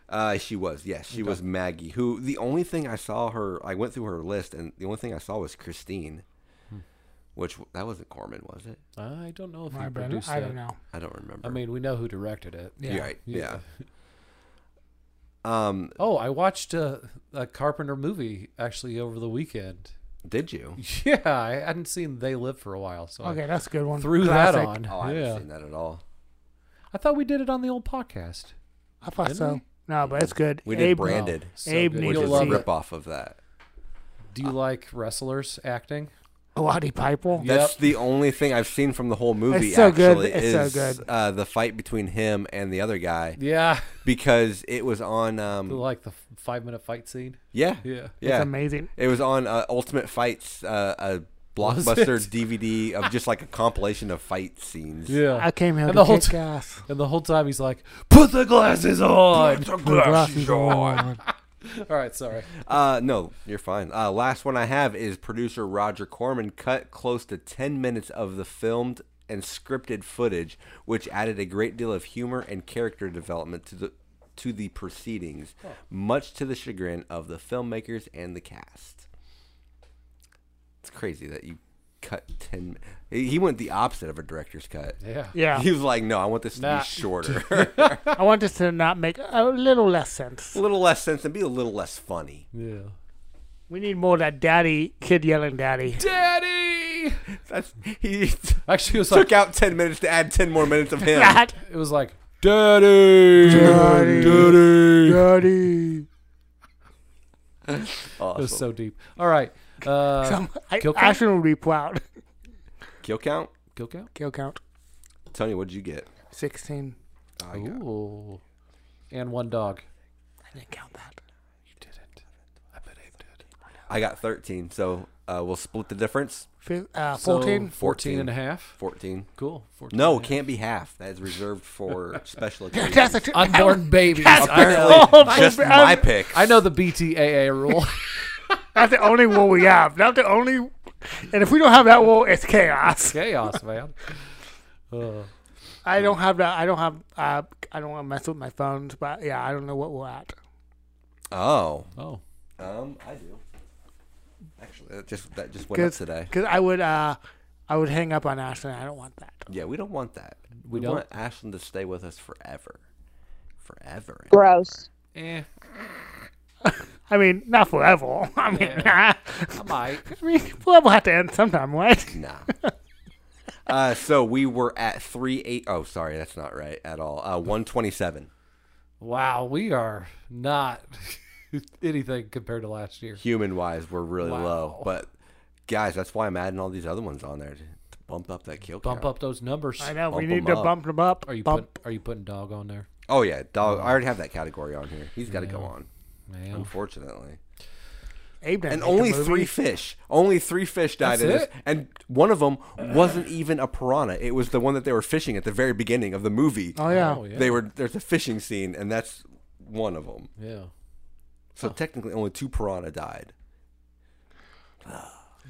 Speaker 3: Uh, she was, yes, she was Maggie. Who the only thing I saw her, I went through her list, and the only thing I saw was Christine, Hmm. which that wasn't Corman, was it?
Speaker 4: I don't know if
Speaker 1: I
Speaker 4: he
Speaker 1: don't
Speaker 4: produced
Speaker 1: I
Speaker 4: that.
Speaker 1: don't know.
Speaker 3: I don't remember.
Speaker 4: I mean, we know who directed it.
Speaker 3: You're right, yeah. Um,
Speaker 4: Oh, I watched a, a Carpenter movie actually over the weekend. (laughs)
Speaker 3: did you?
Speaker 4: Yeah, I hadn't seen They Live for a while, so
Speaker 1: Okay, that's a good
Speaker 4: I
Speaker 1: one.
Speaker 4: threw that
Speaker 1: Classic.
Speaker 4: on.
Speaker 3: Oh, I
Speaker 4: yeah.
Speaker 3: haven't seen that at all.
Speaker 4: I thought we did it on the old podcast.
Speaker 1: I thought
Speaker 4: Didn't
Speaker 1: so.
Speaker 4: we?
Speaker 1: No, but it's good.
Speaker 3: We did
Speaker 1: Abe,
Speaker 3: Brand- Branded.
Speaker 4: so
Speaker 1: Abe
Speaker 4: good.
Speaker 1: You'll
Speaker 3: Which is
Speaker 1: love
Speaker 3: a
Speaker 1: it.
Speaker 3: rip off of that.
Speaker 4: Do you like wrestlers acting?
Speaker 1: Lottie Piper.
Speaker 4: Yeah.
Speaker 3: That's
Speaker 4: Yep.
Speaker 3: the only thing I've seen from the whole movie.
Speaker 1: It's so good.
Speaker 3: actually,
Speaker 1: It's so
Speaker 3: is,
Speaker 1: good.
Speaker 3: Uh, the fight between him and the other guy
Speaker 4: Yeah,
Speaker 3: because it was on. Um,
Speaker 4: (laughs) like the five minute fight scene.
Speaker 3: yeah,
Speaker 4: Yeah.
Speaker 1: It's
Speaker 3: yeah.
Speaker 1: amazing.
Speaker 3: It was on uh, Ultimate Fights, uh, a
Speaker 4: Was
Speaker 3: blockbuster
Speaker 4: it?
Speaker 3: DVD of just like a compilation of fight scenes.
Speaker 4: Yeah,
Speaker 1: I came here
Speaker 4: And
Speaker 1: to
Speaker 4: the whole
Speaker 1: kick
Speaker 4: ti-
Speaker 1: ass.
Speaker 4: (laughs) and the whole time he's like, "Put the
Speaker 1: (laughs)
Speaker 4: glasses on."
Speaker 1: Blue glasses on.
Speaker 4: All right, sorry.
Speaker 3: Uh, no, you're fine. Uh, last one I have is producer Roger Corman cut close to 10 minutes of the filmed and scripted footage, which added a great deal of humor and character development to the to the proceedings, much to the chagrin of the filmmakers and the cast. It's crazy that you cut 10 mi- He went the opposite of a director's cut.
Speaker 4: Yeah,
Speaker 3: (laughs)
Speaker 1: Yeah,
Speaker 3: He was like, "No, I want this to
Speaker 4: Nah.
Speaker 3: be shorter." (laughs)
Speaker 1: I want this to not make a little less sense.
Speaker 3: a little less sense and be a little less funny.
Speaker 4: yeah.
Speaker 1: We need more of that daddy kid yelling
Speaker 4: (laughs)
Speaker 1: daddy.
Speaker 4: Daddy.
Speaker 3: That's he
Speaker 4: Actually, it was
Speaker 3: took
Speaker 4: like
Speaker 3: out 10 minutes to add 10 more minutes
Speaker 1: (laughs)
Speaker 3: of him.
Speaker 1: God,
Speaker 4: it was like, "Daddy,
Speaker 1: Daddy.
Speaker 4: Daddy."
Speaker 1: daddy.
Speaker 4: It was
Speaker 3: Awesome.
Speaker 4: so deep. All right, uh,
Speaker 1: Some, I,
Speaker 4: kill count?
Speaker 1: Ashton would be proud. (laughs)
Speaker 3: Kill count?
Speaker 4: kill count.
Speaker 1: Kill count
Speaker 3: Tony, what'd you get?
Speaker 1: sixteen.
Speaker 4: Ooh, and one dog.
Speaker 1: I didn't count that.
Speaker 4: You didn't. I bet Abe did.
Speaker 3: I got 13, so uh, we'll split the difference.
Speaker 1: Fif- uh,
Speaker 4: So, (laughs)
Speaker 1: Fourteen.
Speaker 4: 14 and a half.
Speaker 3: 14.
Speaker 4: Cool. 14
Speaker 3: No, it
Speaker 4: and a half.
Speaker 3: can't be half. That is reserved (laughs) for special
Speaker 1: That's
Speaker 3: occasions.
Speaker 1: a tr-
Speaker 4: Unborn
Speaker 3: (laughs)
Speaker 4: babies.
Speaker 3: Apparently,
Speaker 4: I,
Speaker 1: Oh,
Speaker 3: just
Speaker 1: my-
Speaker 3: my pick.
Speaker 4: I know the BTAA (laughs) rule.
Speaker 1: (laughs) That's the only rule we have. That's the only. And if we don't have that rule, it's chaos.
Speaker 4: Chaos, man. Uh,
Speaker 1: I don't have that. I don't have. Uh, I don't want to mess with my phones, but yeah, I don't know what we're at.
Speaker 3: Oh,
Speaker 4: oh,
Speaker 3: um, I do. Actually, that just that just went up
Speaker 1: Because
Speaker 3: today.
Speaker 1: I would. Uh, I would hang up on Ashton. I don't want that.
Speaker 3: Yeah, we don't want that. We,
Speaker 4: don't?
Speaker 3: want Ashlyn to stay with us forever, forever.
Speaker 2: (laughs) Gross.
Speaker 4: eh,
Speaker 1: I mean, not forever. (laughs) I mean,
Speaker 4: I might.
Speaker 1: I mean, forever have to end sometime, right?
Speaker 3: Nah. (laughs) uh, so we were at three eight. Oh, sorry, that's not right at all. Uh, one twenty seven.
Speaker 4: Wow, we are not (laughs) anything compared to last year.
Speaker 3: Human wise, we're really low,
Speaker 4: Wow.
Speaker 3: but guys, that's why I'm adding all these other ones on there to, to bump up that kill count.
Speaker 4: Bump up those numbers.
Speaker 1: I know. we
Speaker 3: Bump
Speaker 1: need
Speaker 3: 'em
Speaker 1: to
Speaker 3: up.
Speaker 1: bump them up.
Speaker 4: Are you
Speaker 1: bump.
Speaker 4: put, are you putting dog on there?
Speaker 3: Oh yeah, dog. I already have that category on here. He's got to go on,
Speaker 4: Man,
Speaker 3: unfortunately.
Speaker 1: Abe didn't
Speaker 3: And
Speaker 1: make the
Speaker 3: only
Speaker 1: movie.
Speaker 3: three fish. Only three fish died
Speaker 4: That's
Speaker 3: in this,
Speaker 4: it?
Speaker 3: and one of them wasn't even a piranha. It was the one that they were fishing at the very beginning of the movie.
Speaker 1: Oh yeah.
Speaker 4: Oh, yeah.
Speaker 3: They were there's a fishing scene, and that's one of them.
Speaker 4: yeah.
Speaker 3: So technically, only two piranha died.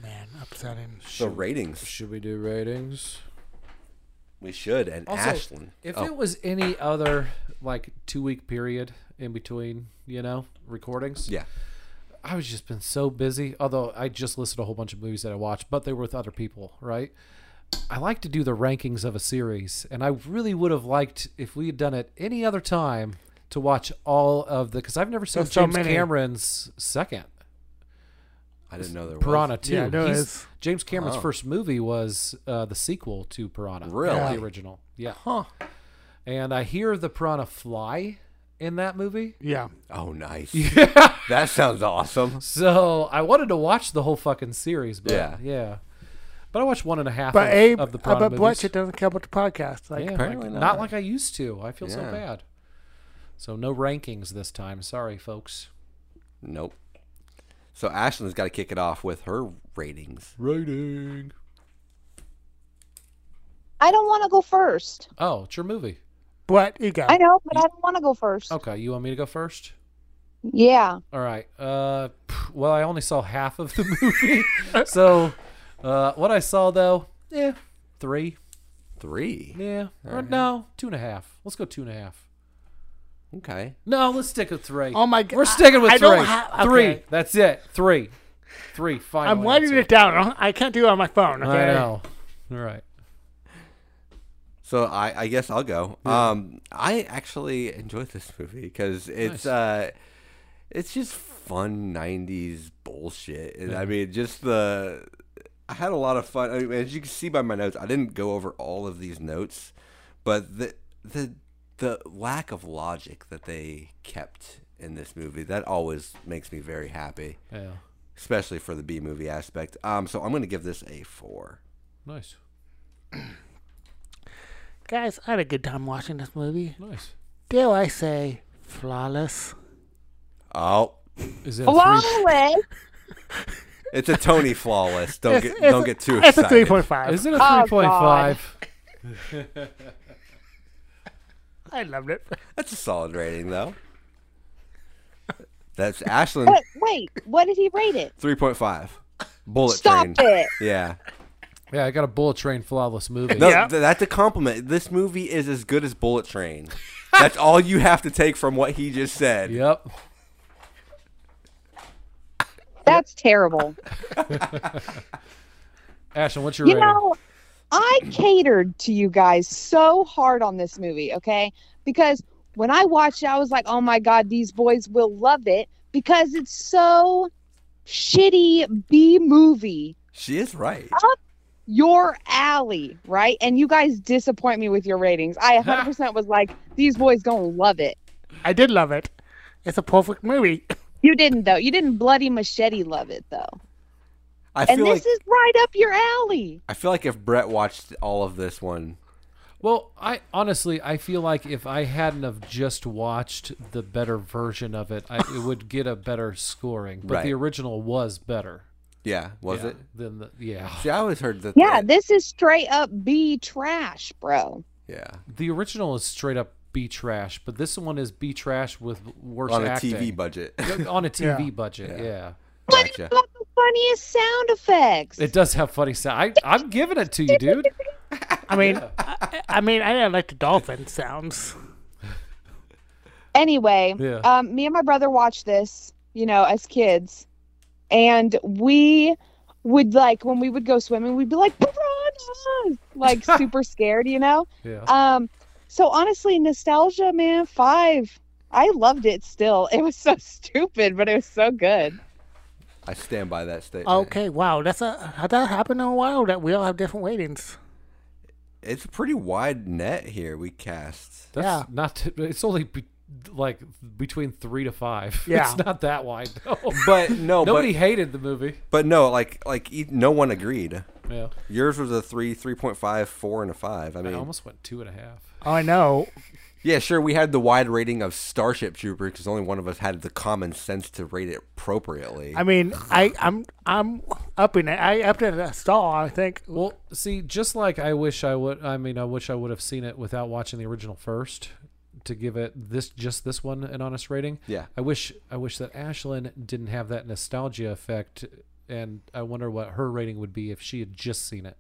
Speaker 1: Man, upsetting.
Speaker 3: The ratings
Speaker 4: Should we do ratings?
Speaker 3: we should and
Speaker 4: Also,
Speaker 3: Ashlyn.
Speaker 4: If
Speaker 3: Oh,
Speaker 4: it was any other like two week period in between, you know, recordings,
Speaker 3: yeah,
Speaker 4: I was just been so busy. Although I just listed a whole bunch of movies that I watched, but they were with other people, right? I like to do the rankings of a series, and I really would have liked if we had done it any other time to watch all of the because I've never seen
Speaker 1: There's so
Speaker 4: James
Speaker 1: many.
Speaker 4: Cameron's second
Speaker 3: I didn't know there was
Speaker 4: Piranha Two.
Speaker 1: Yeah, there
Speaker 4: He's-
Speaker 1: is.
Speaker 4: James Cameron's
Speaker 3: Oh.
Speaker 4: first movie was uh, the sequel to Piranha,
Speaker 3: Really?
Speaker 4: the original, yeah.
Speaker 3: Huh?
Speaker 4: And I hear the Piranha fly in that movie.
Speaker 1: Yeah.
Speaker 3: Oh,
Speaker 4: (laughs)
Speaker 3: nice. that sounds awesome.
Speaker 4: So I wanted to watch the whole fucking series, but yeah,
Speaker 3: Yeah.
Speaker 4: But I watched one and a half
Speaker 1: But
Speaker 4: of,
Speaker 1: Abe,
Speaker 4: of the
Speaker 1: uh,
Speaker 4: Piranha
Speaker 1: but
Speaker 4: movies.
Speaker 1: Butch, it doesn't care about the podcast. Like,
Speaker 4: yeah,
Speaker 3: apparently
Speaker 4: like-
Speaker 3: not.
Speaker 4: not like I used to. I feel so
Speaker 3: Yeah.
Speaker 4: bad. So no rankings this time. Sorry, folks.
Speaker 3: Nope. So Ashlyn's got to kick it off with her ratings.
Speaker 4: Rating.
Speaker 2: I don't want to go first.
Speaker 4: Oh, it's your movie.
Speaker 1: but you go.
Speaker 2: I know, but I don't want to go first.
Speaker 4: Okay, you want me to go first?
Speaker 2: Yeah.
Speaker 4: All right. Uh, pff, well, I only saw half of the (laughs) movie, so uh, what I saw though, yeah, three,
Speaker 3: Three.
Speaker 4: yeah, or no, two and a half. Let's go two and a half.
Speaker 3: Okay.
Speaker 4: No, let's stick with three.
Speaker 1: Oh my God,
Speaker 4: we're sticking with
Speaker 1: I- I
Speaker 4: 3
Speaker 1: don't ha-
Speaker 4: Three.
Speaker 1: okay.
Speaker 4: That's it. Three. Three. Final.
Speaker 1: I'm writing
Speaker 4: answer.
Speaker 1: it down. I can't do it on my phone. Okay?
Speaker 4: I know. All right.
Speaker 3: So I, I guess I'll go. Um, I actually enjoyed this movie because it's
Speaker 4: Nice.
Speaker 3: uh, it's just fun '90s bullshit, and I mean, just the I had a lot of fun. I mean, as you can see by my notes, I didn't go over all of these notes, but the the the lack of logic that they kept in this movie that always makes me very happy,
Speaker 4: Yeah.
Speaker 3: especially for the B movie aspect. Um, so I'm gonna give this a four.
Speaker 4: Nice.
Speaker 1: Guys, I had a good time watching this movie.
Speaker 4: Nice.
Speaker 1: Dare I say, flawless?
Speaker 3: Oh.
Speaker 4: Is it a
Speaker 2: Along
Speaker 4: three?
Speaker 2: the way,
Speaker 3: It's a Tony flawless. Don't get
Speaker 1: It's- it's
Speaker 3: don't
Speaker 1: a-
Speaker 3: get too
Speaker 1: It's
Speaker 3: excited.
Speaker 1: a three point five.
Speaker 4: Is it a
Speaker 2: God.
Speaker 4: three point five?
Speaker 1: I loved it.
Speaker 3: That's a solid rating though. That's Ashland
Speaker 2: wait, what did he rate it?
Speaker 3: three point five. Bullet
Speaker 2: Stop
Speaker 3: train.
Speaker 2: it.
Speaker 3: Yeah.
Speaker 4: Yeah, I got a bullet train flawless movie.
Speaker 3: No,
Speaker 1: Yeah.
Speaker 3: th- that's a compliment. This movie is as good as Bullet Train. That's all you have to take from what he just said.
Speaker 4: Yep.
Speaker 2: That's terrible.
Speaker 4: Ashton, what's your
Speaker 2: You
Speaker 4: rating?
Speaker 2: know, I catered to you guys so hard on this movie, okay? Because when I watched it, I was like, oh my God, these boys will love it because it's so shitty B movie,
Speaker 3: She is right.
Speaker 2: your alley, right? And you guys disappoint me with your ratings.
Speaker 3: (laughs)
Speaker 2: I 100% was like, these boys gonna love it.
Speaker 1: I did love it. It's a perfect movie. (laughs)
Speaker 2: You didn't, though. You didn't bloody machete love it, though.
Speaker 3: I
Speaker 2: And
Speaker 3: feel
Speaker 2: this
Speaker 3: like
Speaker 2: is right up your alley.
Speaker 3: I feel like if Brett watched all of this one,
Speaker 4: Well, I honestly, I feel like if I hadn't have just watched the better version of it, I,
Speaker 3: (laughs)
Speaker 4: it would get a better scoring. But the
Speaker 3: Right.
Speaker 4: original was better.
Speaker 3: yeah, was
Speaker 4: yeah,
Speaker 3: it?
Speaker 4: Than the, yeah.
Speaker 3: See, I always heard that.
Speaker 2: Yeah,
Speaker 3: the-
Speaker 2: this is straight up B trash, bro.
Speaker 3: yeah.
Speaker 4: The original is straight up B trash, but this one is B trash with worse
Speaker 3: On a
Speaker 4: acting.
Speaker 3: TV budget.
Speaker 4: (laughs) on a TV
Speaker 1: Yeah.
Speaker 4: budget, yeah.
Speaker 3: gotcha.
Speaker 2: Got the funniest sound effects.
Speaker 4: It does have funny sound. I, I'm giving it to you, dude.
Speaker 1: (laughs) I mean, I, I mean, I didn't like the dolphin sounds.
Speaker 2: anyway,
Speaker 4: Yeah.
Speaker 2: um, me and my brother watched this, you know, as kids, and we would like when we would go swimming, we'd be like piranhas,
Speaker 4: (laughs)
Speaker 2: like super scared, you know.
Speaker 4: Yeah.
Speaker 1: Uh,
Speaker 2: Um, so honestly, nostalgia, man, five. I loved it still. It was so (laughs) stupid, but it was so good.
Speaker 3: I stand by that statement.
Speaker 1: Okay, wow, that's a has that happened in a while that we all have different ratings.
Speaker 3: It's a pretty wide net here we cast.
Speaker 4: That's
Speaker 1: Yeah.
Speaker 4: not. T- it's only be, like between three to five. (laughs)
Speaker 1: Yeah.
Speaker 4: It's not that wide. No.
Speaker 3: But (laughs) no,
Speaker 4: Nobody
Speaker 3: but,
Speaker 4: hated the movie.
Speaker 3: but no, like like e- no one agreed.
Speaker 4: Yeah.
Speaker 3: Yours was a three, three point five, four, and a five. I
Speaker 4: I
Speaker 3: mean,
Speaker 4: almost went two and a half.
Speaker 1: Oh, I know.
Speaker 3: yeah, sure. We had the wide rating of Starship Trooper because only one of us had the common sense to rate it appropriately.
Speaker 1: I mean, I I'm I'm upping it. I upped it a star. I think.
Speaker 4: Well, see, just like I wish I would. I mean, I wish I would have seen it without watching the original first to give it this just this one an honest rating.
Speaker 3: Yeah.
Speaker 4: I wish I wish that Ashlyn didn't have that nostalgia effect, and I wonder what her rating would be if she had just seen it.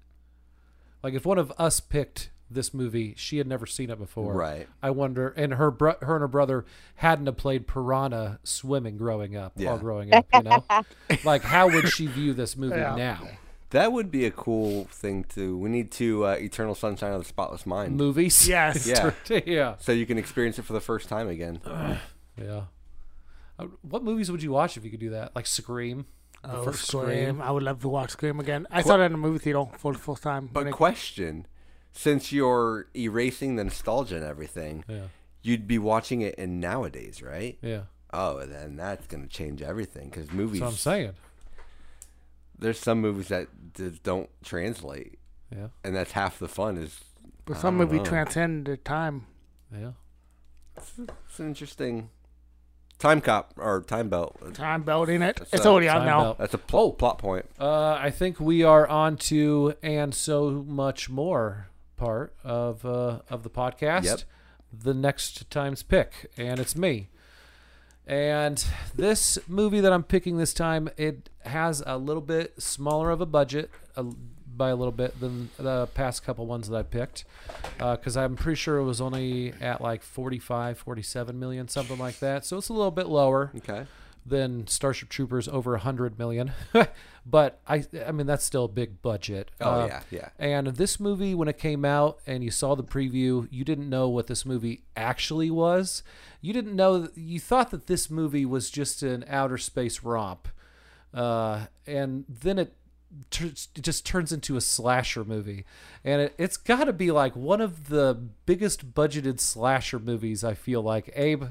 Speaker 4: Like if one of us picked this movie, she had never seen it before.
Speaker 3: Right.
Speaker 4: I wonder, and her bro- her and her brother hadn't have played piranha swimming growing up,
Speaker 3: Yeah.
Speaker 4: all growing up, you know. like, how would she view this movie now?
Speaker 3: that would be a cool thing to. We need to uh, Eternal Sunshine of the Spotless Mind,
Speaker 1: (laughs)
Speaker 4: Movies,
Speaker 1: Yes.
Speaker 3: Yeah.
Speaker 4: (laughs) yeah,
Speaker 3: so you can experience it for the first time again.
Speaker 4: yeah. Uh, What movies would you watch if you could do that? Like Scream, the
Speaker 1: Oh,
Speaker 4: first
Speaker 1: Scream. I would love to watch Scream again. I saw that in the movie theater for the first time.
Speaker 3: But
Speaker 1: when it-
Speaker 3: question: Since you're erasing the nostalgia and everything,
Speaker 4: Yeah.
Speaker 3: you'd be watching it in nowadays, right?
Speaker 4: Yeah,
Speaker 3: Oh, then that's gonna change everything because
Speaker 4: that's
Speaker 3: movies.
Speaker 4: what I'm saying.
Speaker 3: There's some movies that d- don't translate,
Speaker 4: Yeah,
Speaker 3: and that's half the fun. Is
Speaker 1: But some
Speaker 3: don't
Speaker 1: movie
Speaker 4: Oh.
Speaker 3: know.
Speaker 1: transcend the time.
Speaker 4: yeah.
Speaker 3: it's an interesting time cop or time belt.
Speaker 1: Time belt in it.
Speaker 3: That's
Speaker 1: It's
Speaker 3: a
Speaker 1: already out
Speaker 4: Time
Speaker 1: now.
Speaker 4: Belt.
Speaker 3: That's a
Speaker 4: Oh.
Speaker 3: pl- plot point.
Speaker 4: Uh, I think we are on to and so much more part of uh, of the podcast.
Speaker 3: Yep.
Speaker 4: The next time's pick, and it's me. And this movie that I'm picking this time, it has a little bit smaller of a budget uh, by a little bit than the past couple ones that I picked, because I'm pretty sure it was only at like 45, 47 million, something like that. So it's a little bit lower
Speaker 3: Okay.
Speaker 4: than Starship Troopers over 100 million. (laughs) but I I mean that's still a big budget. Uh,
Speaker 3: Oh, yeah, yeah.
Speaker 4: And this movie when it came out and you saw the preview, you didn't know what this movie actually was. You didn't know you thought that this movie was just an outer space romp. Uh, and then it tur- it just turns into a slasher movie and it, it's got to be like one of the biggest budgeted slasher movies i feel like abe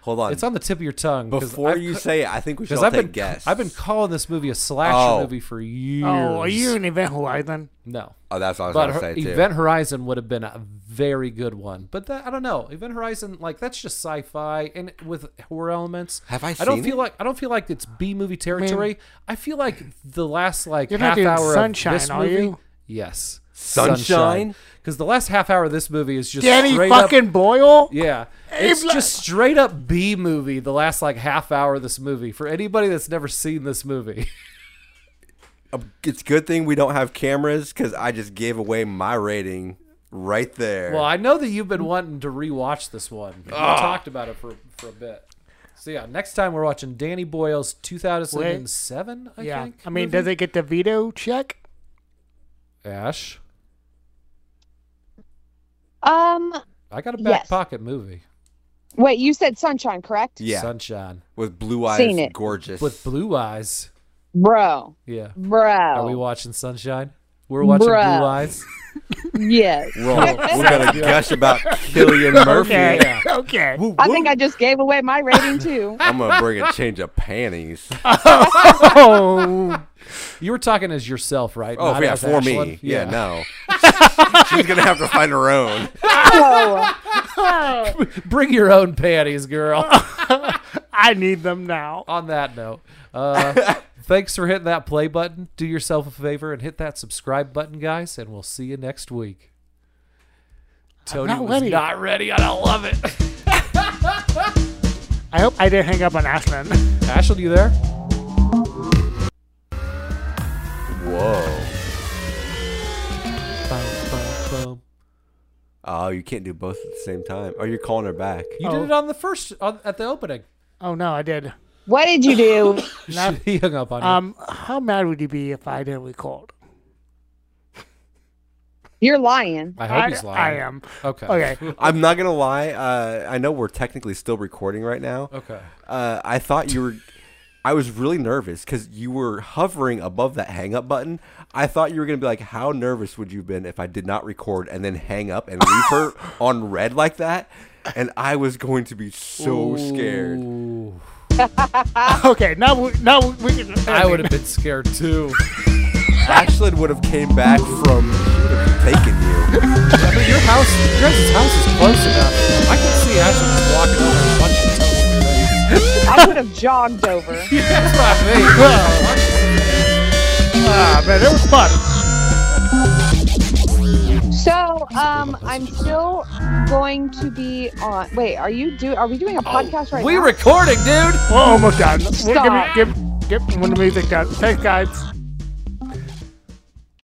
Speaker 3: Hold on.
Speaker 4: it's on the tip of your tongue 'cause
Speaker 3: Before
Speaker 4: I've
Speaker 3: you
Speaker 4: cou-
Speaker 3: say it, I think we should
Speaker 4: because
Speaker 3: all
Speaker 4: I've
Speaker 3: take
Speaker 4: been
Speaker 3: guess.
Speaker 4: I've been calling this movie a slasher
Speaker 3: Oh.
Speaker 4: movie for years.
Speaker 1: Oh, are you in Event Horizon?
Speaker 4: No,
Speaker 3: Oh, that's what I was
Speaker 4: but
Speaker 3: gonna
Speaker 4: Her-
Speaker 3: say too.
Speaker 4: Event Horizon would have been a very good one. But that, I don't know. Event Horizon, like that's just sci-fi and with horror elements.
Speaker 3: Have I
Speaker 4: I don't
Speaker 3: seen
Speaker 4: feel
Speaker 3: it?
Speaker 4: like I don't feel like it's B movie territory. I feel like the last like
Speaker 1: You're not
Speaker 4: half
Speaker 1: doing
Speaker 4: hour
Speaker 1: Sunshine,
Speaker 4: of this
Speaker 1: are
Speaker 4: movie.
Speaker 1: you?
Speaker 4: Yes,
Speaker 3: Sunshine?
Speaker 4: Because the last half hour of this movie is just
Speaker 1: Danny
Speaker 4: straight up
Speaker 1: fucking Boyle?
Speaker 4: yeah, it's just straight up B movie. The last like half hour of this movie for anybody that's never seen this movie.
Speaker 3: Uh, it's a good thing we don't have cameras because I just gave away my rating right there.
Speaker 4: Well, I know that you've been wanting to rewatch this one. We
Speaker 3: Ah.
Speaker 4: talked about it for for a bit. So yeah, next time we're watching Danny Boyle's 2007. I
Speaker 1: yeah.
Speaker 4: think.
Speaker 1: I mean, does it get the veto check?
Speaker 4: Ash,
Speaker 2: Um,
Speaker 4: I got a back
Speaker 2: Yes.
Speaker 4: pocket movie.
Speaker 2: wait, you said Sunshine, correct?
Speaker 3: yeah,
Speaker 4: Sunshine
Speaker 3: with blue eyes,
Speaker 2: Seen it.
Speaker 3: gorgeous.
Speaker 4: with blue eyes.
Speaker 2: Bro,
Speaker 4: Yeah.
Speaker 2: bro.
Speaker 4: Are we watching Sunshine? We're watching
Speaker 2: Bruh.
Speaker 4: Blue Eyes.
Speaker 2: yes.
Speaker 4: (laughs)
Speaker 3: We're, all- we're gonna gush about Killian Murphy.
Speaker 1: Okay. (laughs) okay.
Speaker 2: (laughs) I think I just gave away my rating
Speaker 4: (laughs)
Speaker 2: too.
Speaker 3: I'm gonna bring a change of panties.
Speaker 1: Oh,
Speaker 4: You were talking as yourself, right?
Speaker 3: Oh
Speaker 4: Not
Speaker 3: yeah,
Speaker 4: as
Speaker 3: for me.
Speaker 4: Ashlyn?
Speaker 3: Yeah, no. She's gonna have to find her own.
Speaker 2: So,
Speaker 4: (laughs) Bring your own panties, girl.
Speaker 1: I need them now.
Speaker 4: on that note, (laughs) uh, thanks for hitting that play button. Do yourself a favor and hit that subscribe button, guys, and we'll see you next week. Tony
Speaker 1: not
Speaker 4: was
Speaker 1: ready.
Speaker 4: not ready, and I love it.
Speaker 1: (laughs) I hope I didn't hang up on Ashland.
Speaker 4: Ashley, you there?
Speaker 3: Whoa.
Speaker 4: Bum, bum, bum.
Speaker 3: Oh, you can't do both at the same time. Oh, you're calling her back.
Speaker 4: You did it on the first on, at the opening.
Speaker 1: Oh no, I did.
Speaker 2: what did you do?
Speaker 4: (laughs) he hung up on you.
Speaker 1: Um, how mad would you be if I didn't record?
Speaker 2: You're lying.
Speaker 4: I hope he's lying.
Speaker 1: I am.
Speaker 4: Okay.
Speaker 1: Okay.
Speaker 4: (laughs)
Speaker 1: (laughs)
Speaker 3: I'm not gonna lie. Uh, I know we're technically still recording right now.
Speaker 4: Okay.
Speaker 3: Uh, I thought you were. I was really nervous because you were hovering above that hang up button. I thought you were gonna be like, "How nervous would you have been if I did not record and then hang up and leave
Speaker 4: (laughs)
Speaker 3: her on red like that?" And I was going to be so scared.
Speaker 4: Ooh.
Speaker 1: Okay. Now we. Now we. we can-
Speaker 4: I would have been scared too.
Speaker 3: Ashlyn would have came back from she would have taken you.
Speaker 4: (laughs) I mean, your house, your guys' house is close enough. I can see Ashley just walking over and punching (laughs) Tony. in the face.
Speaker 2: I would have jogged over.
Speaker 4: That's what I mean.
Speaker 1: Ah, man, it was fun.
Speaker 2: So, um, I'm still going to be on. Wait, are you do? Are we doing a podcast right
Speaker 4: we
Speaker 2: now?
Speaker 4: recording, dude.
Speaker 1: We're almost done. We're, give me.
Speaker 2: Stop.
Speaker 1: Give. Give. When the music done. Thanks, guys.